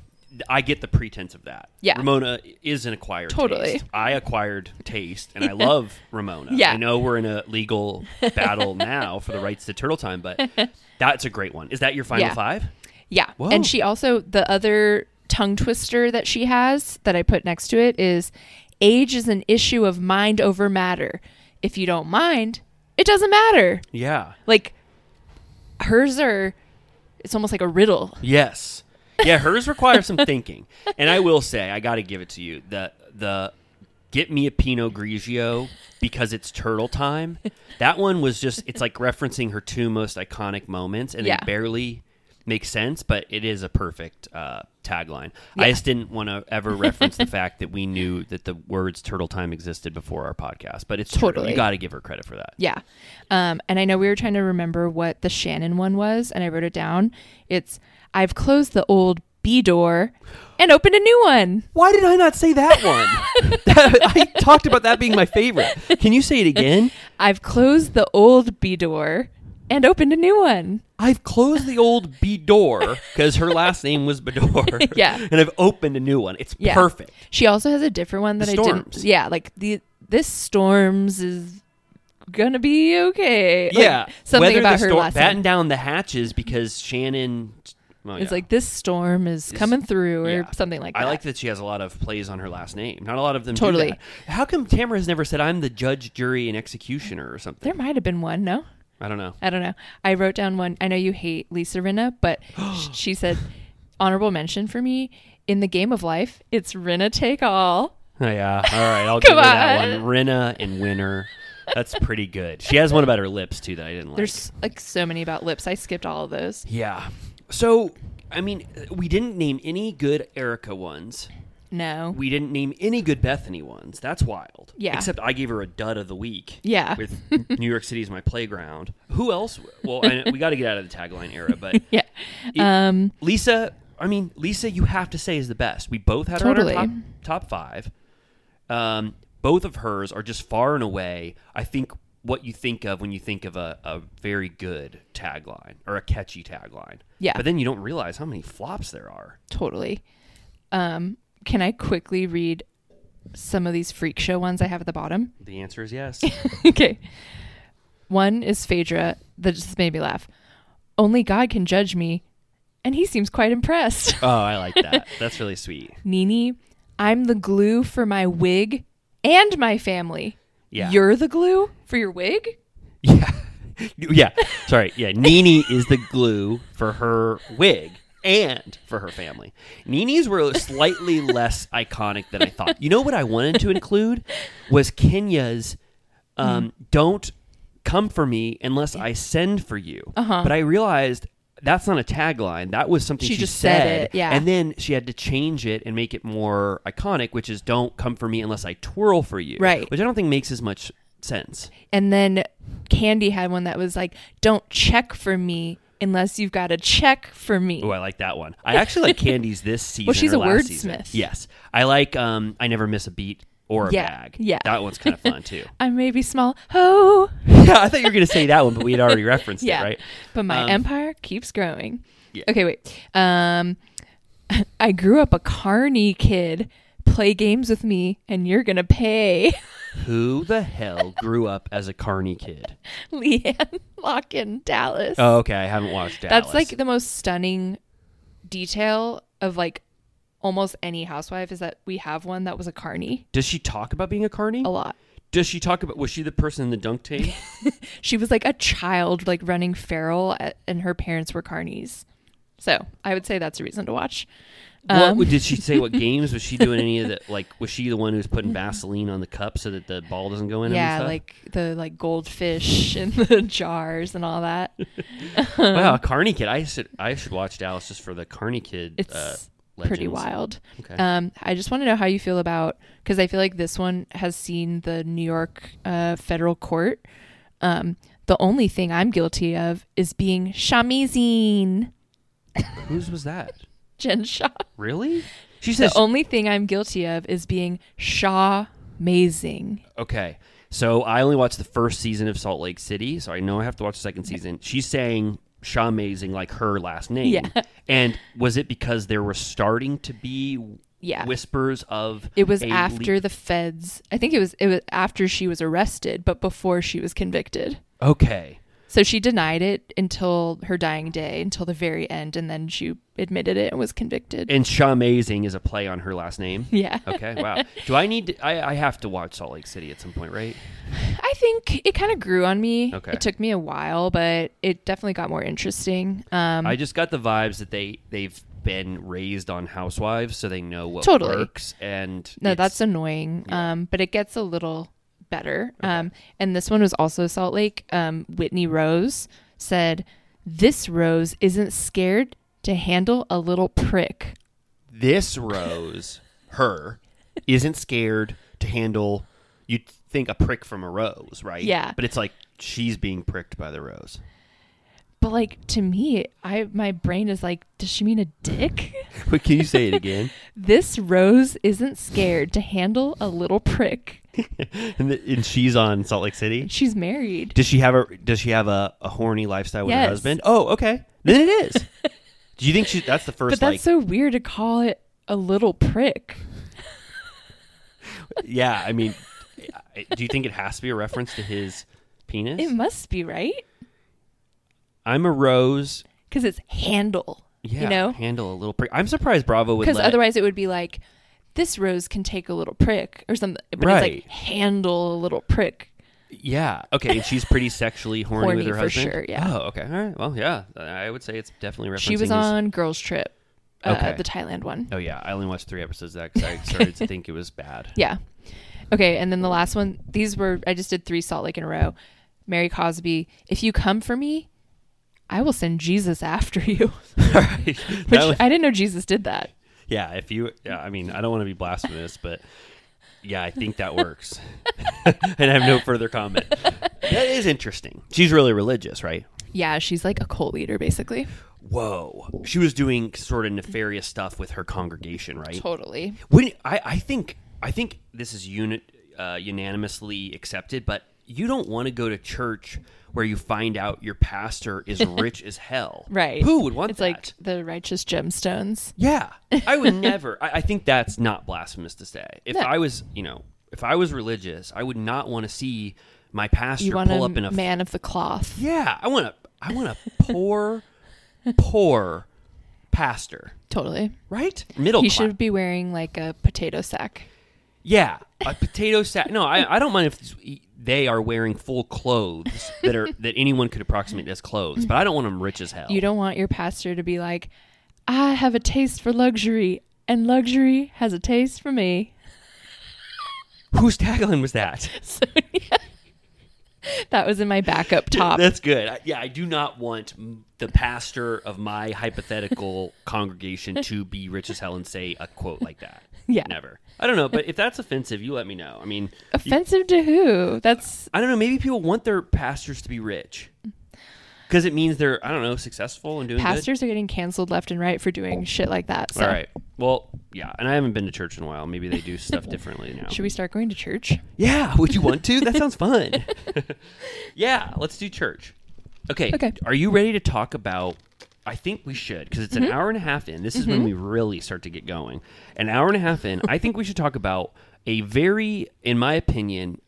S4: I get the pretense of that.
S5: Yeah.
S4: Ramona is an acquired
S5: Totally.
S4: taste. I acquired taste, and I
S5: Yeah.
S4: love Ramona.
S5: Yeah.
S4: I know we're in a legal battle now for the rights to Turtle Time, but that's a great one. Is that your final
S5: Yeah.
S4: five?
S5: Yeah.
S4: Whoa.
S5: And she also, the other tongue twister that she has that I put next to it is age is an issue of mind over matter. If you don't mind, it doesn't matter.
S4: Yeah.
S5: Like hers are, it's almost like a riddle.
S4: Yes. Yeah, hers requires some thinking. And I will say, I got to give it to you. The the get me a Pinot Grigio because it's turtle time. That one was just it's like referencing her two most iconic moments and
S6: Yeah.
S4: they barely make sense, but it is a perfect uh, tagline. I
S6: Yeah.
S4: just didn't want to ever reference the fact that we knew that the words turtle time existed before our podcast, but it's totally.
S5: Totally.
S4: You got to give her credit for that.
S5: Yeah. Um, and I know we were trying to remember what the Shannon one was, and I wrote it down. It's, I've closed the old B door and opened a new one.
S4: Why did I not say that one? I talked about that being my favorite. Can you say it again?
S5: I've closed the old B door and opened a new one.
S4: I've closed the old Bedore because her last name was Bedore.
S5: Yeah.
S4: and I've opened a new one. It's
S5: Yeah.
S4: perfect.
S5: She also has a different one that
S4: The
S5: I didn't.
S4: Storms.
S5: Yeah, like the this storms is gonna be okay. Like,
S4: yeah,
S5: something
S4: Whether
S5: about
S4: the
S5: her
S4: storm-
S5: last
S4: batten
S5: name.
S4: down the hatches because Shannon. well,
S5: It's
S4: yeah.
S5: like this storm is coming through or
S4: yeah.
S5: something like
S4: I
S5: that.
S4: like that she has a lot of plays on her last name. Not a lot of them. do
S5: Totally.
S4: that. How come Tamara has never said I'm the judge, jury, and executioner or something?
S5: there might have been one. No,
S4: I don't know.
S5: I don't know. I wrote down one. I know you hate Lisa Rinna, but sh- she said honorable mention for me in the game of life. It's Rinna take all.
S4: Oh, yeah. All right. I'll give her
S5: Come
S4: that
S5: on.
S4: one. Rinna and Winner. That's pretty good. She has one about her lips too that I didn't like.
S5: There's like so many about lips. I skipped all of those.
S4: Yeah. So, I mean, we didn't name any good Erica ones.
S5: No.
S4: We didn't name any good Bethany ones. That's wild.
S5: Yeah.
S4: Except I gave her a dud of the week.
S5: Yeah.
S4: With New York City is my playground. Who else? Well, I know, we got to get out of the tagline era, but
S5: Yeah.
S4: it-
S5: Um.
S4: Lisa. I mean, Lisa, you have to say is the best. We both had her on
S5: Totally.
S4: our top, top five. Um, both of hers are just far and away. I think what you think of when you think of a, a very good tagline or a catchy tagline.
S5: Yeah.
S4: But then you don't realize how many flops there are.
S5: Totally. Um, can I quickly read some of these freak show ones I have at the bottom?
S4: The answer is yes.
S5: okay. One is Phaedra that just made me laugh. Only God can judge me, and he seems quite impressed.
S4: oh, I like that. That's really sweet.
S5: Nini, I'm the glue for my wig and my family.
S4: Yeah.
S5: You're the glue for your wig?
S4: Yeah. Yeah. Sorry. Yeah. Nini is the glue for her wig and for her family. Nini's were slightly less iconic than I thought. You know what I wanted to include was Kenya's um,
S5: Mm-hmm.
S4: don't come for me unless I send for you.
S5: Uh-huh.
S4: But I realized that's not a tagline. That was something
S5: She
S4: she,
S5: just said it, yeah.
S4: And then she had to change it and make it more iconic, which is don't come for me unless I twirl for you.
S5: Right.
S4: Which I don't think makes as much sense.
S5: And then Candy had one that was like, don't check for me unless you've got a check for me.
S4: Oh, I like that one. I actually like Candy's this season.
S5: Well, she's
S4: or
S5: a
S4: last season.
S5: wordsmith.
S4: Yes, I like. Um, I never miss a beat or a
S5: Yeah,
S4: bag.
S5: yeah.
S4: that one's kind of fun too.
S5: I may be small. Oh.
S4: yeah, I thought you were gonna say that one, but we had already referenced
S5: yeah.
S4: it, right?
S5: But my
S4: Um,
S5: empire keeps growing.
S4: Yeah.
S5: Okay, wait. Um, I grew up a carny kid. Play games with me, and you're gonna pay,
S4: Who the hell grew up as a carny kid?
S5: Leanne Locken Dallas.
S4: Oh, okay. I haven't watched Dallas.
S5: That's like the most stunning detail of like almost any housewife is that we have one that was a carny
S4: Does she talk about being a carny?
S5: a lot.
S4: Does she talk about? Was she the person in the dunk tank?
S5: She was like a child, like running feral, a- and her parents were carnies. So I would say that's a reason to watch. Um.
S4: what, would- did she say? What games was she doing? Any of the like? Was she the one who was putting Vaseline on the cup so that the ball doesn't go in? him and
S5: yeah
S4: stuff?
S5: like the like goldfish and the jars and all that Uh-huh.
S4: wow, Carney Kid. I should I should watch Dallas just for the Carney Kid.
S5: it's
S4: uh,
S5: pretty
S4: legends.
S5: wild
S4: Okay.
S5: um i just want to know how you feel about because i feel like this one has seen the new york uh, federal court um the only thing i'm guilty of is being shamizine
S4: Whose was that?
S5: jen shaw
S4: Really? She
S5: the
S4: says
S5: only thing i'm guilty of is being shaw amazing
S4: okay. So I only watched the first season of Salt Lake City, so I know I have to watch the second season. She's saying Shaw Amazing like her last name.
S5: Yeah.
S4: And was it because there were starting to be
S5: Yeah.
S4: whispers of
S5: It was
S4: a
S5: after
S4: leak-
S5: the feds. I think it was it was after she was arrested, but before she was convicted.
S4: Okay.
S5: So she denied it until her dying day, until the very end, and then she admitted it and was convicted.
S4: And Shaw Amazing is a play on her last name.
S5: yeah.
S4: Okay, wow. Do I need to, I, I have to watch Salt Lake City at some point, right?
S5: I think it kind of grew on me.
S4: Okay.
S5: It took me a while, but it definitely got more interesting. Um
S4: I just got the vibes that they they've been raised on housewives, so they know what
S5: Totally.
S4: works. And
S5: no,
S4: it's-
S5: that's annoying. Um but it gets a little better. Um and this one was also Salt Lake. Um Whitney Rose said, "This Rose isn't scared to handle a little prick."
S4: this rose, her, isn't scared to handle. You'd think a prick from a rose, right?
S5: Yeah.
S4: but it's like she's being pricked by the rose.
S5: But like to me, I my brain is like, does she mean a dick?
S4: But can you say it again?
S5: this rose isn't scared to handle a little prick.
S4: and, the, and she's on Salt Lake City.
S5: She's married.
S4: Does she have a Does she have a, a horny lifestyle with
S5: Yes.
S4: her husband? Oh, okay. Then it is. Do you think she? That's the first.
S5: but that's
S4: like,
S5: so weird to call it a little prick.
S4: yeah. I mean, I- do you think it has to be a reference to his penis?
S5: It must be right
S4: I'm a rose.
S5: because it's handle.
S4: Yeah.
S5: you know,
S4: handle a little prick. I'm surprised Bravo would.
S5: because
S4: Let,
S5: otherwise it would be like this rose can take a little prick or something. But it's
S4: Right.
S5: like handle a little prick.
S4: Yeah. Okay. And she's pretty sexually horny,
S5: Horny
S4: with her
S5: for
S4: husband.
S5: sure, yeah.
S4: Oh, okay. All right. Well, yeah. I would say it's definitely referencing.
S5: She was
S4: his-
S5: on Girls Trip, uh,
S4: Okay.
S5: the Thailand one.
S4: Oh yeah, I only watched three episodes of that because I started to think it was bad.
S5: Yeah. Okay, and then the last one. These were I just did three Salt Lake in a row. Mary Cosby, if you come for me, I will send Jesus after you.
S4: That
S5: Which
S4: was-
S5: I didn't know Jesus did that.
S4: yeah, if you, yeah, I mean, I don't want to be blasphemous, but yeah, I think that works. and I have no further comment. That is interesting. She's really religious, right?
S5: Yeah, she's like a cult leader basically.
S4: Whoa, she was doing sort of nefarious stuff with her congregation, right?
S5: Totally.
S4: Wouldn't I? I think I think this is unit uh, unanimously accepted, but you don't want to go to church where you find out your pastor is rich as hell.
S5: Right.
S4: Who would want
S5: It's
S4: that?
S5: like the righteous gemstones.
S4: Yeah, I would never. I, I think that's not blasphemous to say. If
S5: No.
S4: I was, you know, if I was religious, I would not want to see my pastor
S5: You want
S4: pull
S5: a
S4: up in a
S5: man of the cloth.
S4: Yeah, I want a, I want a poor, poor pastor,
S5: Totally.
S4: right? Middle
S5: he
S4: class.
S5: should be wearing like a potato sack.
S4: Yeah, a potato sack. No, I, I don't mind if e, they are wearing full clothes that are that anyone could approximate as clothes, but I don't want them rich as hell.
S5: You don't want your pastor to be like, I have a taste for luxury, and luxury has a taste for me.
S4: Whose tagline was that?
S5: That was in my backup top.
S4: That's good. I, yeah, I do not want m- the pastor of my hypothetical congregation to be rich as hell and say a quote like that.
S5: Yeah.
S4: Never. I don't know, but if that's offensive, you let me know. I mean,
S5: Offensive to who? That's
S4: I don't know. Maybe people want their pastors to be rich because it means they're, I don't know, successful and doing good.
S5: pastors are getting canceled left and right for doing shit like that. So
S4: Oh. All right. Well, yeah. And I haven't been to church in a while. Maybe they do stuff differently now.
S5: should we start going to church?
S4: Yeah. Would you want to? That sounds fun. yeah. Let's do church. Okay.
S5: Okay.
S4: Are you ready to talk about? I think we should because it's an
S5: Mm-hmm.
S4: hour and a half in. This is when we really start to get going. An hour and a half in. I think we should talk about a very, in my opinion,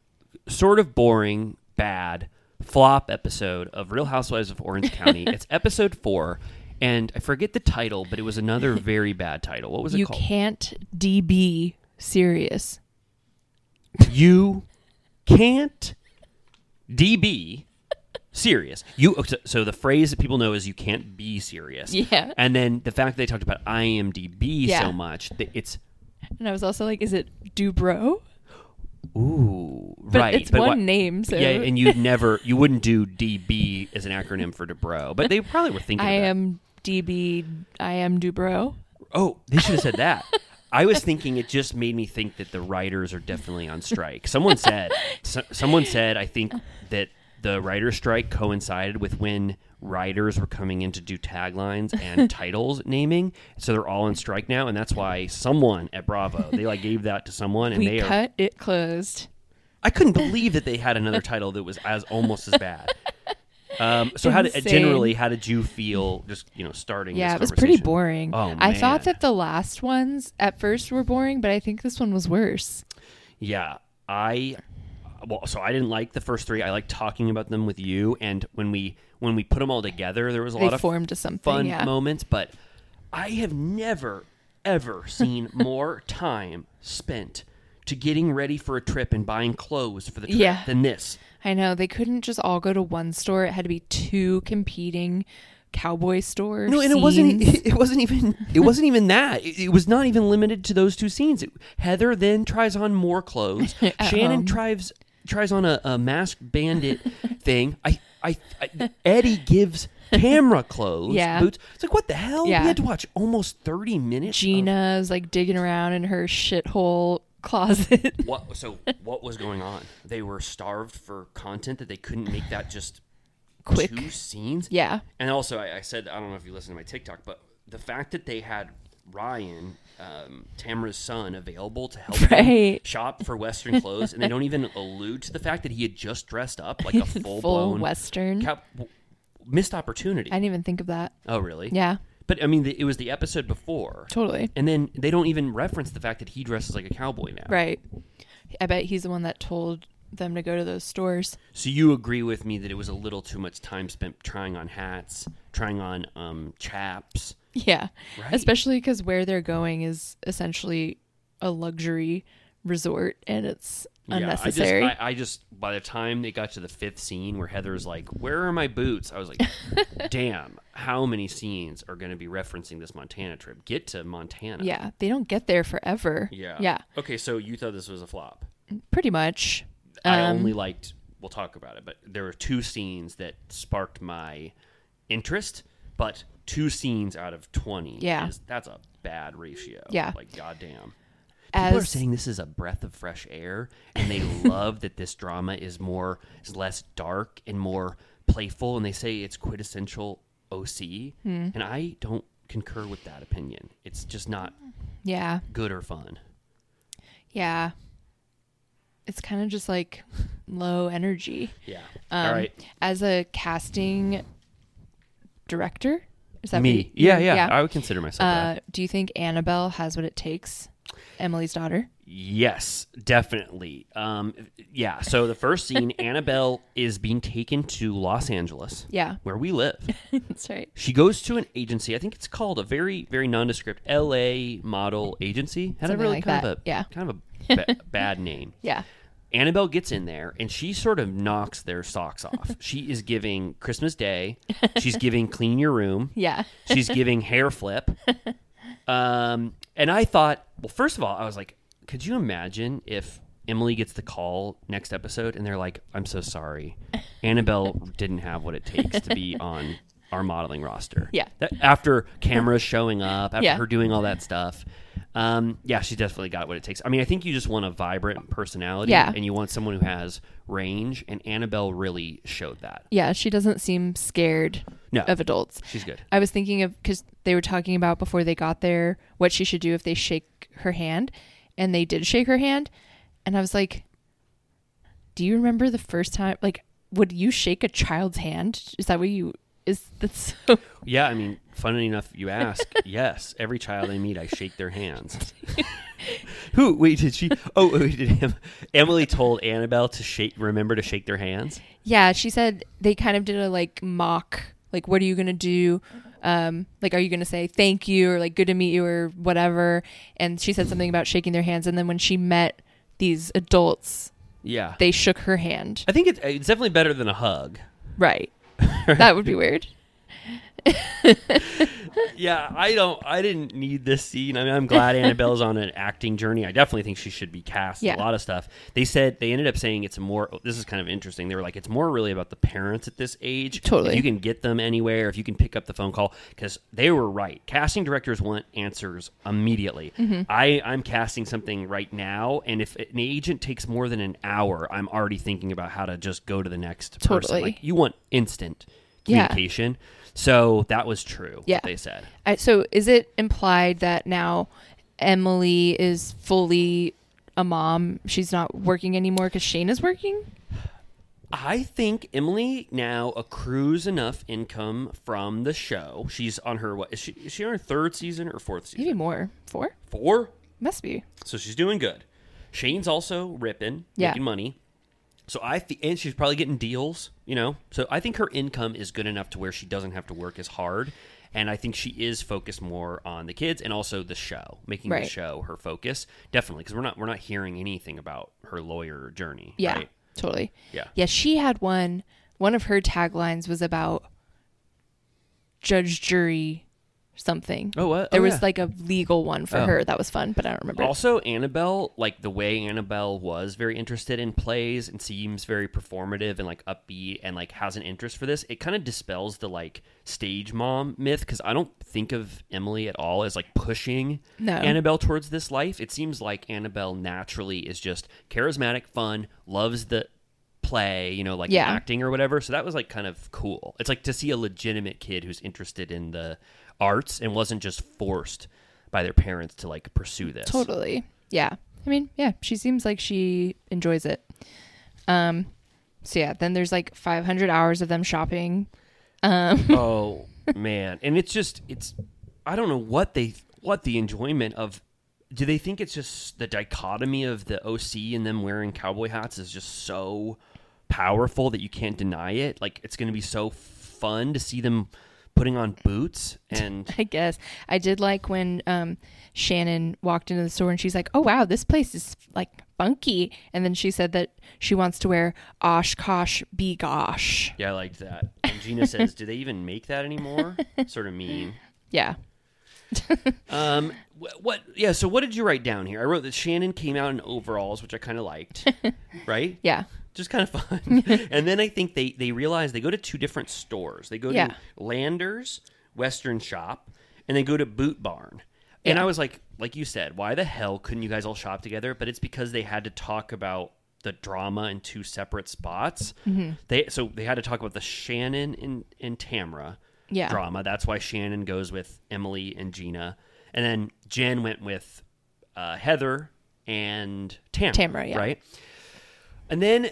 S4: sort of boring, bad flop episode of Real Housewives of Orange County. it's episode four. And I forget the title, but it was another very bad title. What was it
S5: You
S4: called?
S5: can't DB serious.
S4: you can't DB serious. You so- so the phrase that people know is you can't be serious.
S5: Yeah.
S4: And then the fact that they talked about IMDb
S5: Yeah.
S4: so much, th- it's
S5: And I was also like, is it Dubrow?
S4: ooh
S5: But
S4: right.
S5: it's one name, so-
S4: yeah, and you never you wouldn't do DB as an acronym for Dubrow, but they probably were thinking.
S5: I
S4: of that.
S5: am DB. I am Dubrow.
S4: Oh, they should have said that. I was thinking it just made me think that the writers are definitely on strike. Someone said, so, someone said, I think that the writer strike coincided with when writers were coming in to do taglines and titles naming, so they're all on strike now, and that's why someone at Bravo they like gave that to someone, and
S5: We
S4: they are.
S5: cut it closed.
S4: I couldn't believe that they had another title that was as almost as bad. Um, so how did
S5: Insane.
S4: generally how did you feel just you know starting?
S5: Yeah, it
S4: this
S5: was pretty
S4: conversation?
S5: boring.
S4: Oh, man.
S5: I thought that the last ones at first were boring, but I think this one was worse.
S4: Yeah, I well, so I didn't like the first three. I like talking about them with you, and when we when we put them all together, there was a
S5: They
S4: lot of
S5: formed to something.
S4: fun
S5: yeah.
S4: moments. But I have never ever seen more time spent to getting ready for a trip and buying clothes for the trip
S5: Yeah.
S4: than this.
S5: I know they couldn't just all go to one store. It had to be two competing cowboy stores.
S4: No, and it wasn't. e-,
S5: scenes.
S4: It, wasn't even. It wasn't even that. It, it was not even limited to those two scenes. It- Heather then tries on more clothes. Shannon
S5: home.
S4: tries tries on a, a masked bandit thing. I, I, I Eddie gives camera clothes.
S5: Yeah.
S4: boots. It's like what the hell?
S5: Yeah.
S4: We had to watch almost thirty minutes. of-
S5: Oh. Gina's like digging around in her shithole closet.
S4: what? So what was going on? They were starved for content that they couldn't make that just
S5: Quick.
S4: two scenes.
S5: Yeah.
S4: And also, I, I said I don't know if you listened to my TikTok, but the fact that they had Ryan, um, Tamra's son, available to help them
S5: Right.
S4: shop for Western clothes, and they don't even allude to the fact that he had just dressed up like a full blown
S5: Western.
S4: missed opportunity.
S5: I didn't even think of that.
S4: oh, really?
S5: Yeah.
S4: But I mean, the, it was the episode before,
S5: Totally.
S4: and then they don't even reference the fact that he dresses like a cowboy now.
S5: Right. I bet he's the one that told them to go to those stores.
S4: So you agree with me that it was a little too much time spent trying on hats, trying on um, chaps.
S5: Yeah.
S4: Right.
S5: Especially because where they're going is essentially a luxury resort and it's unnecessary.
S4: Yeah, I just, I, I just by the time they got to the fifth scene where Heather's like, "Where are my boots?" I was like, "Damn, how many scenes are going to be referencing this Montana trip? Get to Montana."
S5: yeah. They don't get there forever.
S4: Yeah.
S5: Yeah.
S4: Okay, so you thought this was a flop.
S5: Pretty much.
S4: I
S5: Um,
S4: only liked. We'll talk about it, but there were two scenes that sparked my interest. But two scenes out of twenty.
S5: Yeah.
S4: is- that's a bad ratio.
S5: Yeah.
S4: like goddamn. People are
S5: as
S4: saying this is a breath of fresh air, and they love that this drama is more is less dark and more playful, and they say it's quintessential OC.
S5: Hmm.
S4: And I don't concur with that opinion. It's just not
S5: yeah.
S4: good or fun.
S5: Yeah. It's kind of just like low energy.
S4: Yeah.
S5: Um,
S4: All right.
S5: As a casting director, is that
S4: Me.
S5: what you-
S4: Yeah, yeah. I would consider myself
S5: Uh,
S4: that.
S5: do you think Annabelle has what it takes? Emily's daughter.
S4: Yes, definitely. Um, yeah. So the first scene, Annabelle is being taken to Los Angeles.
S5: Yeah.
S4: where we live.
S5: That's right.
S4: She goes to an agency. I think it's called a very, very nondescript L.A. model agency. Had a
S5: Something
S4: really
S5: like
S4: kind
S5: that,
S4: of a
S5: yeah.
S4: kind of a ba- bad name.
S5: Yeah.
S4: Annabelle gets in there and she sort of knocks their socks off. she is giving Christmas Day. She's giving clean your room.
S5: Yeah.
S4: She's giving hair flip. Um, and I thought, well, first of all, I was like, could you imagine if Emily gets the call next episode and they're like, I'm so sorry. Annabelle didn't have what it takes to be on our modeling roster.
S5: Yeah.
S4: That, after cameras showing up, after
S5: Yeah.
S4: her doing all that stuff. Um, yeah, she definitely got what it takes. I mean, I think you just want a vibrant personality
S5: Yeah.
S4: and you want someone who has range, and Annabelle really showed that.
S5: Yeah, she doesn't seem scared
S4: No.
S5: of adults.
S4: She's good.
S5: I was thinking of because they were talking about before they got there what she should do if they shake her hand, and they did shake her hand, and I was like, "Do you remember the first time? Like, would you shake a child's hand? Is that what you is that's so
S4: Yeah, I mean, funny enough, you ask. yes, every child I meet, I shake their hands. Who? Wait, did she? Oh, wait, did em, Emily told Annabelle to shake? Remember to shake their hands.
S5: Yeah, she said they kind of did a like mock, like what are you gonna do? Um, like are you gonna say thank you or like good to meet you or whatever? And she said something about shaking their hands. And then when she met these adults,
S4: Yeah,
S5: they shook her hand.
S4: I think it, it's definitely better than a hug.
S5: Right. that would be weird.
S4: Yeah, I don't. I didn't need this scene. I mean, I'm glad Annabelle's on an acting journey. I definitely think she should be cast. in
S5: Yeah.
S4: A lot of stuff. They said they ended up saying it's more. This is kind of interesting. They were like, it's more really about the parents at this age.
S5: Totally.
S4: If you can get them anywhere, if you can pick up the phone call, because they were right. Casting directors want answers immediately.
S5: Mm-hmm.
S4: I I'm casting something right now, and if an agent takes more than an hour, I'm already thinking about how to just go to the next. Person.
S5: Totally.
S4: Like you want instant
S5: Yeah.
S4: communication. So that was true.
S5: Yeah.
S4: What they said.
S5: I, so is it implied that now Emily is fully a mom? She's not working anymore because Shane is working.
S4: I think Emily now accrues enough income from the show. She's on her what is she is she on her third season or fourth season?
S5: Maybe more. Four
S4: Four?
S5: must be.
S4: So she's doing good. Shane's also ripping,
S5: Yeah.
S4: making money. So I th- and she's probably getting deals, you know. So I think her income is good enough to where she doesn't have to work as hard, and I think she is focused more on the kids and also the show, making the
S5: Right.
S4: show her focus. Definitely, because we're not we're not hearing anything about her lawyer journey.
S5: Yeah,
S4: right?
S5: totally.
S4: Yeah.
S5: Yeah, she had one. One of her taglines was about judge, jury, something.
S4: Oh, what?
S5: There
S4: Oh,
S5: was
S4: yeah.
S5: like a legal one for
S4: Oh.
S5: her that was fun, but I don't remember. it.
S4: Also, Annabelle, like the way Annabelle was very interested in plays and seems very performative and like upbeat and like has an interest for this, it kind of dispels the like stage mom myth because I don't think of Emily at all as like pushing
S5: No.
S4: Annabelle towards this life. It seems like Annabelle naturally is just charismatic, fun, loves the play, you know, like
S5: Yeah.
S4: acting or whatever. So that was like kind of cool. It's like to see a legitimate kid who's interested in the arts and wasn't just forced by their parents to like pursue this.
S5: Totally. Yeah. I mean, yeah, she seems like she enjoys it. Um so yeah, then there's like 500 hours of them shopping. Um
S4: oh man, and it's just it's I don't know what they what the enjoyment of do they think it's just the dichotomy of the OC and them wearing cowboy hats is just so powerful that you can't deny it? Like it's going to be so fun to see them putting on boots and
S5: I guess I did like when um, Shannon walked into the store and she's like, "Oh wow, this place is like funky," and then she said that she wants to wear Oshkosh Be Gosh.
S4: yeah, I liked that. And Gina says, "Do they even make that anymore?" Sort of mean.
S5: Yeah,
S4: Um, wh- what? Yeah. So what did you write down here? I wrote that Shannon came out in overalls, which I kind of liked. right?
S5: Yeah.
S4: Just kind of fun. and then I think they they realize they go to two different stores. They go
S5: Yeah.
S4: to Landers Western Shop, and they go to Boot Barn. And
S5: Yeah.
S4: I was like, like you said, why the hell couldn't you guys all shop together? But it's because they had to talk about the drama in two separate spots.
S5: Mhm.
S4: They so they had to talk about the Shannon and and Tamra
S5: Yeah.
S4: drama. That's why Shannon goes with Emily and Gina, and then Jen went with uh, Heather and Tamra.
S5: Tamra, yeah.
S4: right. And then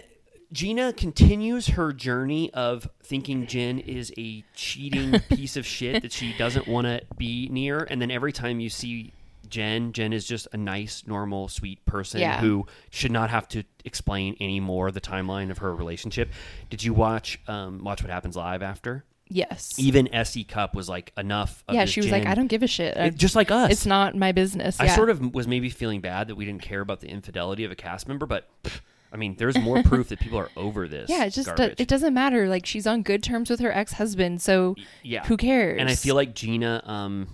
S4: Gina continues her journey of thinking Jen is a cheating piece of shit that she doesn't want to be near. And then every time you see Jen, Jen is just a nice, normal, sweet person
S5: Yeah.
S4: who should not have to explain any more the timeline of her relationship. Did you watch um, Watch What Happens Live after?
S5: Yes.
S4: Even Essie Cup was like enough. Of
S5: yeah.
S4: this
S5: She was like,
S4: Jen.
S5: "I don't give a shit." I-
S4: It- just like us.
S5: It's not my business.
S4: I
S5: yeah.
S4: sort of was maybe feeling bad that we didn't care about the infidelity of a cast member, but pff, I mean, there's more proof that people are over this.
S5: Yeah, it's just
S4: garbage.
S5: that it doesn't matter. Like she's on good terms with her ex husband, so
S4: yeah.
S5: who cares?
S4: And I feel like Gina, um,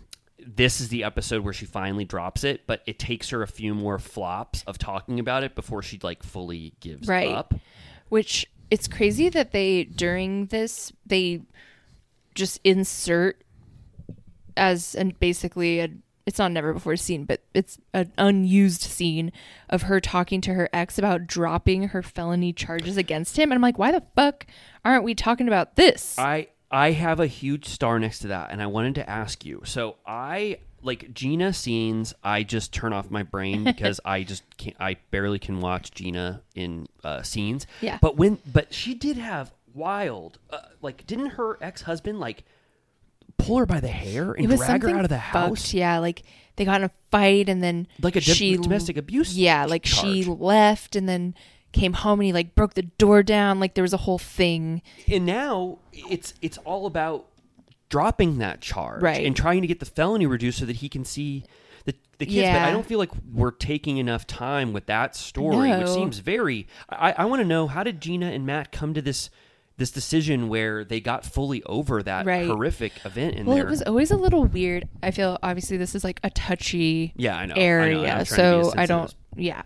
S4: this is the episode where she finally drops it, but it takes her a few more flops of talking about it before she like fully gives
S5: right
S4: up.
S5: which it's crazy that they during this they just insert as and basically a, it's not never before seen but it's an unused scene of her talking to her ex about dropping her felony charges against him and i'm like why the fuck aren't we talking about this
S4: I I have a huge star next to that, and I wanted to ask you. So I like Gina scenes. I just turn off my brain because I just can't. I barely can watch Gina in uh, scenes.
S5: Yeah.
S4: But when but she did have wild. Uh, like, didn't her ex husband like pull her by the hair and drag her out of the house?
S5: fucked, yeah like they got in a fight and then
S4: Like a dom-
S5: she,
S4: domestic abuse
S5: yeah like she
S4: charge.
S5: left and then came home and he like broke the door down like there was a whole thing
S4: and now it's it's all about dropping that charge
S5: Right.
S4: and trying to get the felony reduced so that he can see the, the kids but i
S5: Yeah.
S4: don't feel like we're taking enough time with that story which
S5: No.
S4: seems very i, I want to know how did gina and matt come to this this decision where they got fully over that
S5: Right.
S4: horrific event in
S5: well
S4: their
S5: it was always a little weird i feel obviously this is like a touchy
S4: Yeah, I know, I know, and
S5: area
S4: I'm trying to be as
S5: so i
S4: sensitive
S5: don't yeah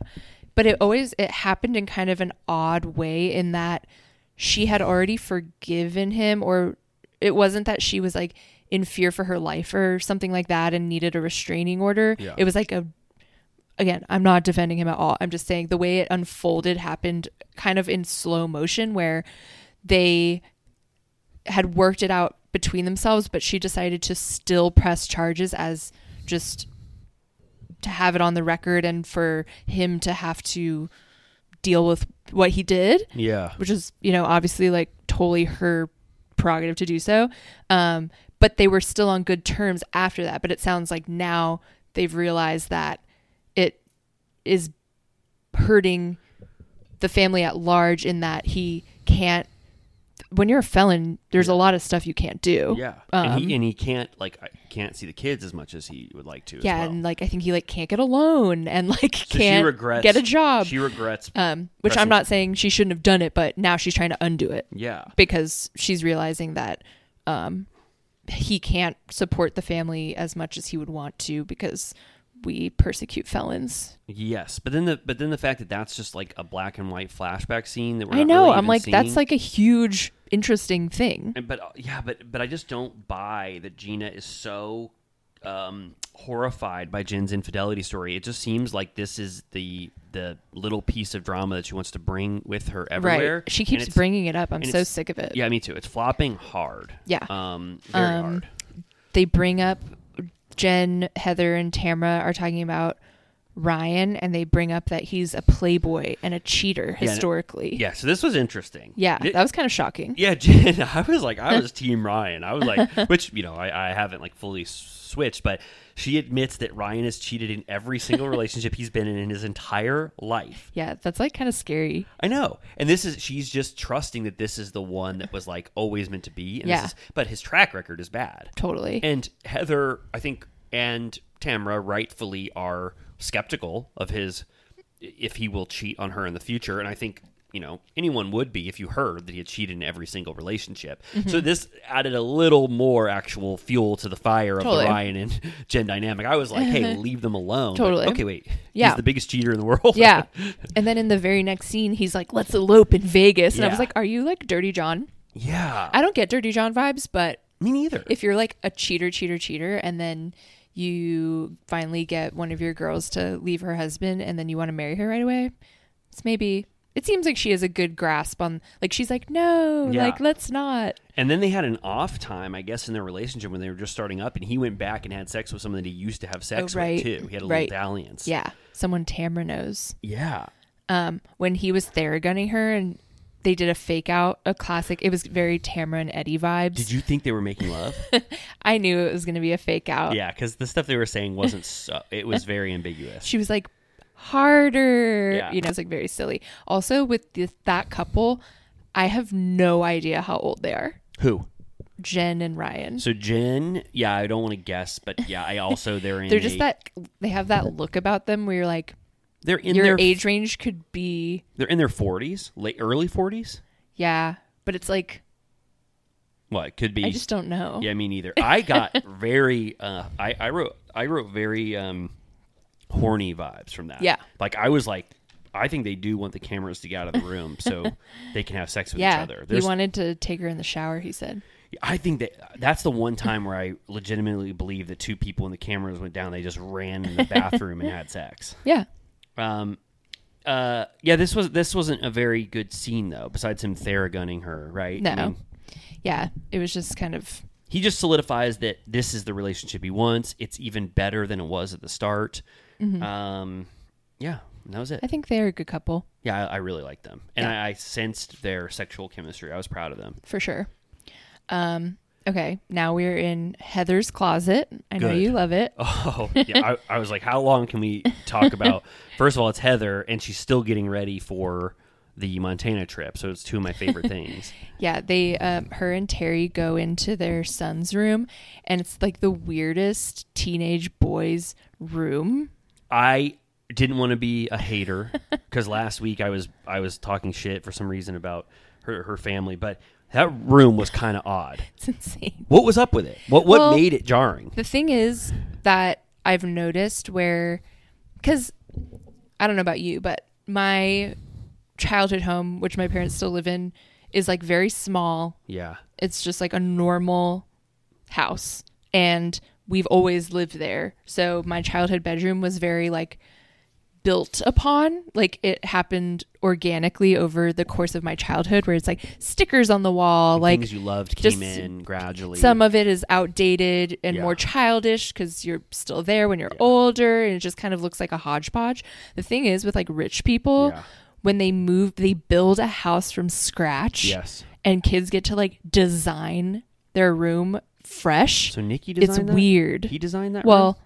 S5: but it always it happened in kind of an odd way in that she had already forgiven him or it wasn't that she was like in fear for her life or something like that and needed a restraining order
S6: Yeah.
S5: it was like a again, I'm not defending him at all. I'm just saying the way it unfolded happened kind of in slow motion where they had worked it out between themselves, but she decided to still press charges as just to have it on the record and for him to have to deal with what he did.
S4: Yeah.
S5: Which is, you know, obviously like totally her prerogative to do so. Um, but they were still on good terms after that. But it sounds like now they've realized that it is hurting the family at large in that he can't when you're a felon there's a lot of stuff you can't do
S4: yeah
S5: um,
S4: and, he, and he can't like I can't see the kids as much as he would like to as
S5: yeah
S4: well.
S5: and like i think he like can't get a loan and like
S4: So she
S5: can't
S4: regrets-
S5: get a job
S4: she regrets
S5: um which
S4: pressing-
S5: i'm not saying she shouldn't have done it but now she's trying to undo it
S4: Yeah.
S5: because she's realizing that um he can't support the family as much as he would want to because we persecute felons
S4: Yes, but then the but then the fact that that's just like a black and white flashback scene that we're
S5: i
S4: not
S5: know
S4: really
S5: i'm
S4: even
S5: like that's
S4: seeing.
S5: like a huge interesting thing
S4: And- but uh, yeah, but but I just don't buy that Gina is so um, horrified by Jen's infidelity story. It just seems like this is the the little piece of drama that she wants to bring with her everywhere.
S5: She
S4: And
S5: keeps
S4: it's-
S5: bringing it up. I'm
S4: and
S5: so
S4: it's-
S5: sick of it.
S4: Yeah, me too. It's flopping hard.
S5: Yeah.
S4: um, very hard.
S5: They bring up Jen, Heather, and Tamara are talking about Ryan, and they bring up that he's a playboy and a cheater
S4: Yeah,
S5: historically.
S4: Yeah, so this was interesting.
S5: Yeah,
S4: It-
S5: that was kind of shocking.
S4: Yeah, Jen, I was like, I was Team Ryan. I was like, which you know, I, I haven't like fully s- switched, but she admits that Ryan has cheated in every single relationship he's been in in his entire life.
S5: Yeah, that's like kind of scary.
S4: I know, and this is she's just trusting that this is the one that was like always meant to be. And
S5: Yeah.
S4: this is, but his track record is bad.
S5: Totally.
S4: And Heather, I think, and Tamra rightfully are skeptical of his if he will cheat on her in the future. And I think, you know, anyone would be if you heard that he had cheated in every single relationship. So
S5: Mhm.
S4: this added a little more actual fuel to the fire of
S5: Totally.
S4: the Ryan and Jen dynamic. I was like, hey,
S5: Uh-huh.
S4: leave them alone. But,
S5: Totally.
S4: okay, wait.
S5: Yeah.
S4: He's the biggest cheater in the world.
S5: yeah. And then in the very next scene, he's like, let's elope in Vegas. And I was
S4: Yeah.
S5: like, are you like Dirty John?
S4: yeah.
S5: I don't get Dirty John vibes, but
S4: me neither.
S5: If you're like a cheater, cheater, cheater, and then you finally get one of your girls to leave her husband, and then you want to marry her right away, it's maybe. It seems like she has a good grasp on. Like she's like, no,
S4: Yeah.
S5: like let's not.
S4: And then they had an off time, I guess, in their relationship when they were just starting up, and he went back and had sex with someone that he used to have sex
S5: Oh, right,
S4: with too. He had a
S5: right.
S4: little dalliance.
S5: Yeah, someone Tamra knows.
S4: Yeah.
S5: Um, when he was theragunning her, and they did a fake out, a classic. It was very Tamra and Eddie vibes.
S4: Did you think they were making love?
S5: I knew it was going to be a fake out.
S4: yeah, because the stuff they were saying wasn't so. It was very ambiguous.
S5: She was like, harder.
S4: Yeah.
S5: You know, it's like very silly. Also, with the, that couple, I have no idea how old they are
S4: Who?
S5: Jen and Ryan.
S4: So Jen. Yeah, I don't want to guess, but yeah, I also they're in.
S5: They're
S4: a-
S5: just that, they have that look about them where you're like,
S4: They're in
S5: your
S4: their
S5: age range could be,
S4: They're in their forties, late early forties.
S5: yeah, but it's like,
S4: What it could be?
S5: I just don't know.
S4: Yeah, me neither. I got very. Uh, I I wrote I wrote very um, horny vibes from that.
S5: Yeah.
S4: like I was like, I think they do want the cameras to get out of the room so they can have sex with each
S5: yeah.
S4: other.
S5: He
S4: There's,
S5: wanted to take her in the shower, he said.
S4: I think that that's the one time where I legitimately believe that two people when the cameras went down, they just ran in the bathroom and had sex.
S5: Yeah.
S4: Um, uh, yeah. This was this wasn't a very good scene though. Besides him theragunning her, right?
S5: No.
S4: I mean,
S5: yeah. It was just kind of,
S4: he just solidifies that this is the relationship he wants. It's even better than it was at the start.
S5: Mhm.
S4: Um, yeah, and that was it.
S5: I think they're a good couple
S4: yeah, I, I really liked them, and I, I sensed their sexual chemistry. I was proud of them.
S5: for sure. Um, okay. Now we're in Heather's closet. I know
S4: Good.
S5: you love it.
S4: Oh, yeah, I, I was like, how long can we talk about? First of all, it's Heather, and she's still getting ready for the Montana trip, so it's two of my favorite things.
S5: Yeah, they um, her and Terry go into their son's room and it's like the weirdest teenage boys room.
S4: I didn't want to be a hater because last week I was I was talking shit for some reason about her her family, but that room was kind of odd.
S5: It's insane.
S4: What was up with it? What what
S5: Well-
S4: made it jarring?
S5: The thing is that I've noticed where cuz I don't know about you, but my childhood home, which my parents still live in, is like very small.
S4: Yeah.
S5: It's just like a normal house and we've always lived there. So my childhood bedroom was very like built upon. Like it happened organically over the course of my childhood where it's like stickers on the wall, like
S4: Things you loved
S5: just
S4: came in gradually.
S5: some of it is outdated and
S4: Yeah.
S5: more childish because you're still there when you're older and it just kind of looks like a hodgepodge the thing is with like rich people when they move they build a house from scratch
S4: Yes.
S5: and kids get to like design their room fresh
S4: so Nikki designed
S5: it's
S4: that?
S5: weird
S4: He designed that.
S5: well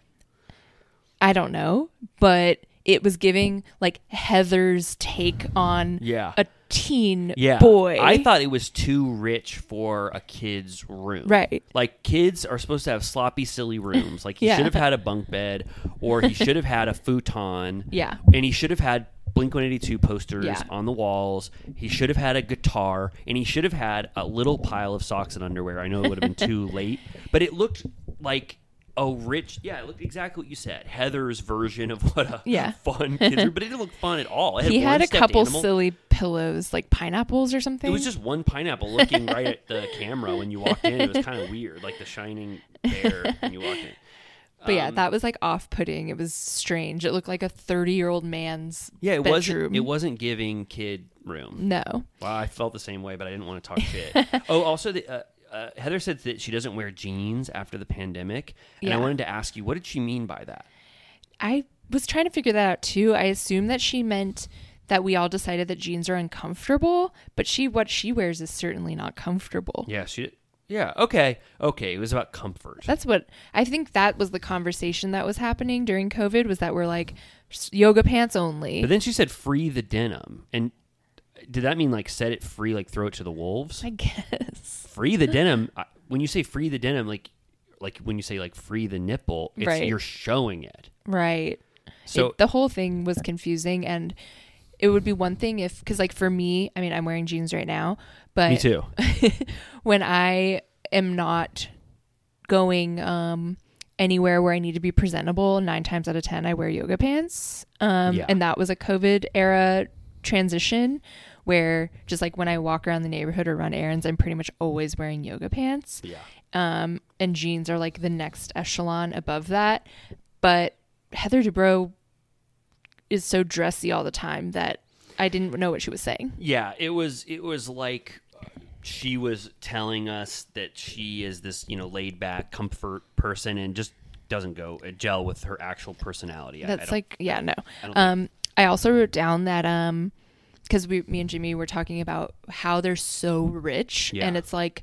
S5: i don't know but it was giving like heather's take on
S4: Yeah.
S5: a teen
S4: room? yeah.
S5: boy
S4: I thought it was too rich for a kid's room.
S5: Right.
S4: Like kids are supposed to have sloppy, silly rooms. Like he
S5: Yeah.
S4: should have had a bunk bed, or he should have had a futon.
S5: Yeah.
S4: And he should have had. Blink 182 posters
S5: Yeah.
S4: on the walls. He should have had a guitar and he should have had a little pile of socks and underwear. I know it would have been too late, but it looked like a rich, yeah, it looked exactly what you said. Heather's version of what a
S5: Yeah.
S4: fun kids room, but it didn't look fun at all. It
S5: he
S4: one
S5: had a
S4: stuffed
S5: couple
S4: animal.
S5: silly pillows like pineapples or something
S4: It was just one pineapple looking right at the camera when you walked in. It was kind of weird, like the shining bear when you walked in.
S5: But yeah,
S4: Um,
S5: that was like off-putting. It was strange. It looked like a thirty-year-old man's
S4: yeah, it
S5: bedroom.
S4: wasn't it wasn't giving kid room.
S5: No,
S4: Well, I felt the same way, but I didn't want to talk shit. oh, also the uh, uh, Heather said that she doesn't wear jeans after the pandemic, and I
S5: Yeah.
S4: wanted to ask you, what did she mean by that?
S5: I was trying to figure that out too. I assume that she meant that we all decided that jeans are uncomfortable, but she what she wears is certainly not comfortable.
S4: Yeah, she. Yeah, okay, okay. It was about comfort.
S5: That's what I think that was the conversation that was happening during COVID was that we're like s- yoga pants only.
S4: But then she said, "Free the denim," and did that mean like set it free, like throw it to the wolves?
S5: I guess.
S4: Free the denim. I- When you say free the denim, like like when you say like free the nipple, it's,
S5: Right.
S4: you're showing it.
S5: Right.
S4: So-
S5: So the whole thing was confusing and it would be one thing if cuz like for me, I mean I'm wearing jeans right now, but
S4: Me too.
S5: when I am not going um anywhere where I need to be presentable, 9 times out of 10 I wear yoga pants. Um
S6: Yeah.
S5: and that was a COVID era transition where just like when I walk around the neighborhood or run errands, I'm pretty much always wearing yoga pants.
S4: Yeah.
S5: Um, and jeans are like the next echelon above that. But Heather Dubrow is so dressy all the time that I didn't know what she was saying.
S4: Yeah, it was it was like uh, she was telling us that she is this, you know, laid back comfort person and just doesn't go uh, gel with her actual personality. I- I
S5: That's
S4: don't-
S5: like yeah, no.
S4: I don't
S5: um I also wrote down that um cuz we me and Jimmy were talking about how they're so rich
S6: Yeah.
S5: and it's like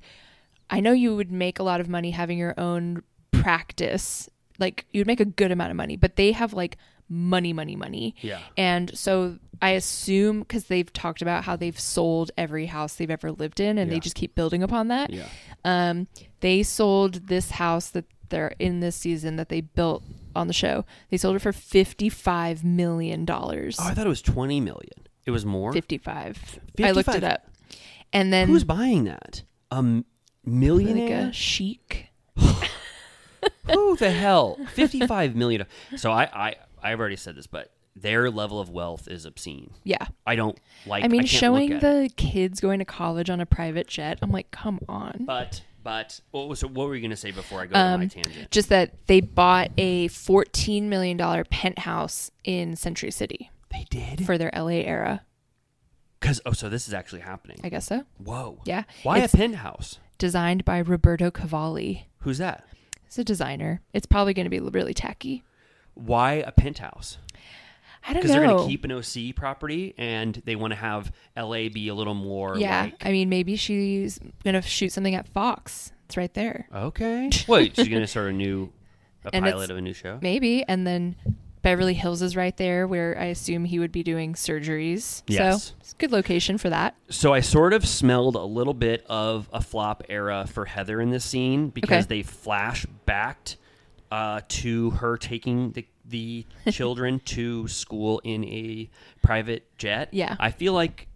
S5: I know you would make a lot of money having your own practice. Like you'd make a good amount of money, but they have like money money money.
S6: Yeah.
S5: And so I assume cuz they've talked about how they've sold every house they've ever lived in and
S6: Yeah.
S5: they just keep building upon that.
S6: Yeah.
S5: Um, they sold this house that they're in this season that they built on the show. They sold it for fifty-five million dollars.
S4: Oh, I thought it was 20 million. It was more?
S5: fifty-five. I looked it
S4: 55?
S5: up, and then
S4: Who's buying that? Um
S5: like
S4: millionaire?
S5: a chic.
S4: Who the hell? 55 million. So I I I've already said this, but their level of wealth is obscene.
S5: Yeah.
S4: I don't like
S5: I mean,
S4: can't look
S5: showing
S4: at it.
S5: the kids going to college on a private jet. I'm like, come on.
S4: but but what was what were you going to say before I go to my
S5: Um,
S4: tangent?
S5: just that they bought a fourteen million dollar penthouse in Century City.
S4: They did
S5: for their LA era.
S4: Because oh, so this is actually happening.
S5: I guess so.
S4: Whoa.
S5: Yeah.
S4: Why
S5: It's
S4: a penthouse?
S5: Designed by Roberto Cavalli.
S4: Who's that?
S5: He's a designer. It's probably going to be really tacky.
S4: Why a penthouse?
S5: I don't know.
S4: Because they're going to keep an OC property and they want to have LA be a little more.
S5: yeah,
S4: Like,
S5: I mean, maybe she's going to shoot something at Fox. It's right there.
S4: okay. Wait, she's going to start a new a
S5: And
S4: pilot
S5: it's-
S4: of a new show.
S5: Maybe, and then Beverly Hills is right there, where I assume he would be doing surgeries.
S4: Yes.
S5: So it's a good location for that.
S4: So I sort of smelled a little bit of a flop era for Heather in this scene because
S5: Okay.
S4: they flash backed uh, to her taking the the children to school in a private jet.
S5: Yeah.
S4: I feel like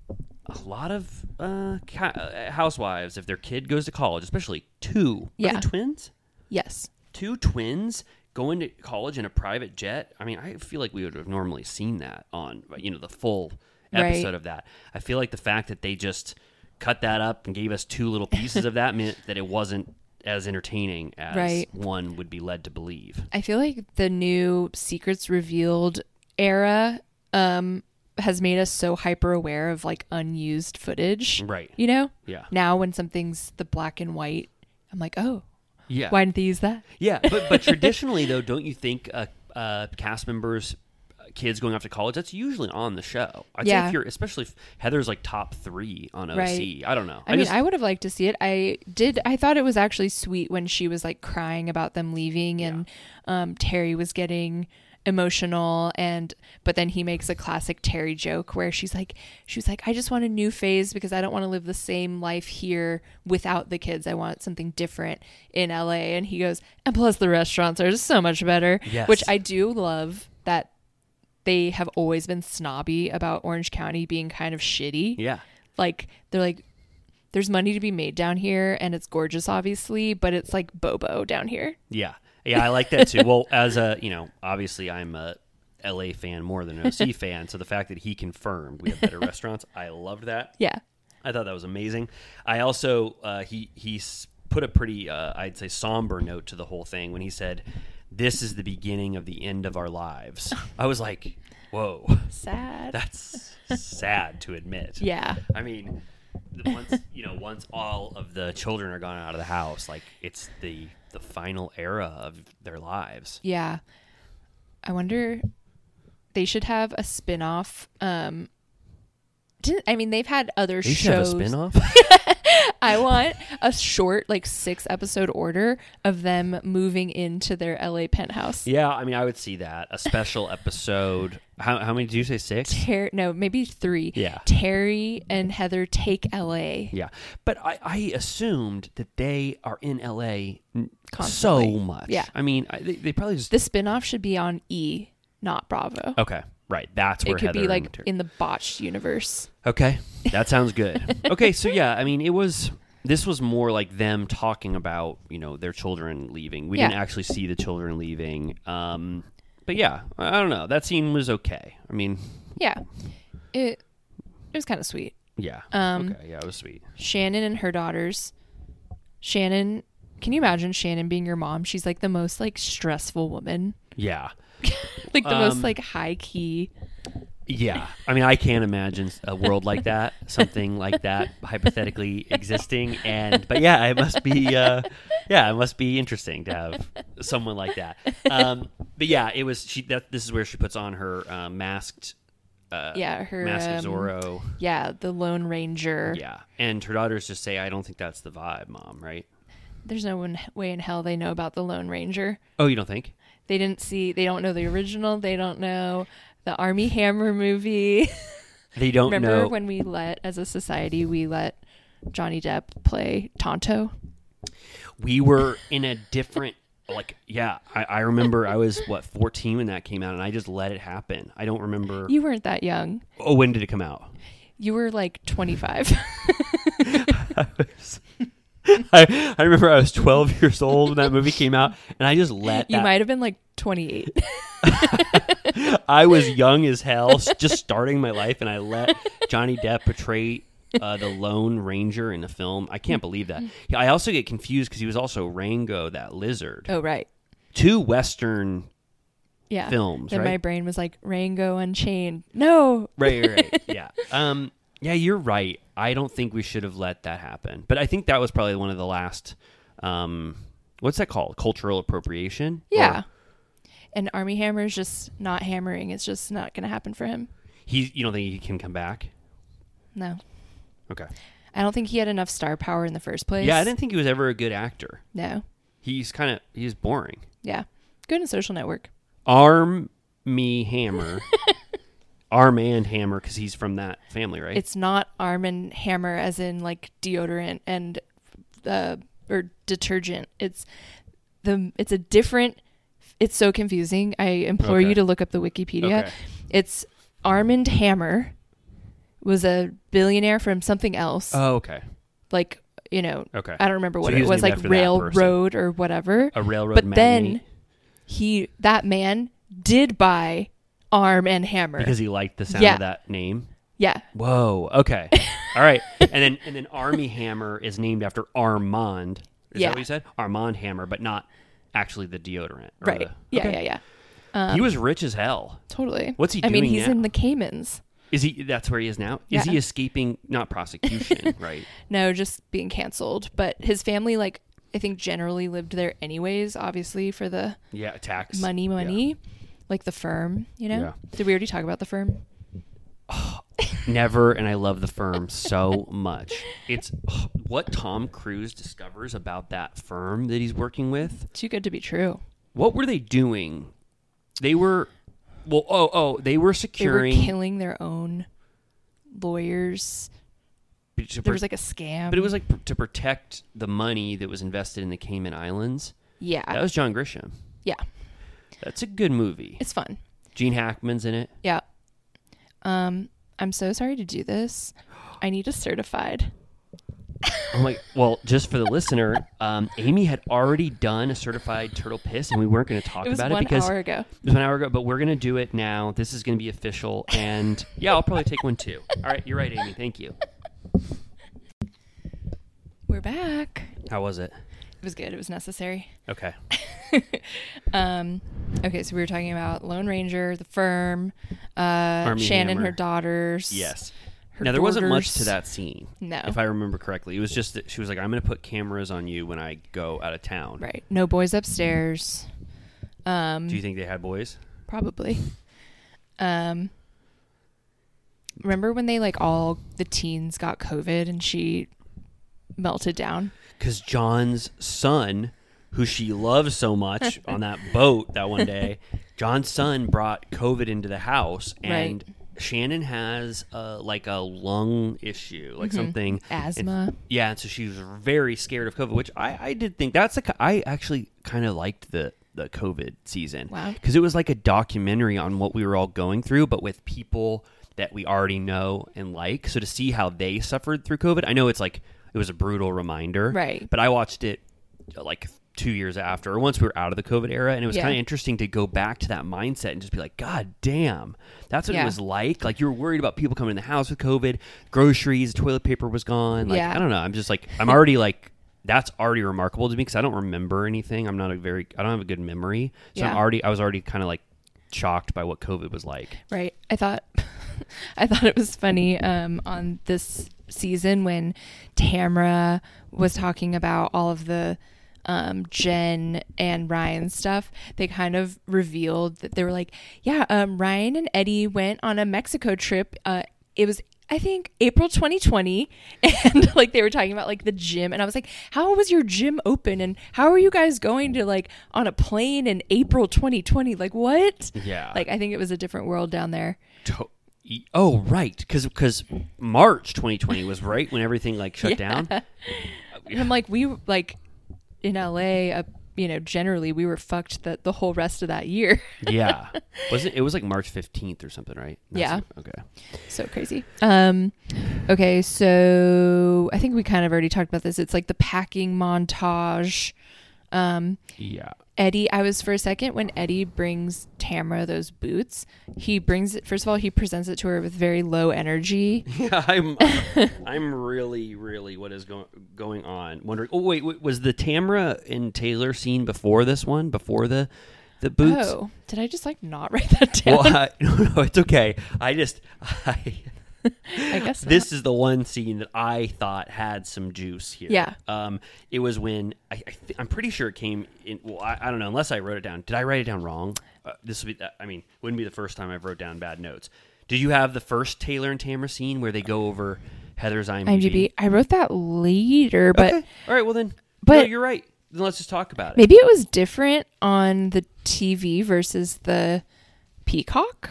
S4: a lot of uh, ca- uh, housewives, if their kid goes to college, especially two, are they
S5: Yeah.
S4: twins,
S5: Yes.
S4: two twins going to college in a private jet. I mean, I feel like we would have normally seen that on you know the full
S5: Right.
S4: episode of that. I feel like the fact that they just cut that up and gave us two little pieces of that meant that it wasn't as entertaining as
S5: Right.
S4: one would be led to believe.
S5: I feel like the new Secrets Revealed era um, has made us so hyper aware of like unused footage.
S4: Right.
S5: You know?
S4: Yeah.
S5: Now, when something's the black and white, I'm like, oh,
S4: Yeah.
S5: Why didn't they use that?
S4: Yeah, but but traditionally though, don't you think uh, uh, cast members? uh, Kids going off to college, that's usually on the show. I'd say
S5: Yeah.
S4: if you're, especially if Heather's like top three on OC.
S5: Right.
S4: I don't know.
S5: I, mean,
S4: just-
S5: I would have liked to see it. I did. I thought it was actually sweet when she was like crying about them leaving, and um, Terry was getting emotional. And but then he makes a classic Terry joke where she's like, she was like, I just want a new phase because I don't want to live the same life here without the kids. I want something different in LA. And he goes, and plus the restaurants are just so much better.
S6: Yes.
S5: Which I do love that they have always been snobby about Orange County being kind of shitty.
S4: Yeah.
S5: Like they're like there's money to be made down here and it's gorgeous obviously, but it's like bobo down here.
S4: Yeah, yeah, I like that too. well, as a you know, obviously I'm a LA fan more than an OC fan, so the fact that he confirmed we have better restaurants, I loved that.
S5: Yeah.
S4: I thought that was amazing. I also uh, he he s- put a pretty uh, I'd say somber note to the whole thing when he said, "This is the beginning of the end of our lives." I was like, "Whoa,
S5: Sad.
S4: That's sad to admit."
S5: Yeah.
S4: I mean, once you know, once all of the children are gone out of the house, like it's the the final era of their lives.
S5: Yeah. I wonder they should have a spin-off um didn't, I mean they've had other
S4: They should have a
S5: shows.
S4: spin-off?
S5: I want a short like 6 episode order of them moving into their LA penthouse.
S4: Yeah, I mean, I would see that a special episode. How how many do you say six?
S5: Ter- no, maybe 3.
S4: Yeah.
S5: Terry and Heather take LA.
S4: Yeah, but I, I assumed that they are in LA n- so
S5: Constantly.
S4: much.
S5: Yeah.
S4: I mean, I, they, they probably just
S5: The spin-off should be on E, not Bravo.
S4: okay, right? That's where
S5: It could
S4: Heather
S5: be
S4: and
S5: like
S4: Terry-
S5: in the botched universe.
S4: Okay, that sounds good. okay, so yeah, I mean, it was this was more like them talking about you know their children leaving. We
S5: Yeah.
S4: didn't actually see the children leaving. Um, but yeah, I I don't know. That scene was okay. I mean,
S5: Yeah. It it was kind of sweet.
S4: yeah,
S5: Um,
S4: okay, yeah, it was sweet.
S5: Shannon and her daughters. Shannon, can you imagine Shannon being your mom? She's like the most like stressful woman,
S4: Yeah,
S5: like the
S4: Um,
S5: most like high key.
S4: Yeah. I mean, I can't imagine a world like that, something like that hypothetically existing. And, but yeah, it must be, uh, yeah, it must be interesting to have someone like that. Um, but yeah, it was, she, that, this is where she puts on her, uh, masked, uh,
S5: yeah, her
S4: mask of
S5: um,
S4: Zorro.
S5: Yeah, the Lone Ranger.
S4: Yeah. And her daughters just say, I don't think that's the vibe, mom, right?
S5: There's no one, way in hell they know about the Lone Ranger.
S4: Oh, you don't think?
S5: They didn't see. They don't know the original. They don't know the Army Hammer movie.
S4: They don't
S5: Remember
S4: know.
S5: when we let, as a society, we let Johnny Depp play Tonto?
S4: we were in a different like yeah I, I remember i was what 14 when that came out and i just let it happen i don't remember
S5: You weren't that young.
S4: oh when did it come out
S5: You were like 25.
S4: I, I remember i was 12 years old when that movie came out and i just let
S5: You
S4: that-
S5: might have been like 28.
S4: i was young as hell s- just starting my life and i let johnny depp portray uh, the lone ranger in the film i can't believe that Yeah, i also get confused because he was also rango that lizard
S5: oh, right.
S4: two western
S5: Yeah.
S4: Films,
S5: Then
S4: right?
S5: my brain was like, Rango Unchained. No.
S4: right, right, right. yeah. Um, yeah, you're right. I don't think we should have let that happen. But I think that was probably one of the last. Um, what's that called? Cultural appropriation.
S5: Yeah.
S4: Or
S5: And Army Hammer's just not hammering. It's just not going to happen for him.
S4: he, you don't think he can come back?
S5: No.
S4: Okay.
S5: I don't think he had enough star power in the first place.
S4: Yeah, I didn't think he was ever a good actor.
S5: No.
S4: He's kind of he's boring.
S5: Yeah. Good in social network.
S4: Arm me hammer. Arm and hammer because he's from that family, right?
S5: It's not Arm and Hammer as in like deodorant and uh, or detergent. It's the it's a different. It's so confusing. I implore
S4: Okay.
S5: you to look up the Wikipedia.
S4: Okay.
S5: It's Armand Hammer was a billionaire from something else,
S4: oh, okay.
S5: like you know.
S4: Okay.
S5: I don't remember
S4: So
S5: what
S4: he
S5: it
S4: was
S5: was,
S4: named
S5: like
S4: after that person.
S5: railroad or whatever.
S4: A railroad
S5: But then
S4: magnate.
S5: he that man did buy Arm and Hammer
S4: Because he liked the sound
S5: Yeah.
S4: of that name.
S5: yeah.
S4: Whoa. Okay. All right. And then and then Army Hammer is named after Armand. Is
S5: Yeah.
S4: that what you said? Armand Hammer, but not actually the deodorant. or
S5: Right.
S4: the-
S5: yeah,
S4: Uh, Okay.
S5: yeah, yeah. Um,
S4: he was rich as hell.
S5: Totally.
S4: What's he
S5: I mean,
S4: doing
S5: he's
S4: now?
S5: in the Caymans.
S4: Is he? That's where he is now. Is
S5: Yeah.
S4: he escaping? Not prosecution, right?
S5: No, just being canceled. But his family, like, I think generally lived there anyways, obviously, for the
S4: Yeah. Tax
S5: money,
S4: Yeah.
S5: money. Like the firm, you know?
S4: Yeah.
S5: Did we already talk about the firm?
S4: Never. And I love the firm so much. It's what Tom Cruise discovers about that firm that he's working with.
S5: Too good to be true.
S4: What were they doing? They were. Well, oh, oh, they were
S5: They were
S4: securing.
S5: killing their own lawyers. There was like a scam.
S4: But it was like pr- to protect the money that was invested in the Cayman Islands.
S5: yeah.
S4: That was John Grisham.
S5: yeah.
S4: That's a good movie.
S5: It's fun.
S4: Gene Hackman's in it.
S5: Yeah. Um, I'm so sorry to do this. I need a certified.
S4: I'm like, Oh well, just for the listener, um, Amy had already done a certified turtle piss, and we weren't going to talk
S5: It was
S4: about
S5: one
S4: it because
S5: hour ago.
S4: it was an hour ago. But we're going to do it now. This is going to be official, and yeah, I'll probably take one too. All right, you're right, Amy. Thank you.
S5: We're back.
S4: How was it?
S5: It was good. It was necessary.
S4: Okay.
S5: Uh, Um, okay, so we were talking about Lone Ranger, the firm, uh,
S4: Army
S5: Shannon,
S4: Hammer.
S5: her daughters,
S4: Yes.
S5: her
S4: now there wasn't much
S5: borders.
S4: to that scene.
S5: No.
S4: If I remember correctly, it was just that she was like, "I'm going to put cameras on you when I go out of town."
S5: Right. No boys upstairs. Um,
S4: Do you think they had boys?
S5: Probably. Um, remember when they like all the teens got COVID and she melted down?
S4: Because John's son, who she loves so much, on that boat that one day, John's son brought COVID into the house, and Shannon has uh, like a lung issue, like
S5: Mhm.
S4: something
S5: Asthma.
S4: And- yeah, and so she was very scared of COVID, which I, I did think that's a ki- I actually kind of liked the the COVID season
S5: Wow.
S4: because it was like a documentary on what we were all going through, but with people that we already know and like. So to see how they suffered through COVID, I know it's like it was a brutal reminder,
S5: Right.
S4: But I watched it uh, like two years after, or once we were out of the COVID era, and it was
S5: Yeah.
S4: kind of interesting to go back to that mindset and just be like, God damn, that's what
S5: Yeah.
S4: it was like. Like you were worried about people coming in the house with COVID, groceries, toilet paper was gone. Like
S5: Yeah.
S4: I don't know. I'm just like I'm already like that's already remarkable to me because I don't remember anything. I'm not a very I don't have a good memory, so
S5: Yeah.
S4: I'm already I was already kind of like shocked by what COVID was like.
S5: Right. I thought I thought it was funny um, on this season when Tamra was talking about all of the um, Jen and Ryan stuff. They kind of revealed that they were like, yeah, um, Ryan and Eddie went on a Mexico trip. Uh, it was I think April 2020 and like they were talking about like the gym and I was like how was your gym open and how are you guys going to like on a plane in April 2020 like what
S4: Yeah.
S5: like I think it was a different world down there.
S4: To- e- oh right, because March 2020 was right when everything like shut down.
S5: And I'm like, we like in LA, uh, you know, generally we were fucked the, the whole rest of that year.
S4: Yeah, wasn't it was like March 15th or something, right? That's-
S5: Yeah.
S4: Okay.
S5: so crazy. Um, okay, so I think we kind of already talked about this. It's like the packing montage. Um,
S4: Yeah.
S5: Eddie, I was for a second when Eddie brings Tamara those boots. He brings it. First of all, he presents it to her with very low energy.
S4: Yeah, I'm I'm really really what is going going on? Wondering. Oh wait, wait, was the Tamra and Taylor scene before this one? Before the the boots?
S5: Oh, did I just like not write that down?
S4: Well, I, no, no, it's okay. I just I
S5: I guess not.
S4: this is the one scene that I thought had some juice here.
S5: Yeah.
S4: Um, it was when I, I th- I'm pretty sure it came in. Well, I, I don't know unless I wrote it down. Did I write it down wrong? Uh, this would be. I mean, wouldn't be the first time I've wrote down bad notes. Did you have the first Taylor and Tamra scene where they go over Heather's
S5: IMDb. I wrote that later, but
S4: okay. All right. Well then,
S5: But-
S4: no, you're right. Then let's just talk about it.
S5: Maybe it was different on the TV versus the Peacock.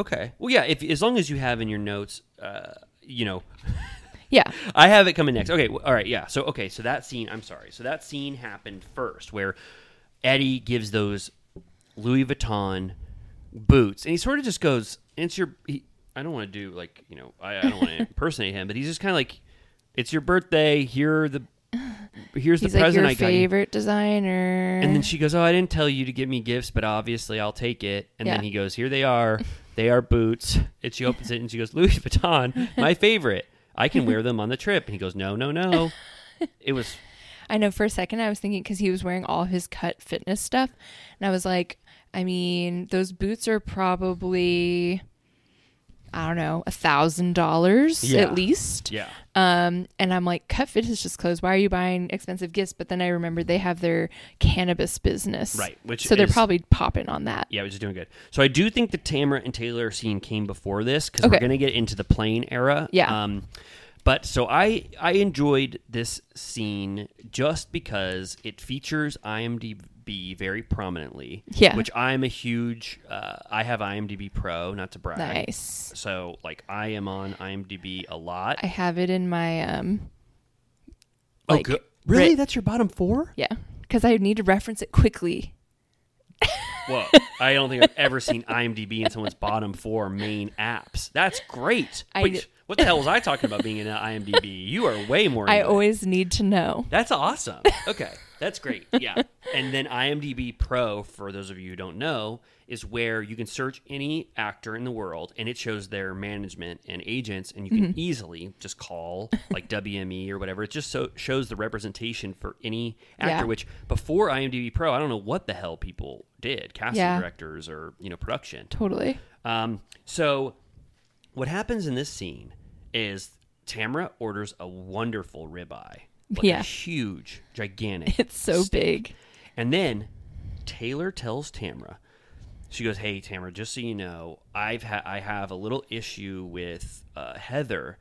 S4: Okay. Well, yeah. If as long as you have in your notes, uh, you know,
S5: Yeah.
S4: I have it coming next. Okay. w- All right. Yeah. So okay. So that scene. I'm sorry. So that scene happened first, where Eddie gives those Louis Vuitton boots, and he sort of just goes, "It's your." He, I don't want to do like you know. I, I don't want to impersonate him, but he's just kind of like, "It's your birthday. Here are the." Here's
S5: He's
S4: the
S5: like
S4: present
S5: your
S4: I got you."
S5: favorite designer.
S4: And then she goes, "Oh, I didn't tell you to give me gifts, but obviously I'll take it." And then
S5: Yeah.
S4: he goes, "Here they are. They are boots." And she opens it and she goes, "Louis Vuitton, my favorite. I can wear them on the trip." And he goes, "No, no, no." It was
S5: I know for a second I was thinking because he was wearing all his cut fitness stuff. And I was like, I mean, those boots are probably, I don't know, a thousand dollars
S4: Yeah.
S5: at least.
S4: yeah.
S5: Um, and I'm like, cut fitness just clothes. Why are you buying expensive gifts? But then I remembered they have their cannabis business.
S4: Right, which
S5: so they're
S4: is-
S5: probably popping on that.
S4: Yeah, we're just doing good. So I do think the Tamara and Taylor scene came before this because
S5: Okay.
S4: we're gonna get into the plane era.
S5: Yeah.
S4: Um, but so I I enjoyed this scene just because it features IMDb very prominently.
S5: Yeah.
S4: Which I'm a huge. Uh, I have IMDb Pro, not to brag.
S5: Nice.
S4: So like I am on IMDb a lot.
S5: I have it in my um
S4: Oh,
S5: like,
S4: good. Really?
S5: writ-
S4: That's your bottom four?
S5: yeah, because I need to reference it quickly.
S4: Whoa! I don't think I've ever seen IMDb in someone's bottom four main apps. That's great.
S5: I-
S4: Wait, what the hell was I talking about being in an IMDb? You are way more.
S5: I
S4: into it.
S5: always need to know.
S4: That's awesome. Okay, that's great. Yeah, and then IMDb Pro, for those of you who don't know, is where you can search any actor in the world, and it shows their management and agents, and you can
S5: Mm-hmm.
S4: easily just call like WME or whatever. It just so shows the representation for any actor.
S5: Yeah.
S4: Which before IMDb Pro, I don't know what the hell people did, casting
S5: Yeah.
S4: directors or you know production.
S5: Totally.
S4: Um, so what happens in this scene is Tamara orders a wonderful ribeye. Like
S5: Yeah.
S4: A huge, gigantic.
S5: It's so big.
S4: And then Taylor tells Tamara, she goes, "Hey Tamara, just so you know, I've ha- I have a little issue with uh, Heather.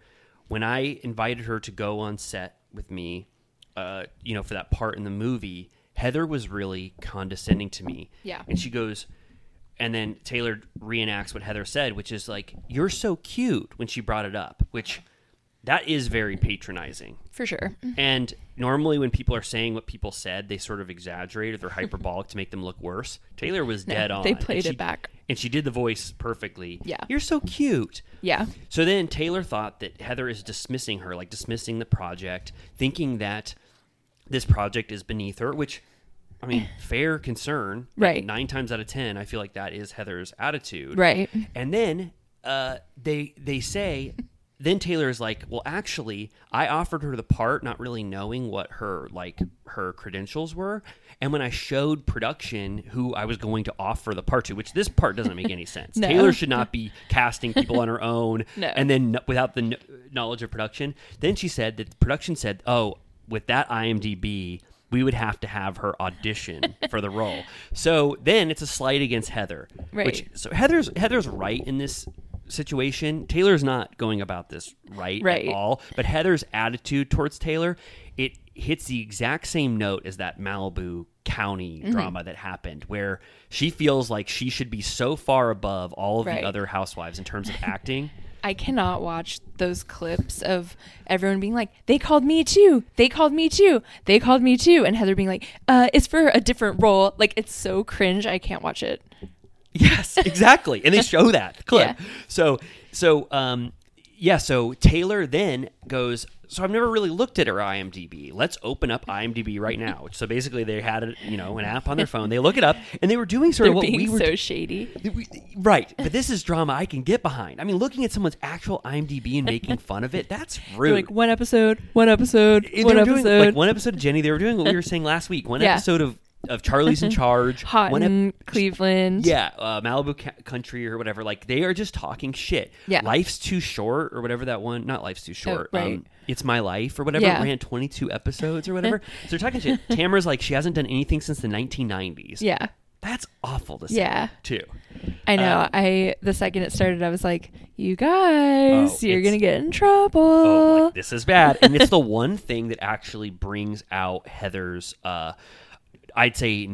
S4: When I invited her to go on set with me, uh, you know, for that part in the movie, Heather was really condescending to me.
S5: Yeah.
S4: and she goes." And then Taylor reenacts what Heather said, which is like, "You're so cute" when she brought it up, which that is very patronizing.
S5: For sure.
S4: And normally, when people are saying what people said, they sort of exaggerate or they're hyperbolic to make them look worse. Taylor was
S5: No,
S4: dead on.
S5: they
S4: and
S5: played it
S4: she-
S5: back.
S4: and she did the voice perfectly.
S5: Yeah.
S4: you're so cute.
S5: Yeah.
S4: So then Taylor thought that Heather is dismissing her, like dismissing the project, thinking that this project is beneath her. Which, I mean, fair concern. Like,
S5: Right.
S4: nine times out of ten, I feel like that is Heather's attitude.
S5: Right.
S4: And then uh, they they say, then Taylor is like, well, actually, I offered her the part, not really knowing what her like her credentials were, and when I showed production who I was going to offer the part to, which this part doesn't make any sense.
S5: No.
S4: Taylor should not be casting people on her own,
S5: No.
S4: and then n- without the kn- knowledge of production. Then she said that production said, oh, with that IMDb. We would have to have her audition for the role. So then it's a slight against Heather, which
S5: Right.
S4: so Heather's Heather's right in this situation. Taylor's not going about this right,
S5: Right.
S4: at all. But Heather's attitude towards Taylor, it hits the exact same note as that Malibu County
S5: Mm-hmm.
S4: drama that happened, where she feels like she should be so far above all of
S5: Right.
S4: the other housewives in terms of acting.
S5: I cannot watch those clips of everyone being like, they called me too. They called me too. They called me too. And Heather being like, uh, it's for a different role. Like, it's so cringe. I can't watch it.
S4: Yes, exactly. And they show that clip.
S5: Yeah.
S4: So so um yeah, so Taylor then goes, so I've never really looked at her IMDb. Let's open up IMDb right now. So basically they had a, you know, an app on their phone. They look it up and they were doing sort
S5: They're
S4: of what
S5: being
S4: we were
S5: so shady.
S4: we- Right, but this is drama I can get behind. I mean, looking at someone's actual IMDb and making fun of it, that's
S5: They're
S4: rude.
S5: like, one episode, one episode,
S4: They
S5: one
S4: were
S5: episode.
S4: doing, like one episode of Jenny, they were doing what we were saying last week. One
S5: Yeah.
S4: episode of of Charlie's in Charge,
S5: Hot
S4: one ep-
S5: in Cleveland.
S4: yeah, uh, Malibu ca- Country or whatever. Like they are just talking shit.
S5: Yeah. Oh,
S4: life's too short or whatever that one. Not life's too short. um,
S5: right.
S4: it's my life or whatever.
S5: Yeah.
S4: It ran twenty two episodes or whatever. so they're talking shit. Tamara's like she hasn't done anything since the nineteen nineties.
S5: Yeah.
S4: that's awful to say.
S5: Yeah.
S4: too.
S5: I know.
S4: Um,
S5: I the second it started, I was like, "You guys,
S4: Oh,
S5: you're
S4: it's-
S5: gonna get in trouble."
S4: Oh,
S5: Uh.
S4: like, this is bad, and it's the one thing that actually brings out Heather's. Uh, I'd say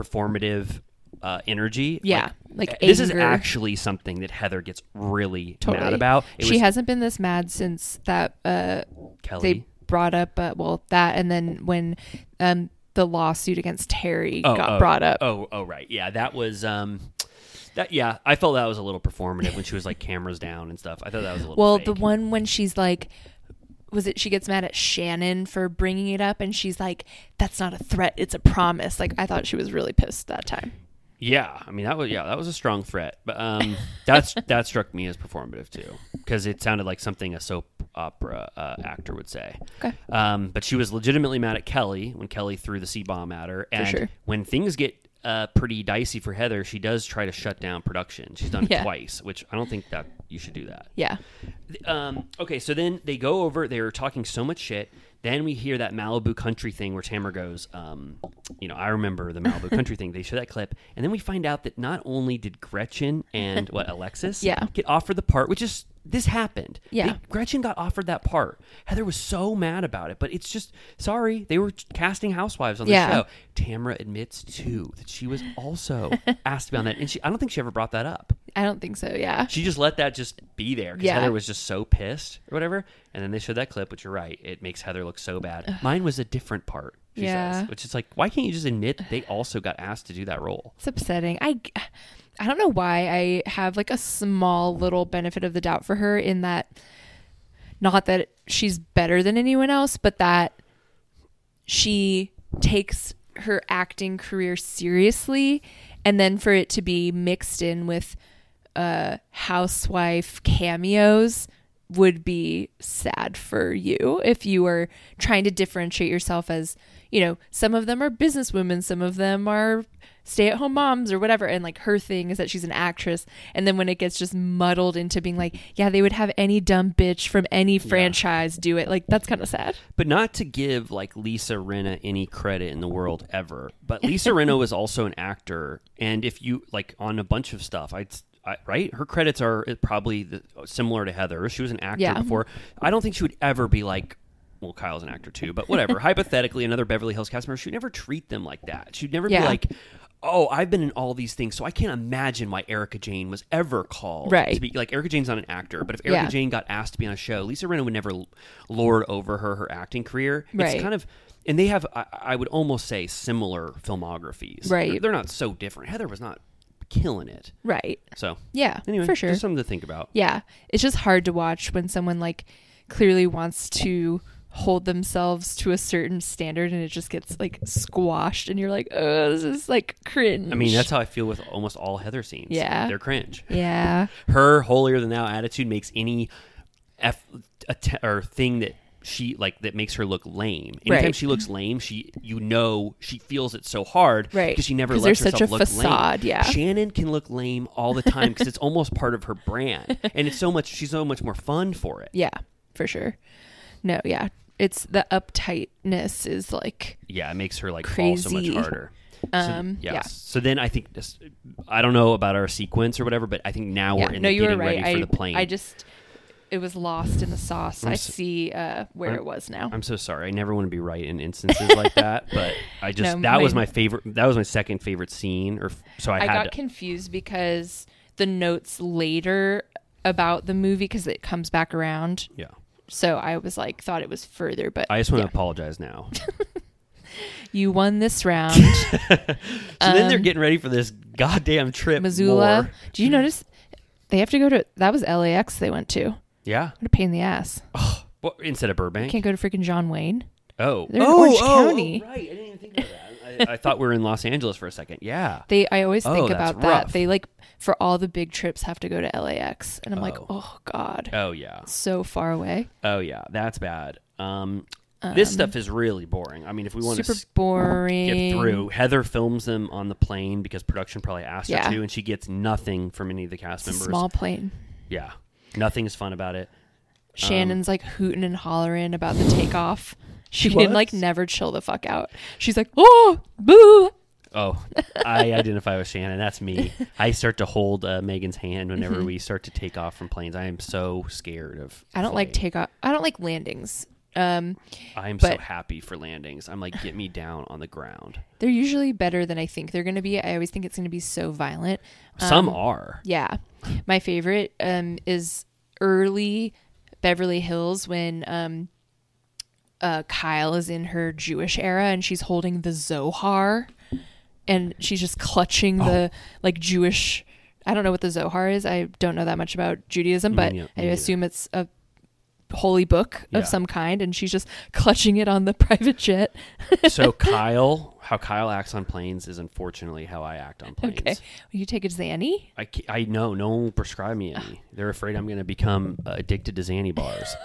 S4: non-performative. Uh, energy.
S5: Yeah, like
S4: this is
S5: anger.
S4: actually something that Heather gets really
S5: Totally.
S4: mad about. It
S5: she
S4: was
S5: hasn't been this mad since that uh,
S4: Kelly.
S5: they brought up, uh, well, that, and then when um, the lawsuit against Terry got brought up.
S4: Oh, oh, right. Yeah, that was um, that yeah. I felt that was a little performative when she was like cameras down and stuff. I thought that was a little.
S5: well,
S4: fake.
S5: the one when she's like, was it she gets mad at Shannon for bringing it up, and she's like, "That's not a threat; it's a promise." Like I thought she was really pissed that time.
S4: Yeah, I mean that was yeah that was a strong threat, but um, that's that struck me as performative too because it sounded like something a soap opera uh, actor would say.
S5: Okay.
S4: Um, but she was legitimately mad at Kelly when Kelly threw the C bomb at her, and
S5: sure.
S4: when things get. Uh, pretty dicey for Heather. She does try to shut down production. She's done it
S5: Yeah.
S4: twice, which I don't think that you should do that.
S5: Yeah,
S4: um, okay, so then they go over. They were talking so much shit. Then we hear that Malibu country thing where Tamara goes, um, you know, I remember the Malibu country thing. They show that clip, and then we find out that not only did Gretchen and what Alexis,
S5: Yeah.
S4: get offered the part, which is this happened.
S5: Yeah.
S4: They- Gretchen got offered that part. Heather was so mad about it, but it's just sorry they were casting housewives on the
S5: Yeah.
S4: show. Tamara admits too that she was also asked about that, and she I don't think she ever brought that up
S5: I don't think so. Yeah,
S4: she just let that just be there because
S5: Yeah.
S4: Heather was just so pissed or whatever. And then they showed that clip, which you're right, it makes Heather look so bad. Mine was a different part, she
S5: Yeah.
S4: says, which is like, why can't you just admit that they also got asked to do that role?
S5: It's upsetting. I I don't know why I have like a small little benefit of the doubt for her in that not that she's better than anyone else, but that she takes her acting career seriously and then for it to be mixed in with uh housewife cameos would be sad for you if you were trying to differentiate yourself as, you know, some of them are businesswomen, some of them are stay at home moms or whatever. And like her thing is that she's an actress. And then when it gets just muddled into being like, yeah, they would have any dumb bitch from any franchise do it, like that's kind of sad.
S4: But not to give like Lisa Rinna any credit in the world ever. But Lisa Rinna was also an actor, and if you like on a bunch of stuff, I'd. I, right, her credits are uh, probably the, similar to Heather. She was an actor
S5: Yeah.
S4: before. I don't think she would ever be like, well, Kyle's an actor too, but whatever. Hypothetically, another Beverly Hills cast member, she'd never treat them like that. She'd never be
S5: Yeah.
S4: like, oh, I've been in all these things, so I can't imagine why Erica Jane was ever called
S5: Right.
S4: to be like Erica Jane's not an actor, but if Erica
S5: Yeah.
S4: Jane got asked to be on a show, Lisa Rinna would never l- lord over her her acting career.
S5: Right.
S4: It's kind of and they have I, I would almost say similar filmographies.
S5: Right.
S4: They're, they're not so different. Heather was not killing it.
S5: Right.
S4: So
S5: Yeah,
S4: anyway,
S5: for sure.
S4: Just something to think about.
S5: Yeah. It's just hard to watch when someone like clearly wants to hold themselves to a certain standard and it just gets like squashed and you're like, oh, this is like cringe.
S4: I mean, that's how I feel with almost all Heather scenes.
S5: Yeah.
S4: They're cringe.
S5: Yeah.
S4: Her holier than thou attitude makes any f att- or thing that she like that makes her look lame. Anytime
S5: Right.
S4: she looks lame, she you know she feels it so hard
S5: Right.
S4: because she never
S5: 'Cause
S4: lets
S5: there's
S4: herself
S5: such a
S4: look
S5: facade,
S4: lame.
S5: yeah.
S4: Shannon can look lame all the time because it's almost part of her brand, and it's so much she's so much more fun for it.
S5: Yeah, for sure. No, yeah. It's the uptightness is like
S4: yeah, it makes her like fall so
S5: Crazy.
S4: much harder.
S5: Um,
S4: so, yes.
S5: yeah.
S4: So then I think just, I don't know about our sequence or whatever, but I think now
S5: yeah.
S4: we're in
S5: no,
S4: the
S5: you were
S4: getting
S5: right.
S4: ready for
S5: I
S4: the plane.
S5: I just it was lost in the sauce.
S4: I'm
S5: i
S4: so-
S5: see uh, where
S4: I'm-
S5: it was now.
S4: I'm so sorry. I never want to be right in instances like that, but I just
S5: No,
S4: that was
S5: mine-
S4: my favorite. That was my second favorite scene, or f- so I,
S5: I,
S4: had
S5: got
S4: to,
S5: confused because the notes later about the movie because it comes back around.
S4: Yeah.
S5: So I was like, thought it was further, but
S4: I just want
S5: yeah.
S4: to apologize now.
S5: you won this round.
S4: So then they're
S5: Um,
S4: getting ready for this goddamn trip.
S5: Missoula.
S4: More.
S5: Do you notice they have to go to? That was LAX. They went to.
S4: Yeah.
S5: What a pain in the ass.
S4: Well, instead of Burbank.
S5: Can't go to freaking John Wayne.
S4: oh.
S5: They're in
S4: oh,
S5: Orange
S4: oh,
S5: County.
S4: Oh, right. I didn't even think about that. I, I thought we were in Los Angeles for a second. Yeah.
S5: They. I always
S4: Oh,
S5: think
S4: that's
S5: about that.
S4: rough.
S5: They like for all the big trips have to go to LAX, and I'm like,
S4: Oh.
S5: oh god,
S4: Oh yeah.
S5: so far away.
S4: Oh yeah, that's bad. Um, this
S5: Um,
S4: stuff is really boring. I mean, if we want
S5: super
S4: to
S5: boring.
S4: get through, Heather films them on the plane because production probably asked
S5: Yeah.
S4: her to, and she gets nothing from any of the cast
S5: It's a
S4: members. Um,
S5: small plane.
S4: Yeah, nothing is fun about it.
S5: Shannon's like hooting and hollering about the takeoff. She
S4: What?
S5: can like never chill the fuck out. She's like, oh, boo.
S4: Oh, I identify with Shannon. That's me. I start to hold uh, Megan's hand whenever
S5: Mhm.
S4: we start to take off from planes. I am so scared of.
S5: I don't like
S4: flying.
S5: takeoff. I don't like landings. Um,
S4: I'm so
S5: but-
S4: happy for landings. I'm like, get me down on the ground.
S5: they're usually better than I think they're going to be. I always think it's going to be so violent.
S4: Some
S5: Um,
S4: are.
S5: Yeah. My favorite um, is early Beverly Hills when um, uh, Kyle is in her Jewish era and she's holding the Zohar and she's just clutching
S4: Oh.
S5: the like Jewish. I don't know what the Zohar is. I don't know that much about Judaism,
S4: Me
S5: but
S4: nei-
S5: I
S4: me neither.
S5: assume it's a holy book
S4: Yeah.
S5: of some kind and she's just clutching it on the private jet.
S4: so Kyle, how Kyle acts on planes is unfortunately how I act on planes.
S5: Okay. Will you take a Zanny?
S4: I, ca- I know no one will prescribe me any. They're afraid I'm going to become uh, addicted to Xanny bars.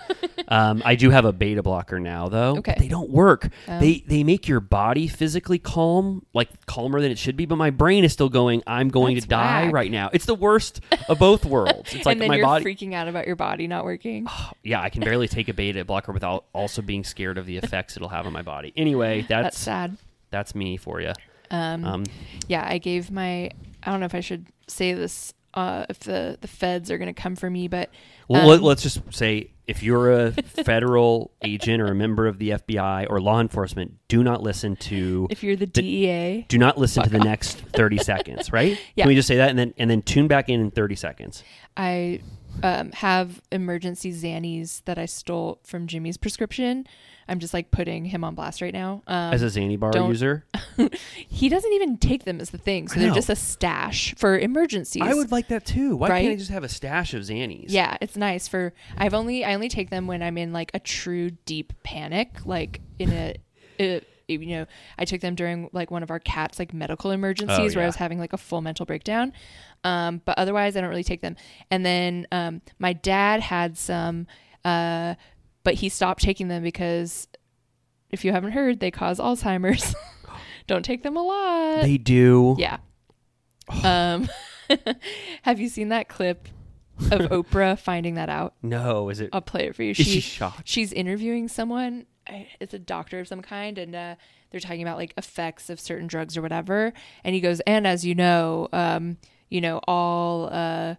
S4: um, I do have a beta blocker now though. but
S5: Okay.
S4: they don't work.
S5: Oh.
S4: They they make your body physically calm, like calmer than it should be, but my brain is still going. I'm going
S5: That's
S4: to die
S5: whack.
S4: right now. It's the worst of both worlds. It's like
S5: and then
S4: my
S5: you're
S4: body. Oh,
S5: freaking out about your body not working.
S4: yeah, I can barely take a beta blocker without also being scared of the effects it'll have on my body. Anyway,
S5: That's
S4: that's
S5: sad.
S4: that's me for you.
S5: Um,
S4: Um,
S5: yeah, I gave my. I don't know if I should say this. Uh, if the the feds are going to come for me, but
S4: Well,
S5: um,
S4: let- let's just say if you're a federal agent or a member of the FBI or law enforcement, do not listen to
S5: if you're the, E
S4: the-
S5: DEA,
S4: do not listen to
S5: Fuck
S4: the
S5: off.
S4: next 30 seconds, right?
S5: Yeah.
S4: Can we just say that and then and then tune back in in 30 seconds?
S5: I um, have emergency Xannies that I stole from Jimmy's prescription. I'm just like putting him on blast right now. Um,
S4: As a Zany bar
S5: don't-
S4: user,
S5: he doesn't even take them as the thing, so
S4: I
S5: they're
S4: know.
S5: just a stash for emergencies.
S4: I would like that too. Why can't I
S5: Right?
S4: just have a stash of Xannies?
S5: Yeah, it's nice for I've only I only take them when I'm in like a true deep panic, like in a, a you know, I took them during like one of our cat's like medical emergencies where I
S6: yeah.
S5: was having like a full mental breakdown. Um, but otherwise, I don't really take them. And then um, my dad had some, uh, but he stopped taking them because if you haven't heard, they cause Alzheimer's. don't take them a lot.
S4: They do.
S5: Yeah. um, have you seen that clip of Oprah finding that out?
S4: No, is it?
S5: I'll play it for you.
S4: Is she shocked?
S5: She's interviewing someone. I- It's a doctor of some kind, and uh, they're talking about like effects of certain drugs or whatever. And he goes, and as you know, um, you know all uh,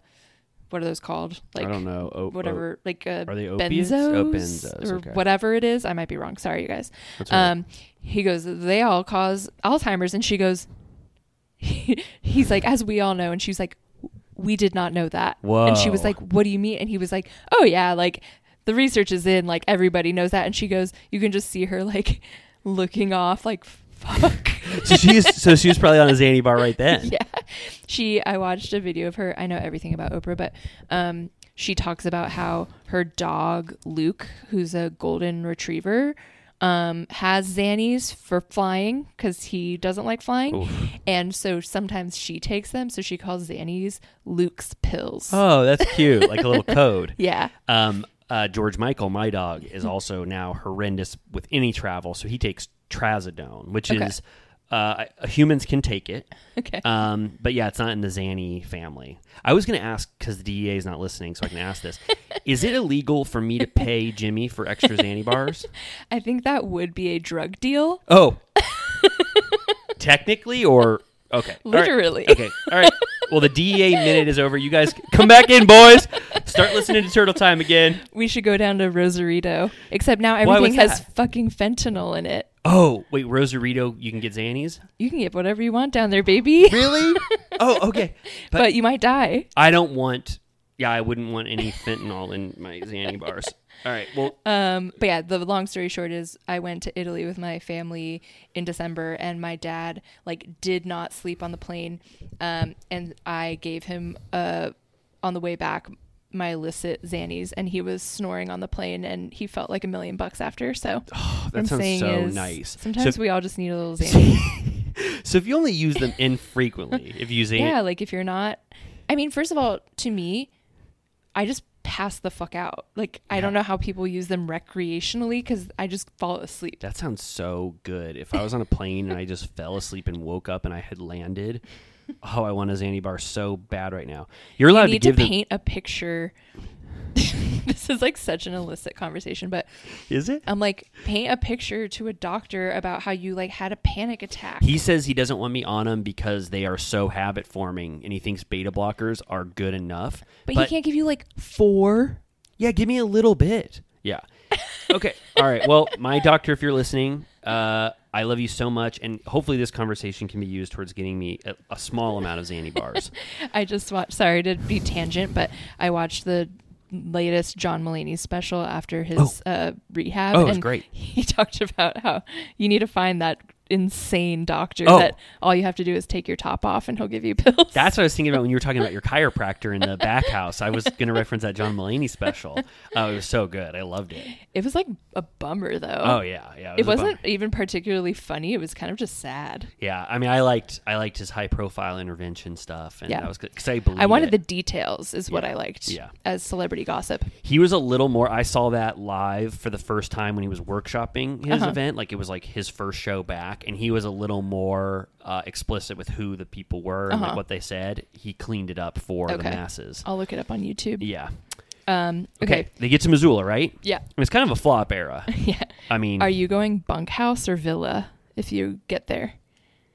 S5: what are those called? Like
S4: don't know. O- o-
S5: whatever, like uh,
S4: are they opiates?
S5: benzos,
S4: Oh, benzos,
S5: or
S4: okay.
S5: whatever it is. I might be wrong. Sorry, you guys.
S4: That's all right.
S5: Um, he goes, they all cause Alzheimer's, and she goes, he's like, as we all know, and she's like, we did not know that. And she was
S4: Whoa.
S5: like, what do you mean? And he was like, oh yeah, like the research is in, like everybody knows that. And she goes, you can just see her like looking off, like fuck.
S4: so she's so she was probably on a Xanny bar right then.
S5: yeah. She, I watched a video of her. I know everything about Oprah, but um, she talks about how her dog Luke, who's a golden retriever. Um, has Xannies for flying because he doesn't like flying,
S4: Oof.
S5: and so sometimes she takes them. So she calls Xannies Luke's pills.
S4: Oh, that's cute. Like a little code.
S5: Yeah.
S4: Um, uh, George Michael, my dog, is
S5: Mm-hmm.
S4: also now horrendous with any travel, so he takes trazodone, which
S5: Okay.
S4: is uh, I- humans can take it.
S5: Okay.
S4: Um, but yeah, it's not in the Xanny family. I was going to ask because the DEA is not listening, so I can ask this: Is it illegal for me to pay Jimmy for extra Xanny bars?
S5: I think that would be a drug deal.
S4: Oh, technically or okay, All right.
S5: Literally.
S4: Okay, all right. Well, the DEA minute is over. You guys come back in, boys. Start listening to Turtle Time again.
S5: We should go down to Rosarito, except now
S4: Why was
S5: everything has
S4: that?
S5: fucking fentanyl in it.
S4: Oh, wait, Rosarito, you can get Xannies?
S5: You can get whatever you want down there, baby.
S4: Really? oh, okay.
S5: But, you might die.
S4: I don't want, yeah, I wouldn't want any fentanyl in my Xanny bars. All right, well,
S5: Um, but yeah, the long story short is I went to Italy with my family in December, and my dad like did not sleep on the plane, um, and I gave him uh, on the way back my illicit Xannies, and he was snoring on the plane, and he felt like a million bucks after. So
S4: Oh, that
S5: what I'm
S4: sounds
S5: saying
S4: so
S5: is
S4: nice. So
S5: Sometimes
S4: if-
S5: we all just need a little Xanny.
S4: so if you only use them infrequently, if you use Xan-
S5: yeah, like if you're not, I mean, first of all, to me, I just pass the fuck out. Like I don't know how people use them recreationally because I just fall asleep.
S4: that sounds so good. If I was on a plane and I just fell asleep and woke up and I had landed, oh, I want a Xanny bar so bad right now. You're allowed
S5: you need
S4: to give them.
S5: paint a picture. this is like such an illicit conversation, but
S4: Is it?
S5: I'm like paint a picture to a doctor about how you like had a panic attack.
S4: He says he doesn't want me on them because they are so habit forming, and he thinks beta blockers are good enough.
S5: but, he can't give you like four.
S4: Yeah, give me a little bit. Yeah. Okay. All right. Well, my doctor, if you're listening, uh, I love you so much, and hopefully this conversation can be used towards getting me a, a small amount of Xanny bars.
S5: I just watched. Sorry to be tangent, but I watched the latest John Mulaney special after his uh, rehab.
S4: Oh, it was
S5: and
S4: great.
S5: He talked about how you need to find that insane doctor
S4: Oh.
S5: that all you have to do is take your top off and he'll give you pills.
S4: That's what I was thinking about when you were talking about your chiropractor in the back house. I was going to reference that John Mulaney special. Oh, it was so good. I loved it.
S5: It was like a bummer though.
S4: Oh, yeah, yeah,
S5: It,
S4: Oh. it was
S5: was
S4: a
S5: not even particularly funny. It was kind of just sad.
S4: Yeah, I mean, I liked I liked his high profile intervention stuff, and
S5: Yeah.
S4: that was because I believe
S5: I wanted
S4: it.
S5: the details is what I liked.
S4: yeah.
S5: As celebrity gossip.
S4: He was a little more. I saw that live for the first time when he was workshopping his
S5: Uh-huh.
S4: event. Like it was like his first show back, and he was a little more uh, explicit with who the people were and
S5: Uh-huh.
S4: like what they said. He cleaned it up for the
S5: Okay.
S4: masses.
S5: I'll look it up on YouTube.
S4: Yeah.
S5: Um
S4: Okay.
S5: okay.
S4: They get to Missoula, right?
S5: Yeah.
S4: It was kind of a flop era.
S5: Yeah.
S4: I mean,
S5: Are you going bunkhouse or villa if you get there?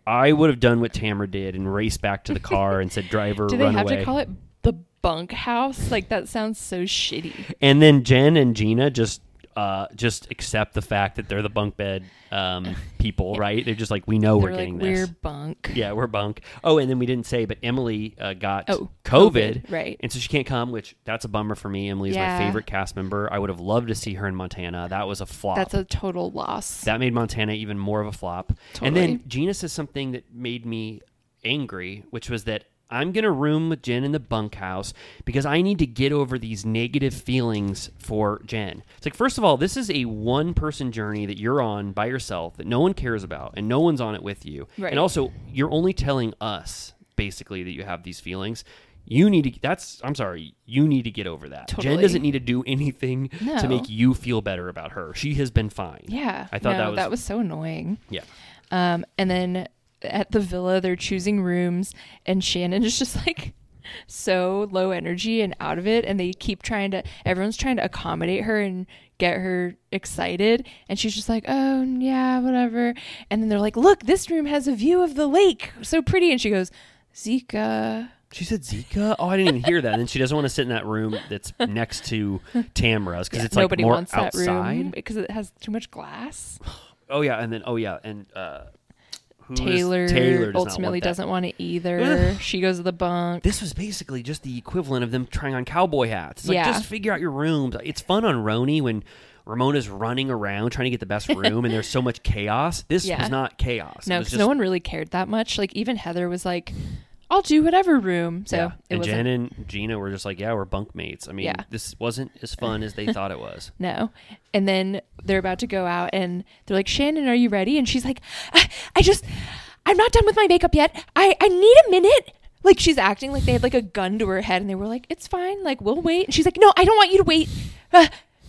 S4: I would have done what Tamara did and raced back to the car and said, "Driver,
S5: Do they
S4: run
S5: have
S4: away."
S5: to call it the bunkhouse? Like that sounds so shitty.
S4: and then Jen and Gina just uh, just accept the fact that they're the bunk bed um, people, right? They're just like, we know
S5: They're
S4: we're
S5: like,
S4: getting
S5: "We're
S4: this.
S5: bunk.
S4: Yeah, we're bunk. Oh, and then we didn't say, but Emily uh, got
S5: Oh,
S4: COVID,
S5: COVID, right.
S4: And so she can't come, which that's a bummer for me. Emily's
S5: Yeah.
S4: my favorite cast member. I would have loved to see her in Montana. That was a flop.
S5: That's a total loss.
S4: that made Montana even more of a flop. And then
S5: Totally.
S4: Gina says something that made me angry, which was that I'm going to room with Jen in the bunkhouse because I need to get over these negative feelings for Jen. It's like, first of all, this is a one person journey that you're on by yourself that no one cares about and no one's on it with you.
S5: Right.
S4: And also, you're only telling us basically that you have these feelings. You need to, that's, I'm sorry, you need to get over that. Jen
S5: Totally.
S4: doesn't need to do anything
S5: No.
S4: to make you feel better about her. She has been fine.
S5: Yeah.
S4: I thought
S5: no,
S4: that was,
S5: so annoying.
S4: yeah.
S5: Um, and then at the villa, they're choosing rooms, and Shannon is just like so low energy and out of it. And they keep trying to, everyone's trying to accommodate her and get her excited. And she's just like, oh, yeah, whatever. And then they're like, look, this room has a view of the lake. So pretty. And she goes, Zika.
S4: She said Zika. Oh, I didn't even hear that. And she doesn't want to sit in that room that's next to Tamra's because it's like
S5: Nobody
S4: more
S5: wants
S4: outside.
S5: that room because it has too much glass.
S4: Oh yeah, and then oh yeah, and uh, who is-
S5: Taylor,
S4: Taylor does
S5: ultimately
S4: not want that.
S5: doesn't want it either. she goes to the bunk.
S4: This was basically just the equivalent of them trying on cowboy hats. It's like
S5: Yeah.
S4: just figure out your rooms. It's fun on Roni when Ramona's running around trying to get the best room, and there's so much chaos. This
S5: Yeah.
S4: was not chaos.
S5: No,
S4: it was just,
S5: because no one really cared that much. Like even Heather was like, "I'll do whatever room." So
S4: yeah.
S5: it
S4: and
S5: wasn't.
S4: Jen and Gina were just like, yeah, we're bunk mates. I mean,
S5: Yeah.
S4: this wasn't as fun as they thought it was.
S5: no, and then they're about to go out, and they're like, "Shannon, are you ready?" And she's like, "I, I just, I'm not done with my makeup yet. I, I need a minute." Like she's acting like they had like a gun to her head, and they were like, "It's fine. Like we'll wait." And she's like, "No, I don't want you to wait." Uh,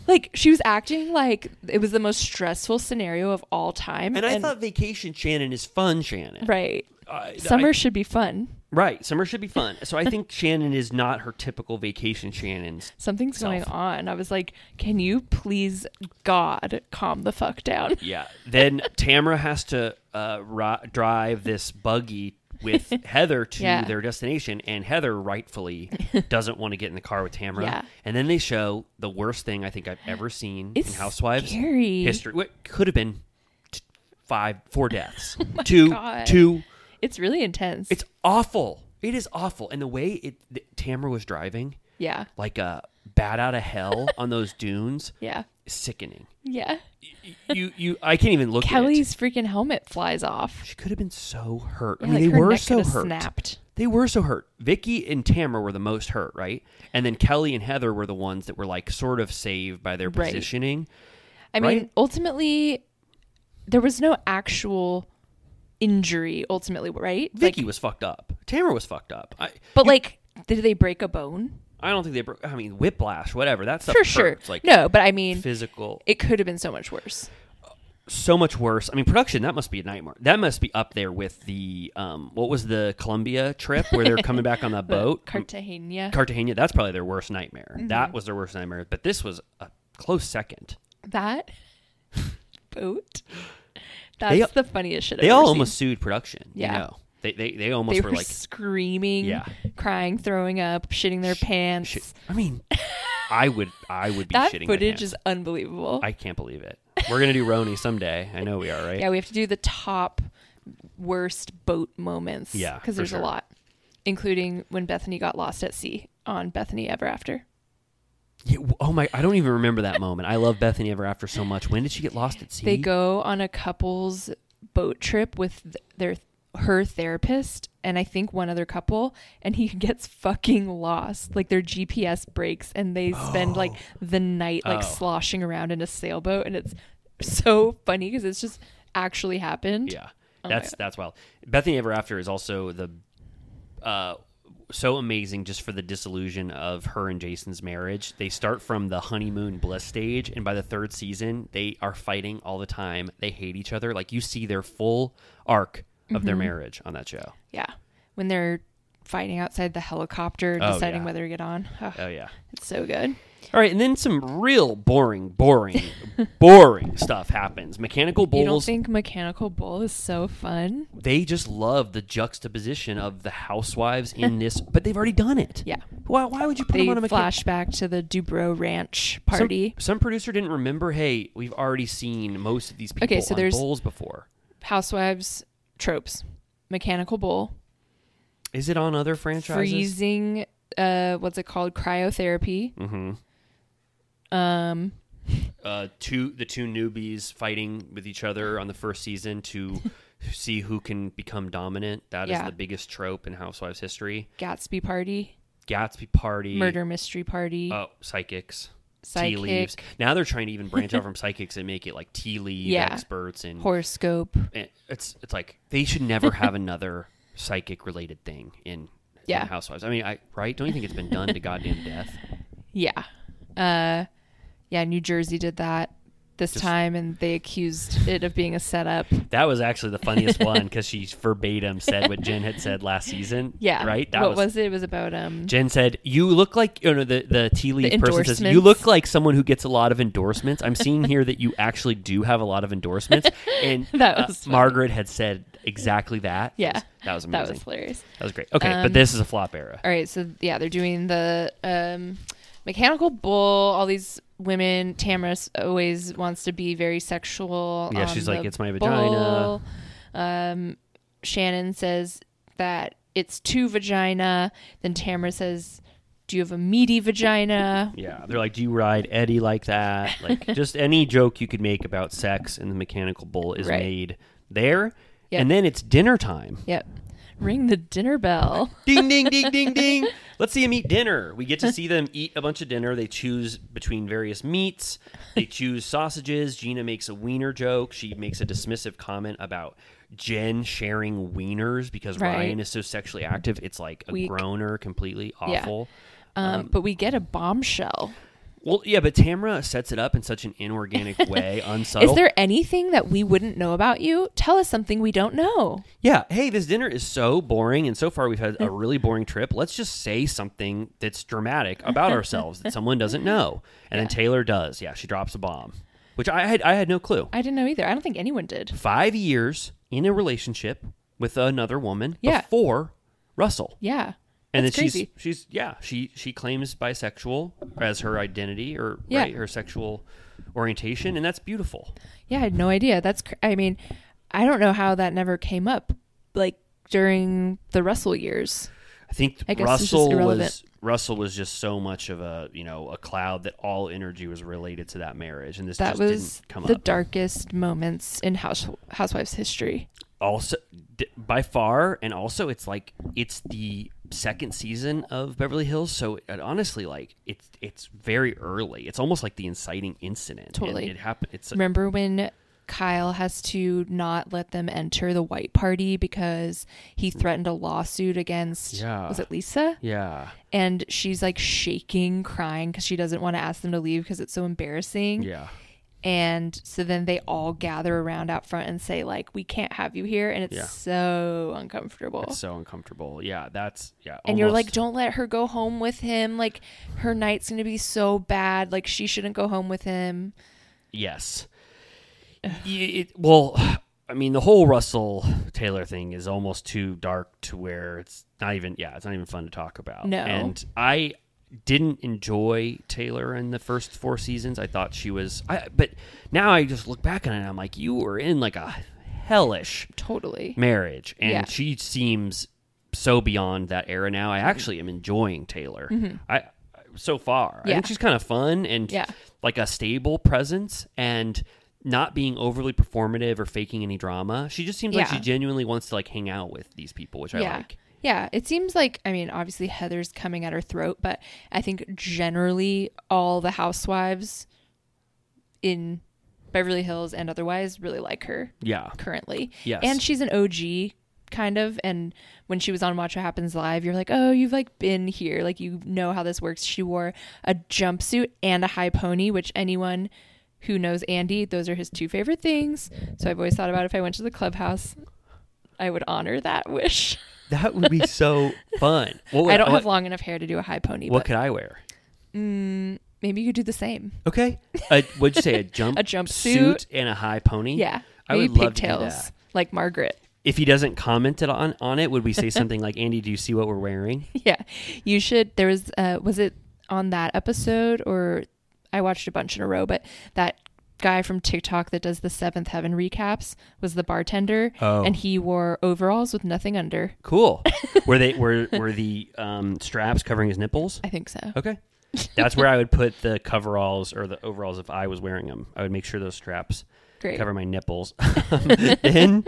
S5: like she was acting like it was the most stressful scenario of all time.
S4: And I thought vacation Shannon is fun, Shannon.
S5: right,
S4: I-
S5: summer
S4: I-
S5: should be fun.
S4: Right. Summer should be fun. So I think Shannon is not her typical vacation Shannon's.
S5: something's
S4: self.
S5: going on. I was like, can you please, God, calm the fuck down?
S4: Yeah. Then Tamara has to uh, ri- drive this buggy with Heather to
S5: Yeah.
S4: their destination, and Heather rightfully doesn't want to get in the car with Tamara.
S5: Yeah.
S4: And then they show the worst thing I think I've ever seen
S5: It's
S4: in Housewives
S5: scary.
S4: history. What could have been t- five, four deaths, two, two.
S5: Oh God. It's really intense.
S4: It's awful. It is awful. And the way it th- Tamara was driving,
S5: yeah,
S4: like a bat out of hell on those dunes.
S5: yeah,
S4: is sickening.
S5: yeah.
S4: You, you, I can't even look at
S5: Kelly's freaking helmet flies off.
S4: it. She could have been so hurt.
S5: Yeah,
S4: I mean,
S5: like
S4: they
S5: her
S4: were
S5: neck
S4: so
S5: coulda
S4: hurt.
S5: snapped.
S4: They were so hurt. Vicky and Tamara were the most hurt, right? And then Kelly and Heather were the ones that were like sort of saved by their
S5: Right.
S4: positioning.
S5: I mean,
S4: Right?
S5: ultimately, there was no actual injury. Ultimately, right?
S4: Vicky
S5: like,
S4: was fucked up. Tamara was fucked up. I,
S5: but like, did they break a bone?
S4: I don't think they. Bro- I mean, whiplash, whatever. That stuff
S5: For sure.
S4: hurts, Like
S5: no, but I mean,
S4: physical.
S5: it could have been so much worse.
S4: so much worse. I mean, production that must be a nightmare. That must be up there with the um, what was the Columbia trip where they're coming back on that boat,
S5: Cartagena. Mm-hmm.
S4: Cartagena. That's probably their worst nightmare. That was their worst nightmare. But this was a close second.
S5: that boat. That's the funniest shit. I've
S4: They
S5: ever
S4: all
S5: seen.
S4: almost sued production.
S5: Yeah.
S4: You know? They they they almost
S5: they
S4: were,
S5: were
S4: like.
S5: screaming,
S4: Yeah.
S5: crying, throwing up, shitting their pants.
S4: shit. I mean, I would I would be
S5: that
S4: shitting. my
S5: footage
S4: pants.
S5: is unbelievable.
S4: I can't believe it. We're gonna do Roni someday. I know we are, right?
S5: yeah, we have to do the top worst boat moments.
S4: Yeah,
S5: because
S4: for
S5: there's
S4: sure.
S5: a lot, including when Bethany got lost at sea on Bethany Ever After.
S4: Yeah, w- oh my! I don't even remember that moment. I love Bethany Ever After so much. When did she get lost at sea?
S5: They go on a couple's boat trip with th- their her therapist and I think one other couple, and he gets fucking lost. Like their GPS breaks, and they spend like the night like
S4: Oh.
S5: sloshing around in a sailboat, and it's so funny because it's just actually happened.
S4: Yeah,
S5: Oh my
S4: that's
S5: God.
S4: that's wild. Bethany Ever After is also the uh, so amazing just for the disillusion of her and Jason's marriage. They start from the honeymoon bliss stage, and by the third season, they are fighting all the time. They hate each other. Like you see their full arc of
S5: Mm-hmm.
S4: their marriage on that show.
S5: yeah. When they're fighting outside the helicopter,
S4: Oh,
S5: deciding
S4: yeah.
S5: whether to get on. Ugh,
S4: Oh yeah.
S5: It's so good.
S4: All right, and then some real boring, boring, boring stuff happens. Mechanical
S5: You don't
S4: bowls.
S5: think Mechanical Bull is so fun?
S4: they just love the juxtaposition of the housewives in this, but they've already done it.
S5: Yeah.
S4: Why, why would you put
S5: They
S4: them on a mechanical?
S5: flash back to the Dubrow Ranch
S4: Some-
S5: party.
S4: Some, producer didn't remember. Hey, we've already seen most of these people
S5: Okay, so
S4: on
S5: there's-
S4: bowls before.
S5: housewives tropes mechanical bull
S4: Is it on other franchises?
S5: freezing uh what's it called cryotherapy
S4: Mm-hmm.
S5: um
S4: Uh, two the two newbies fighting with each other on the first season to see who can become dominant. That is
S5: Yeah.
S4: the biggest trope in Housewives history.
S5: Gatsby party,
S4: Gatsby party,
S5: murder mystery party.
S4: oh, psychics, tea
S5: Psychic.
S4: leaves. Now they're trying to even branch out from psychics and make it like tea leaf
S5: Yeah.
S4: experts and
S5: Horoscope.
S4: and It's it's like they should never have another psychic related thing in,
S5: Yeah.
S4: in Housewives. I mean, I right? Don't you think it's been done to goddamn death?
S5: Yeah. Uh yeah, New Jersey did that this time and they accused it of being a setup.
S4: That was actually the funniest one because she verbatim said what Jen had said last season.
S5: Yeah.
S4: right. That
S5: what was, it? It was about um
S4: Jen said, "You look like you know the the tea leaf
S5: The
S4: person says you
S5: endorsements.
S4: look like someone who gets a lot of endorsements. I'm seeing here that you actually do have a lot of endorsements." And
S5: That
S4: uh,
S5: was funny.
S4: Margaret had said exactly that.
S5: Yeah.
S4: that was
S5: That was
S4: amazing.
S5: hilarious.
S4: That was great. Okay,
S5: Um,
S4: but this is a flop era.
S5: All right, so yeah, they're doing the um, mechanical bull. All these women, Tamara s- always wants to be very sexual.
S4: Yeah,
S5: on
S4: she's like,
S5: the
S4: "It's my vagina."
S5: bull. Um, Shannon says that it's two vagina. Then Tamara says, "Do you have a meaty vagina?"
S4: Yeah, they're like, "Do you ride Eddie like that?" Like, just any joke you could make about sex and the mechanical bull is
S5: Right.
S4: made there,
S5: Yep.
S4: and then it's dinner time.
S5: Yep. Ring the dinner bell.
S4: ding ding ding ding ding let's see them eat dinner we get to see them eat a bunch of dinner they choose between various meats they choose sausages gina makes a wiener joke she makes a dismissive comment about jen sharing wieners because
S5: Right.
S4: ryan is so sexually active it's like a
S5: Weak.
S4: groaner completely
S5: Yeah.
S4: awful
S5: Um, but we get a bombshell.
S4: well yeah but tamara sets it up in such an inorganic way unsubtle
S5: Is there anything that we wouldn't know about you? Tell us something we don't know.
S4: Yeah. Hey, this dinner is so boring, and so far we've had a really boring trip. Let's just say something that's dramatic about ourselves that someone doesn't know, and then Taylor does. Yeah, she drops a bomb, which I had I had no clue.
S5: I didn't know either. I don't think anyone did.
S4: Five years in a relationship with another woman
S5: Yeah.
S4: before Russell,
S5: Yeah.
S4: and
S5: That's
S4: then she's
S5: crazy.
S4: she's yeah she she claims bisexual as her identity or
S5: Yeah.
S4: right, her sexual orientation, and that's beautiful.
S5: Yeah, I had no idea. That's cr- I mean, I don't know how that never came up like during the Russell years.
S4: I think
S5: I guess it's just
S4: Russell was
S5: irrelevant.
S4: Russell was just so much of a you know a cloud that all energy was related to that marriage, and this
S5: That
S4: just
S5: was
S4: didn't come
S5: the
S4: up.
S5: darkest moments in house housewives history.
S4: also, d- by far, and also it's like it's the second season of Beverly Hills, so it, honestly, like it's it's very early. It's almost like the inciting incident. and
S5: Totally.
S4: it happened. It's
S5: Remember when Kyle has to not let them enter the white party because he threatened a lawsuit against
S4: Mm. Yeah.
S5: was it Lisa?
S4: yeah,
S5: And she's like shaking, crying because she doesn't want to ask them to leave because it's so embarrassing.
S4: yeah.
S5: And so then they all gather around out front and say, like, we can't have you here. And it's
S4: Yeah.
S5: so uncomfortable.
S4: It's so uncomfortable. Yeah, that's yeah.
S5: and you're like,
S4: almost-
S5: don't let her go home with him. Like, her night's going to be so bad. Like, she shouldn't go home with him.
S4: Yes. Y- it- well, I mean, the whole Russell Taylor thing is almost too dark to where it's not even. Yeah, it's not even fun to talk about.
S5: No.
S4: and I didn't enjoy Taylor in the first four seasons. I thought she was. I but now I just look back on it. and I'm like, you were in like a hellish
S5: Totally.
S4: marriage, and
S5: Yeah.
S4: she seems so beyond that era now. I actually am enjoying Taylor. I so far, I
S5: Mm-hmm. Yeah.
S4: think she's kind of fun and
S5: Yeah.
S4: like a stable presence and not being overly performative or faking any drama. She just seems like
S5: Yeah.
S4: she genuinely wants to like hang out with these people, which I
S5: yeah.
S4: like.
S5: Yeah. It seems like, I mean, obviously Heather's coming at her throat, but I think generally all the housewives in Beverly Hills and otherwise really like her.
S4: Yeah.
S5: currently.
S4: Yes.
S5: And she's an OG kind of and when she was on Watch What Happens Live, you're like, "Oh, you've like been here. Like you know how this works." She wore a jumpsuit and a high pony, which anyone who knows Andy, those are his two favorite things. So I've always thought about if I went to the clubhouse, I would honor that wish.
S4: That would be so fun. What would,
S5: I don't
S4: what,
S5: have long enough hair to do a high pony,
S4: What
S5: but
S4: could I wear?
S5: maybe you could do the same.
S4: Okay. A, what'd you say? A jump
S5: A jumpsuit.
S4: suit and a high pony?
S5: Yeah.
S4: I
S5: maybe
S4: would love to do
S5: pigtails
S4: that.
S5: like Margaret.
S4: If he doesn't comment it on on it, would we say something like, "Andy, do you see what we're wearing?"
S5: Yeah, you should. There was, uh, was it on that episode or I watched a bunch in a row, but that guy from TikTok that does the Seventh Heaven recaps was the bartender,
S4: Oh.
S5: and he wore overalls with nothing under.
S4: Cool. Were they were were the um, straps covering his nipples?
S5: I think so.
S4: Okay. That's where I would put the coveralls or the overalls if I was wearing them. I would make sure those straps
S5: Great.
S4: cover my nipples. then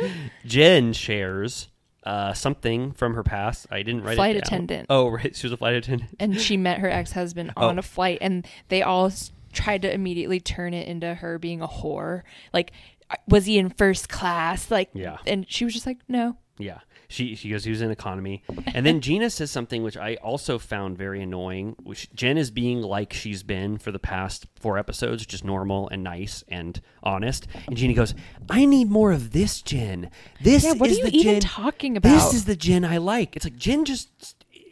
S4: Jen shares uh, something from her past. I didn't write
S5: Flight
S4: it down.
S5: attendant.
S4: Oh, right. She was a flight attendant.
S5: and she met her ex-husband
S4: Oh.
S5: on a flight and they all s- tried to immediately turn it into her being a whore like uh, was he in first class like
S4: Yeah.
S5: and she was just like no
S4: Yeah. She she goes, he was in economy. And then Gina says something which I also found very annoying. Which Jen is being like she's been for the past four episodes, just normal and nice and honest. And Gina goes, I need more of this Jen. This
S5: Yeah, what are
S4: is
S5: you
S4: the
S5: even
S4: Jen-
S5: talking
S4: This
S5: about?"
S4: is the Jen I like. It's like Jen just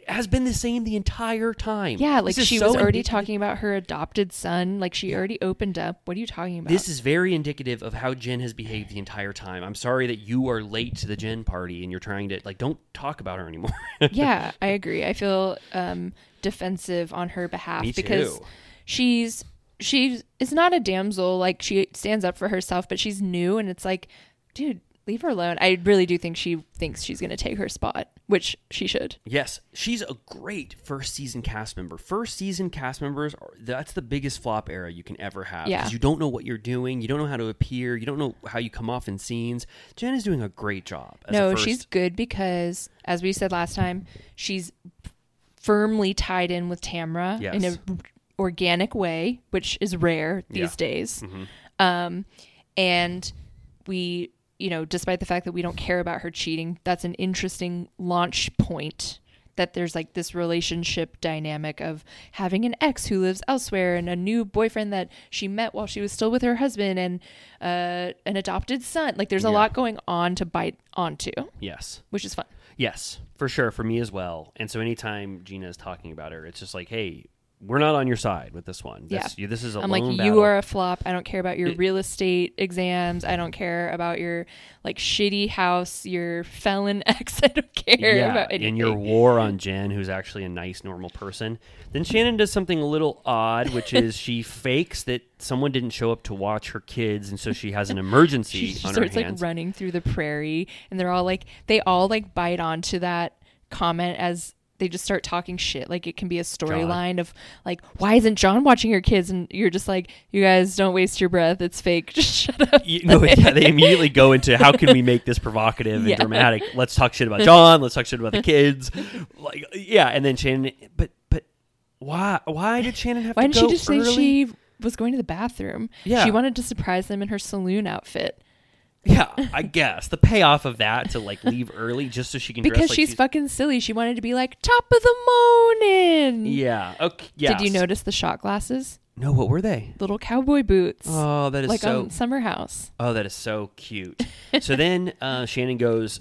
S4: has been the same the entire time.
S5: yeah like
S4: This is
S5: she
S4: so
S5: was already
S4: indic-
S5: talking about her adopted son like she already opened up what are you talking about
S4: This is very indicative of how Jen has behaved the entire time. I'm sorry that you are late to the Jen party and you're trying to like don't talk about her anymore.
S5: yeah, I agree. I feel um, defensive on her behalf
S4: Me
S5: because
S4: too.
S5: she's she's is not a damsel. Like she stands up for herself, but she's new, and it's like, dude, leave her alone. I really do think she thinks she's gonna take her spot, which she should.
S4: Yes, she's a great first season cast member. First season cast members are that's the biggest flop era you can ever have
S5: Yeah.
S4: you don't know what you're doing, you don't know how to appear, you don't know how you come off in scenes. Jen is doing a great job. As a
S5: no,
S4: first-
S5: she's good because, as we said last time, she's firmly tied in with Tamra in
S4: Yes.
S5: a organic way, which is rare these
S4: Yeah.
S5: days.
S4: Mhm.
S5: Um, and we, you know, despite the fact that we don't care about her cheating, that's an interesting launch point that there's like this relationship dynamic of having an ex who lives elsewhere and a new boyfriend that she met while she was still with her husband and uh, an adopted son. Like there's a
S4: Yeah.
S5: lot going on to bite onto,
S4: Yes.
S5: which is fun.
S4: Yes, for sure, for me as well. And so anytime Gina is talking about her, it's just like, hey, we're not on your side with this one. This,
S5: yeah.
S4: you- this is a
S5: I'm
S4: lone
S5: like,
S4: battle.
S5: you are a flop. I don't care about your real estate exams. I don't care about your like shitty house, your felon ex. I don't care
S4: yeah,
S5: about anything.
S4: and your war on Jen, who's actually a nice, normal person. Then Shannon does something a little odd, which is she fakes that someone didn't show up to watch her kids, and so she has an emergency
S5: she
S4: on her
S5: starts
S4: hands.
S5: like running through the prairie and they're all like they all like bite onto that comment as they just start talking shit like it can be a storyline of like why isn't john watching your kids and you're just like you guys don't waste your breath it's fake just shut up
S4: You know, yeah, they immediately go into how can we make this provocative and
S5: Yeah.
S4: dramatic? Let's talk shit about John. Let's talk shit about the kids. Like, yeah, and then Shannon, but but why why did Shannon have
S5: why
S4: to
S5: didn't she
S4: go
S5: just
S4: early?
S5: say she was going to the bathroom
S4: Yeah.
S5: she wanted to surprise them in her saloon outfit
S4: Yeah, I guess the payoff of that to like leave early just so she can
S5: because
S4: dress like
S5: she's, fucking silly she wanted to be like top of the morning
S4: yeah okay yeah.
S5: did you notice the shot glasses
S4: No, what were they?
S5: little cowboy boots
S4: Oh, that is
S5: like
S4: so.
S5: on summer house
S4: oh, that is so cute. so then uh, Shannon goes.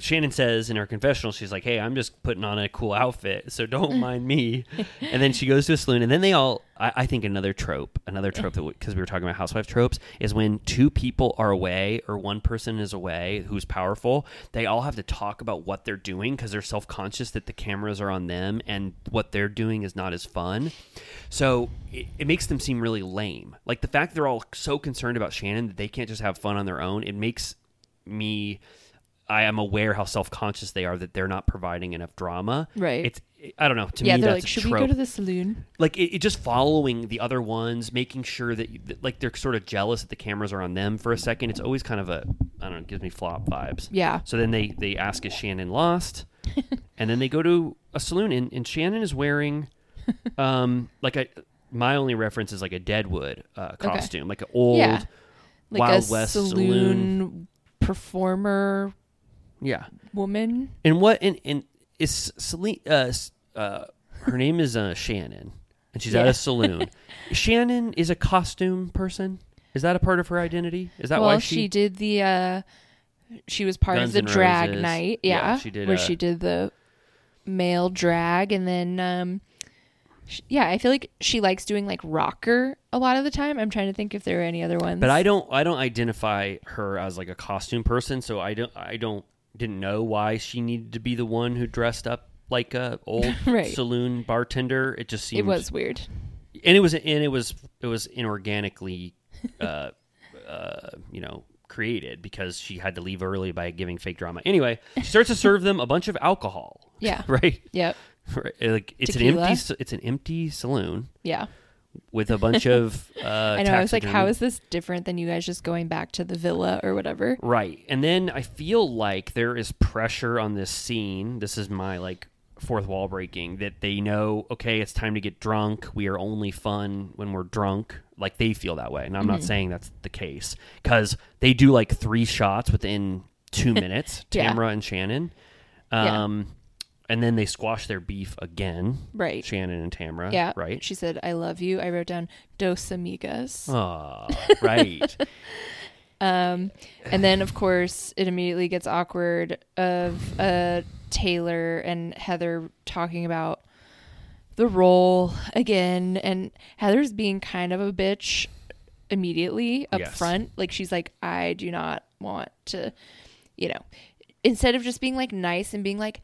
S4: Shannon says in her confessional, she's like, "Hey, I'm just putting on a cool outfit, so don't mind me." And then she goes to a saloon, and then they all. I, I think another trope, another trope that because we were talking about housewife tropes, is when two people are away or one person is away who's powerful, they all have to talk about what they're doing because they're self conscious that the cameras are on them and what they're doing is not as fun. So it, it makes them seem really lame. Like the fact they're all so concerned about Shannon that they can't just have fun on their own, it makes me. I am aware how self conscious they are that they're not providing enough drama.
S5: Right.
S4: It's I don't know. To
S5: yeah,
S4: me,
S5: they're
S4: that's
S5: like,
S4: a
S5: should we
S4: trope."
S5: go to the saloon?
S4: like it, it just following the other ones, making sure that, that like they're sort of jealous that the cameras are on them for a second. It's always kind of a I don't know, it gives me flop vibes.
S5: Yeah.
S4: So then they they ask is Shannon lost, and then they go to a saloon and, and Shannon is wearing, um, like a my only reference is like a Deadwood uh, costume, like an old
S5: Yeah. Like
S4: Wild
S5: a
S4: West
S5: saloon, performer
S4: Yeah.
S5: woman.
S4: And what and and is Celine? Uh, s- uh, her name is uh, Shannon, and she's at
S5: Yeah.
S4: a saloon. Shannon is a costume person. Is that a part of her identity? Is that
S5: well,
S4: why
S5: she...
S4: she?
S5: did the uh she was part
S4: Guns
S5: of the
S4: N'
S5: drag
S4: Roses.
S5: night.
S4: Yeah,
S5: Yeah.
S4: she did,
S5: where
S4: uh,
S5: she did the male drag and then um sh yeah, I feel like she likes doing like rocker a lot of the time. I'm trying to think if there are any other ones.
S4: But I don't. I don't identify her as like a costume person, so I don't. I don't. Didn't know why she needed to be the one who dressed up like a old
S5: Right.
S4: saloon bartender. It just seemed
S5: it was weird.
S4: and it was and it was it was inorganically uh uh you know created because she had to leave early by giving fake drama anyway she starts to serve them a bunch of alcohol
S5: Yeah.
S4: right
S5: Yep.
S4: Right. like it's an
S5: Tequila.
S4: empty s- it's an empty saloon
S5: Yeah.
S4: with a bunch of. Uh,
S5: I know. I was like, how
S4: taxidermy-
S5: is this different than you guys just going back to the villa or whatever?
S4: Right. And then I feel like there is pressure on this scene. This is my like fourth wall breaking that they know, okay, it's time to get drunk. We are only fun when we're drunk. Like they feel that way. And I'm not
S5: Mhm.
S4: saying that's the case because they do like three shots within two minutes,
S5: Yeah.
S4: Tamara and Shannon.
S5: Yeah.
S4: Um, And then they squash their beef again.
S5: Right.
S4: Shannon and Tamara.
S5: yeah.
S4: Right.
S5: She said, "I love you." I wrote down "Dos Amigas."
S4: Oh, right.
S5: Um, and then of course it immediately gets awkward of uh, Taylor and Heather talking about the role again, and Heather's being kind of a bitch immediately up
S6: Yes.
S5: front. Like she's like, I do not want to, you know, instead of just being like nice and being like,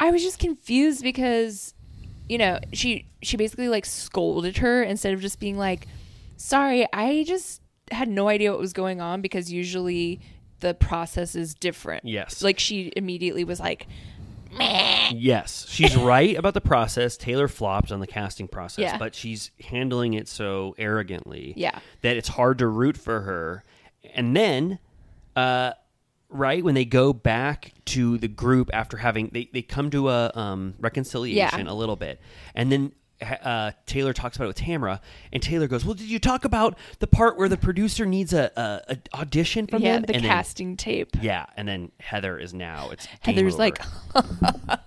S5: I was just confused because you know, she she basically like scolded her instead of just being like, "Sorry, I just had no idea what was going on because usually the process is different."
S4: Yes.
S5: Like she immediately was like,
S4: Yes, she's right about the process. Taylor flopped on the casting process,
S5: Yeah.
S4: but she's handling it so arrogantly
S5: Yeah.
S4: that it's hard to root for her. And then, uh, right when they go back to the group after having they, they come to a um, reconciliation
S5: Yeah.
S4: a little bit, and then. Uh, Taylor talks about it with Tamara, and Taylor goes, "Well, did you talk about the part where the producer needs a, a, a audition from
S5: "Yeah,
S4: them?"
S5: the
S4: And then-
S5: casting tape."
S4: yeah, and then Heather is now it's game
S5: Heather's
S4: over.
S5: like,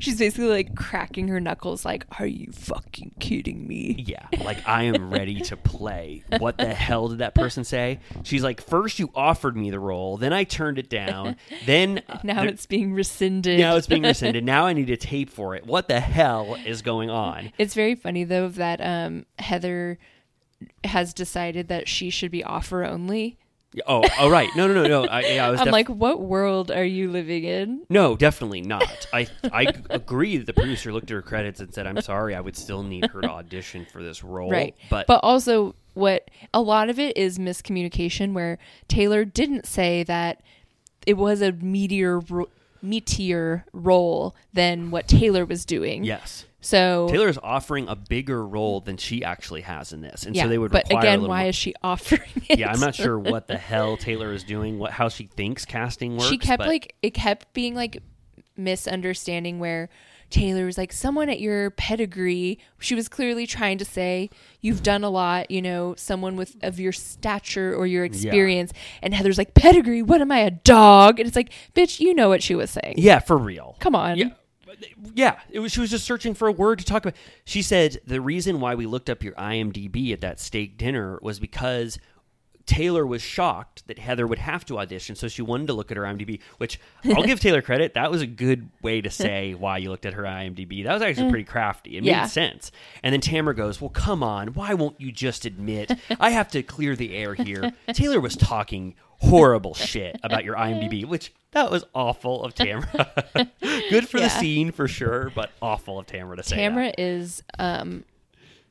S5: she's basically like cracking her knuckles, like, "Are you fucking kidding me?"
S4: Yeah, like I am ready to play. What the hell did that person say? She's like, first you offered me the role, then I turned it down, then uh,
S5: now
S4: there-
S5: it's being rescinded.
S4: now it's being rescinded. Now I need a tape for it. What the hell is going on?
S5: It's very funny though that um, Heather has decided that she should be offer only.
S4: Oh, all right. No, no, no, no. I, yeah, I was
S5: I'm
S4: def-
S5: like, what world are you living in?
S4: no, definitely not. I I agree that the producer looked at her credits and said, "I'm sorry, I would still need her to audition for this role."
S5: Right,
S4: but
S5: but also what a lot of it is miscommunication, where Taylor didn't say that it was a meteor ro- meteor role than what Taylor was doing.
S4: yes.
S5: So
S4: Taylor's offering a bigger role than she actually has in this, and
S5: yeah,
S4: so they would
S5: But
S4: require a
S5: again,
S4: little
S5: why
S4: more-
S5: is she offering it?
S4: yeah, I'm not sure what the hell Taylor is doing, what how she thinks casting works.
S5: she kept
S4: but-
S5: like it kept being like misunderstanding where Taylor was like someone at your pedigree. She was clearly trying to say you've done a lot, you know, someone with of your stature or your experience. And Heather's like pedigree. What am I, a dog? And it's like, bitch, you know what she was saying.
S4: yeah, for real.
S5: Come on.
S4: Yeah. Yeah, it was, she was just searching for a word to talk about. She said the reason why we looked up your IMDb at that steak dinner was because Taylor was shocked that Heather would have to audition, so she wanted to look at her IMDb. Which I'll give Taylor credit; that was a good way to say why you looked at her IMDb. That was actually pretty crafty. It
S5: Yeah.
S4: made sense. And then Tamara goes, "Well, come on, why won't you just admit? I have to clear the air here." Taylor was talking horrible shit about your IMDb, which that was awful of Tamara. good for
S5: Yeah.
S4: the scene for sure, but awful of Tamara to say that.
S5: Tamara is um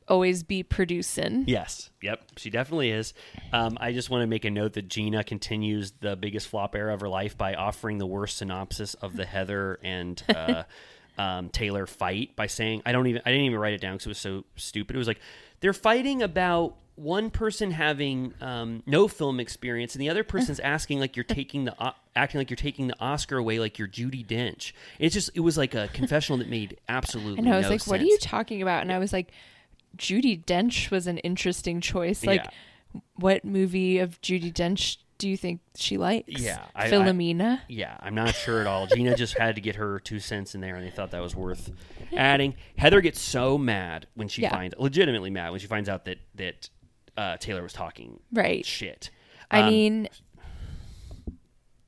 S5: always be producing.
S4: Yes. Yep. She definitely is. Um, I just want to make a note that Gina continues the biggest flop era of her life by offering the worst synopsis of the Heather and uh, um, Taylor fight by saying, "I don't even. I didn't even write it down because it was so stupid. It was like they're fighting about." One person having um, no film experience, and the other person's asking like you're taking the o- acting like you're taking the Oscar away, like you're Judy Dench. It's just it was like a confessional that made absolutely.
S5: And I was
S4: no
S5: like,
S4: sense.
S5: what are you talking about? And I was like, Judy Dench was an interesting choice. Like, what movie of Judy Dench do you think she likes?
S4: Yeah,
S5: Philomena.
S4: yeah, I'm not sure at all. Gina just had to get her two cents in there, and they thought that was worth adding. Heather gets so mad when she
S5: Yeah.
S4: finds, legitimately mad when she finds out that that uh, Taylor was talking
S5: Right.
S4: shit.
S5: I
S4: Um,
S5: mean,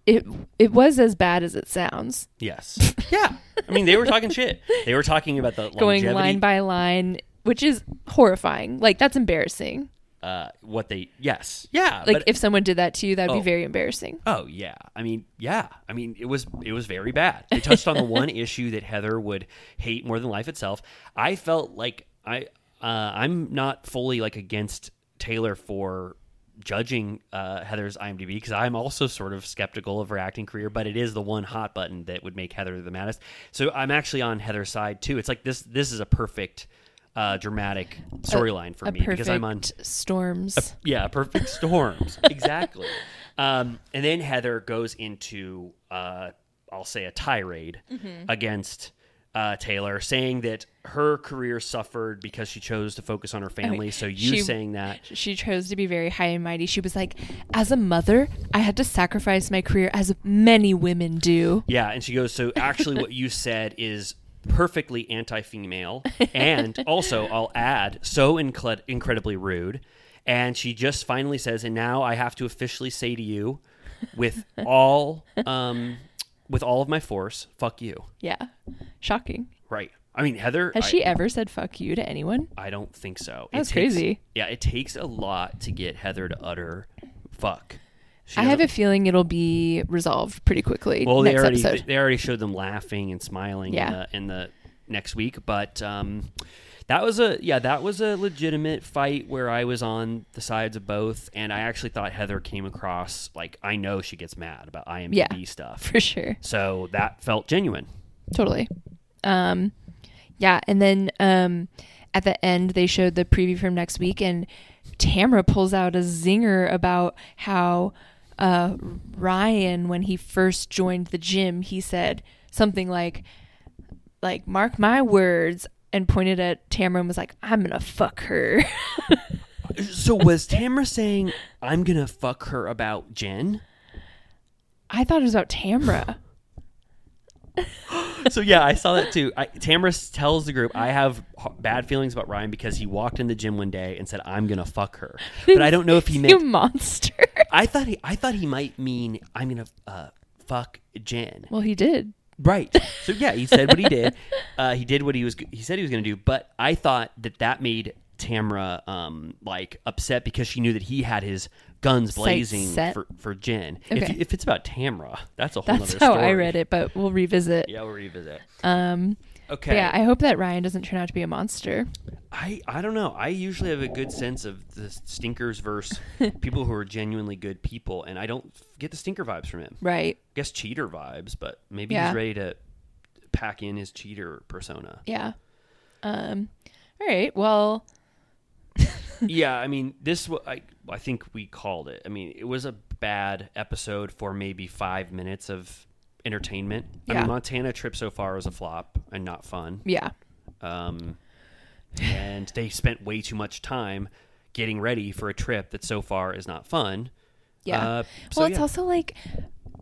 S5: it it was as bad as it sounds.
S4: yes, yeah. I mean, they were talking shit. They were talking about the
S5: Going
S4: longevity,
S5: line by line, which is horrifying. Like that's embarrassing.
S4: uh, what they yes, yeah.
S5: Like
S4: but-
S5: if someone did that to you, that'd
S4: Oh.
S5: be very embarrassing.
S4: Oh yeah. I mean, yeah. I mean, it was it was very bad. They touched on the one issue that Heather would hate more than life itself. I felt like I uh, I'm not fully like against Taylor for judging uh, Heather's IMDb because I'm also sort of skeptical of her acting career, but it is the one hot button that would make Heather the maddest. So I'm actually on Heather's side too. It's like this this is a perfect uh, dramatic storyline for
S5: a
S4: me because I'm on
S5: perfect storms.
S4: a- yeah, perfect storms. exactly. Um, and then Heather goes into, uh, I'll say, a tirade
S6: Mhm.
S4: against uh, Taylor, saying that her career suffered because she chose to focus on her
S5: I mean,
S4: family. so you
S5: she-
S4: saying that
S5: she chose to be very high and mighty. She was like, as a mother, I had to sacrifice my career, as many women do.
S4: Yeah, and she goes, So actually, what you said is perfectly anti female. And also, I'll add, so incle- incredibly rude. And she just finally says, And now I have to officially say to you, with all, um, with all of my force, fuck you.
S5: Yeah, shocking.
S4: Right. I mean, Heather.
S5: Has
S4: I-
S5: she ever said "fuck you" to anyone?
S4: I don't think so.
S5: That's
S4: It takes-
S5: crazy.
S4: Yeah, it takes a lot to get Heather to utter fuck. She
S5: I have a feeling it'll be resolved pretty quickly.
S4: Well, they
S5: next
S4: already
S5: episode.
S4: they already showed them laughing and smiling
S5: Yeah.
S4: in, the, in the next week, but um, that was a yeah that was a legitimate fight where I was on the sides of both, and I actually thought Heather came across like I know she gets mad about IMDb
S5: Yeah,
S4: stuff
S5: for sure.
S4: so that felt genuine.
S5: Totally. Um, yeah, and then um, at the end they showed the preview from next week, and Tamra pulls out a zinger about how uh, Ryan, when he first joined the gym, he said something like, "Like mark my words," and pointed at Tamra and was like, "I'm gonna fuck her."
S4: So was Tamra saying I'm gonna fuck her about Jen?
S5: I thought it was about Tamra.
S4: so yeah, I saw that too. I, Tamara s- tells the group, "I have h- bad feelings about Ryan because he walked in the gym one day and said I'm gonna fuck her," but I don't know if he meant
S5: monster.
S4: I thought he, I thought he might mean I'm gonna uh, fuck Jen.
S5: Well, he did.
S4: Right. So yeah, he said what he did. Uh, he did what he was. He said he was going to do. But I thought that that made Tamra um, like upset because she knew that he had his guns
S5: Sights
S4: blazing
S5: set.
S4: for, for Jen.
S5: Okay.
S4: If, if it's about Tamra, that's a whole
S5: That's
S4: other
S5: how
S4: story.
S5: I read it, but we'll revisit.
S4: Yeah, we'll revisit.
S5: Um, but
S4: Okay.
S5: Yeah, I hope that Ryan doesn't turn out to be a monster.
S4: I I don't know. I usually have a good sense of the stinkers versus people who are genuinely good people, and I don't get the stinker vibes from him.
S5: Right.
S4: I guess cheater vibes, but maybe
S5: Yeah.
S4: he's ready to pack in his cheater persona.
S5: Yeah. Um. All right. Well.
S4: yeah, I mean, this wa- I I think we called it. I mean, it was a bad episode for maybe five minutes of entertainment. I
S5: Yeah.
S4: mean, Montana trip so far was a flop and not fun.
S5: Yeah.
S4: Um, and they spent way too much time getting ready for a trip that so far is not fun.
S5: Yeah.
S4: Uh, so
S5: well, it's
S4: yeah.
S5: also like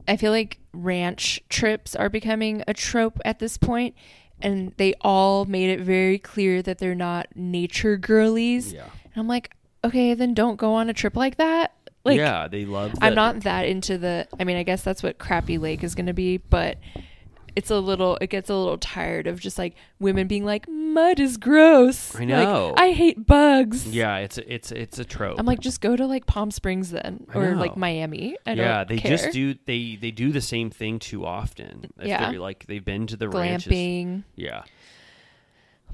S5: I feel like ranch trips are becoming a trope at this point, and they all made it very clear that they're not nature girlies. Yeah. And I'm like, okay, then don't go on a trip like that. Like,
S4: yeah, they love.
S5: I'm
S4: the-
S5: not that into the. I mean, I guess that's what Crappy Lake is going to be, but it's a little. It gets a little tired of just like women being like, mud is gross.
S4: I
S5: Like,
S4: know.
S5: I hate bugs.
S4: Yeah, it's a- it's a- it's a trope.
S5: I'm like, just go to like Palm Springs then,
S4: I
S5: or
S4: know.
S5: like Miami. I
S4: yeah,
S5: don't
S4: they
S5: care.
S4: just do they they do the same thing too often. If
S5: Yeah.
S4: they're, like they've been to the ranches.
S5: Glamping.
S4: Yeah.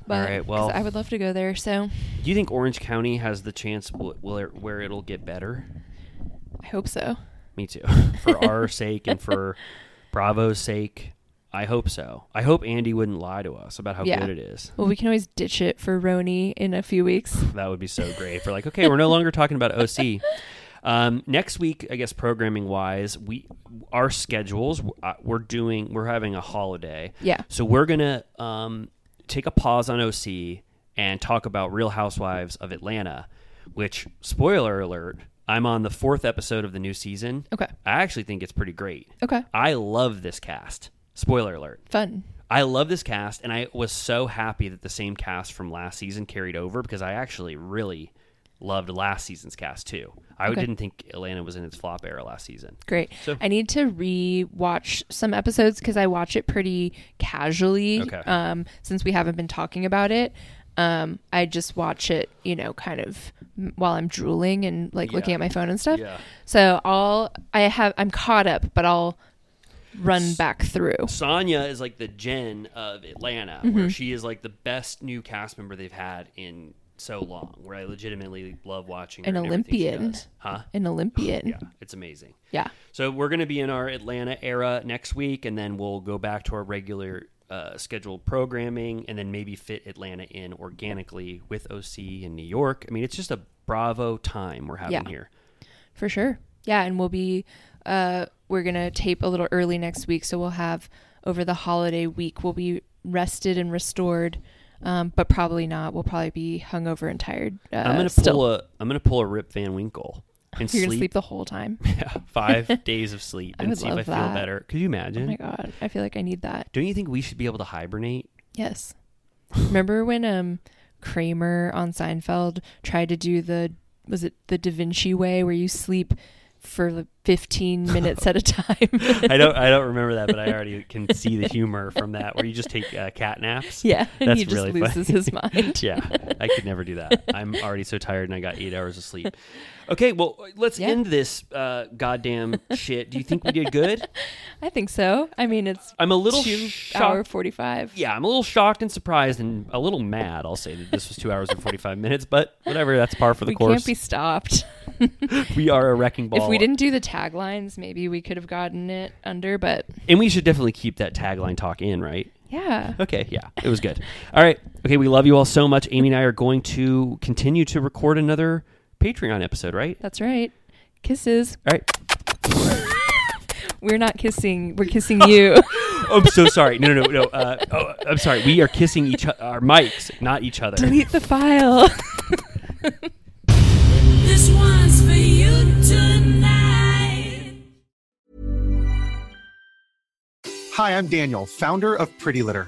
S5: But,
S4: All right.
S5: 'cause
S4: Well,
S5: I would love to go there. So
S4: do you think Orange County has the chance w- will it, where it'll get better?
S5: I hope so.
S4: Me too. For our sake and for Bravo's sake, I hope so. I hope Andy wouldn't lie to us about how
S5: yeah.
S4: good it is.
S5: Well, we can always ditch it for Roni in a few weeks.
S4: That would be so great. We're like, okay, we're no longer talking about OC. Um, next week, I guess programming wise, we our schedules uh, we're doing we're having a holiday.
S5: Yeah.
S4: So we're gonna um, take a pause on OC and talk about Real Housewives of Atlanta, which spoiler alert, I'm on the fourth episode of the new season.
S5: Okay.
S4: I actually think it's pretty great.
S5: Okay.
S4: I love this cast. Spoiler alert.
S5: Fun.
S4: I love this cast, and I was so happy that the same cast from last season carried over because I actually really loved last season's cast too. I
S5: Okay.
S4: didn't think Atlanta was in its flop era last season.
S5: Great.
S4: So-
S5: I need to re-watch some episodes because I watch it pretty casually.
S4: Okay.
S5: Um, since we haven't been talking about it, um, I just watch it, you know, kind of m- while I'm drooling and like looking
S4: Yeah.
S5: at my phone and stuff.
S4: Yeah.
S5: So I'll I have I'm caught up, but I'll run back through.
S4: Sonya is like the Jen of Atlanta,
S5: Mm-hmm.
S4: where she is like the best new cast member they've had in so long. Where I legitimately love watching her
S5: An
S4: and everything she
S5: Olympian.
S4: does. huh?
S5: An Olympian.
S4: yeah, it's amazing.
S5: Yeah.
S4: So we're going to be in our Atlanta era next week, and then we'll go back to our regular uh, schedule programming and then maybe fit Atlanta in organically with OC and New York. I mean, it's just a Bravo time we're having
S5: Yeah.
S4: here.
S5: For sure. Yeah, and we'll be uh we're going to tape a little early next week, so we'll have over the holiday week we'll be rested and restored. Um, but probably not. We'll probably be hungover and tired. Uh,
S4: I'm gonna pull
S5: still.
S4: a I'm gonna pull a Rip Van Winkle and
S5: You're
S4: sleep,
S5: gonna sleep the whole time.
S4: yeah, five days of sleep
S5: I
S4: and
S5: would
S4: see if
S5: love
S4: I feel
S5: that.
S4: better. Could you
S5: Oh
S4: imagine?
S5: my god, I feel like I need that.
S4: Don't you think we should be able to hibernate?
S5: Yes. Remember when um Kramer on Seinfeld tried to do the was it the Da Vinci way where you sleep for like 15 minutes at a time?
S4: I don't I don't remember that, but I already can see the humor from that where you just take uh, cat naps.
S5: Yeah, and
S4: that's
S5: he just
S4: really
S5: loses
S4: funny.
S5: his mind.
S4: yeah, I could never do that. I'm already so tired, and I got eight hours of sleep. Okay, well let's
S5: Yeah.
S4: end this uh, goddamn shit. Do you think we did good?
S5: I think so. I mean, it's
S4: I'm a little
S5: two
S4: shocked-
S5: hour 45.
S4: Yeah, I'm a little shocked and surprised, and a little mad. I'll say that this was two hours and forty five minutes, but whatever. That's par for the
S5: we
S4: course.
S5: can't be stopped.
S4: we are a wrecking ball.
S5: if we didn't do the taglines, maybe we could have gotten it under, but
S4: and we should definitely keep that tagline talk in, right?
S5: yeah.
S4: Okay, yeah, it was good. all right, okay, we love you all so much. Amy and I are going to continue to record another Patreon episode, right?
S5: That's right. Kisses.
S4: All right.
S5: We're not kissing. We're kissing you.
S4: Oh, I'm so sorry. No, no, no. no. Uh, oh, I'm sorry. We are kissing each o- our mics, not each other.
S5: Delete the file.
S2: This one's for you tonight.
S6: Hi, I'm Daniel, founder of Pretty Litter.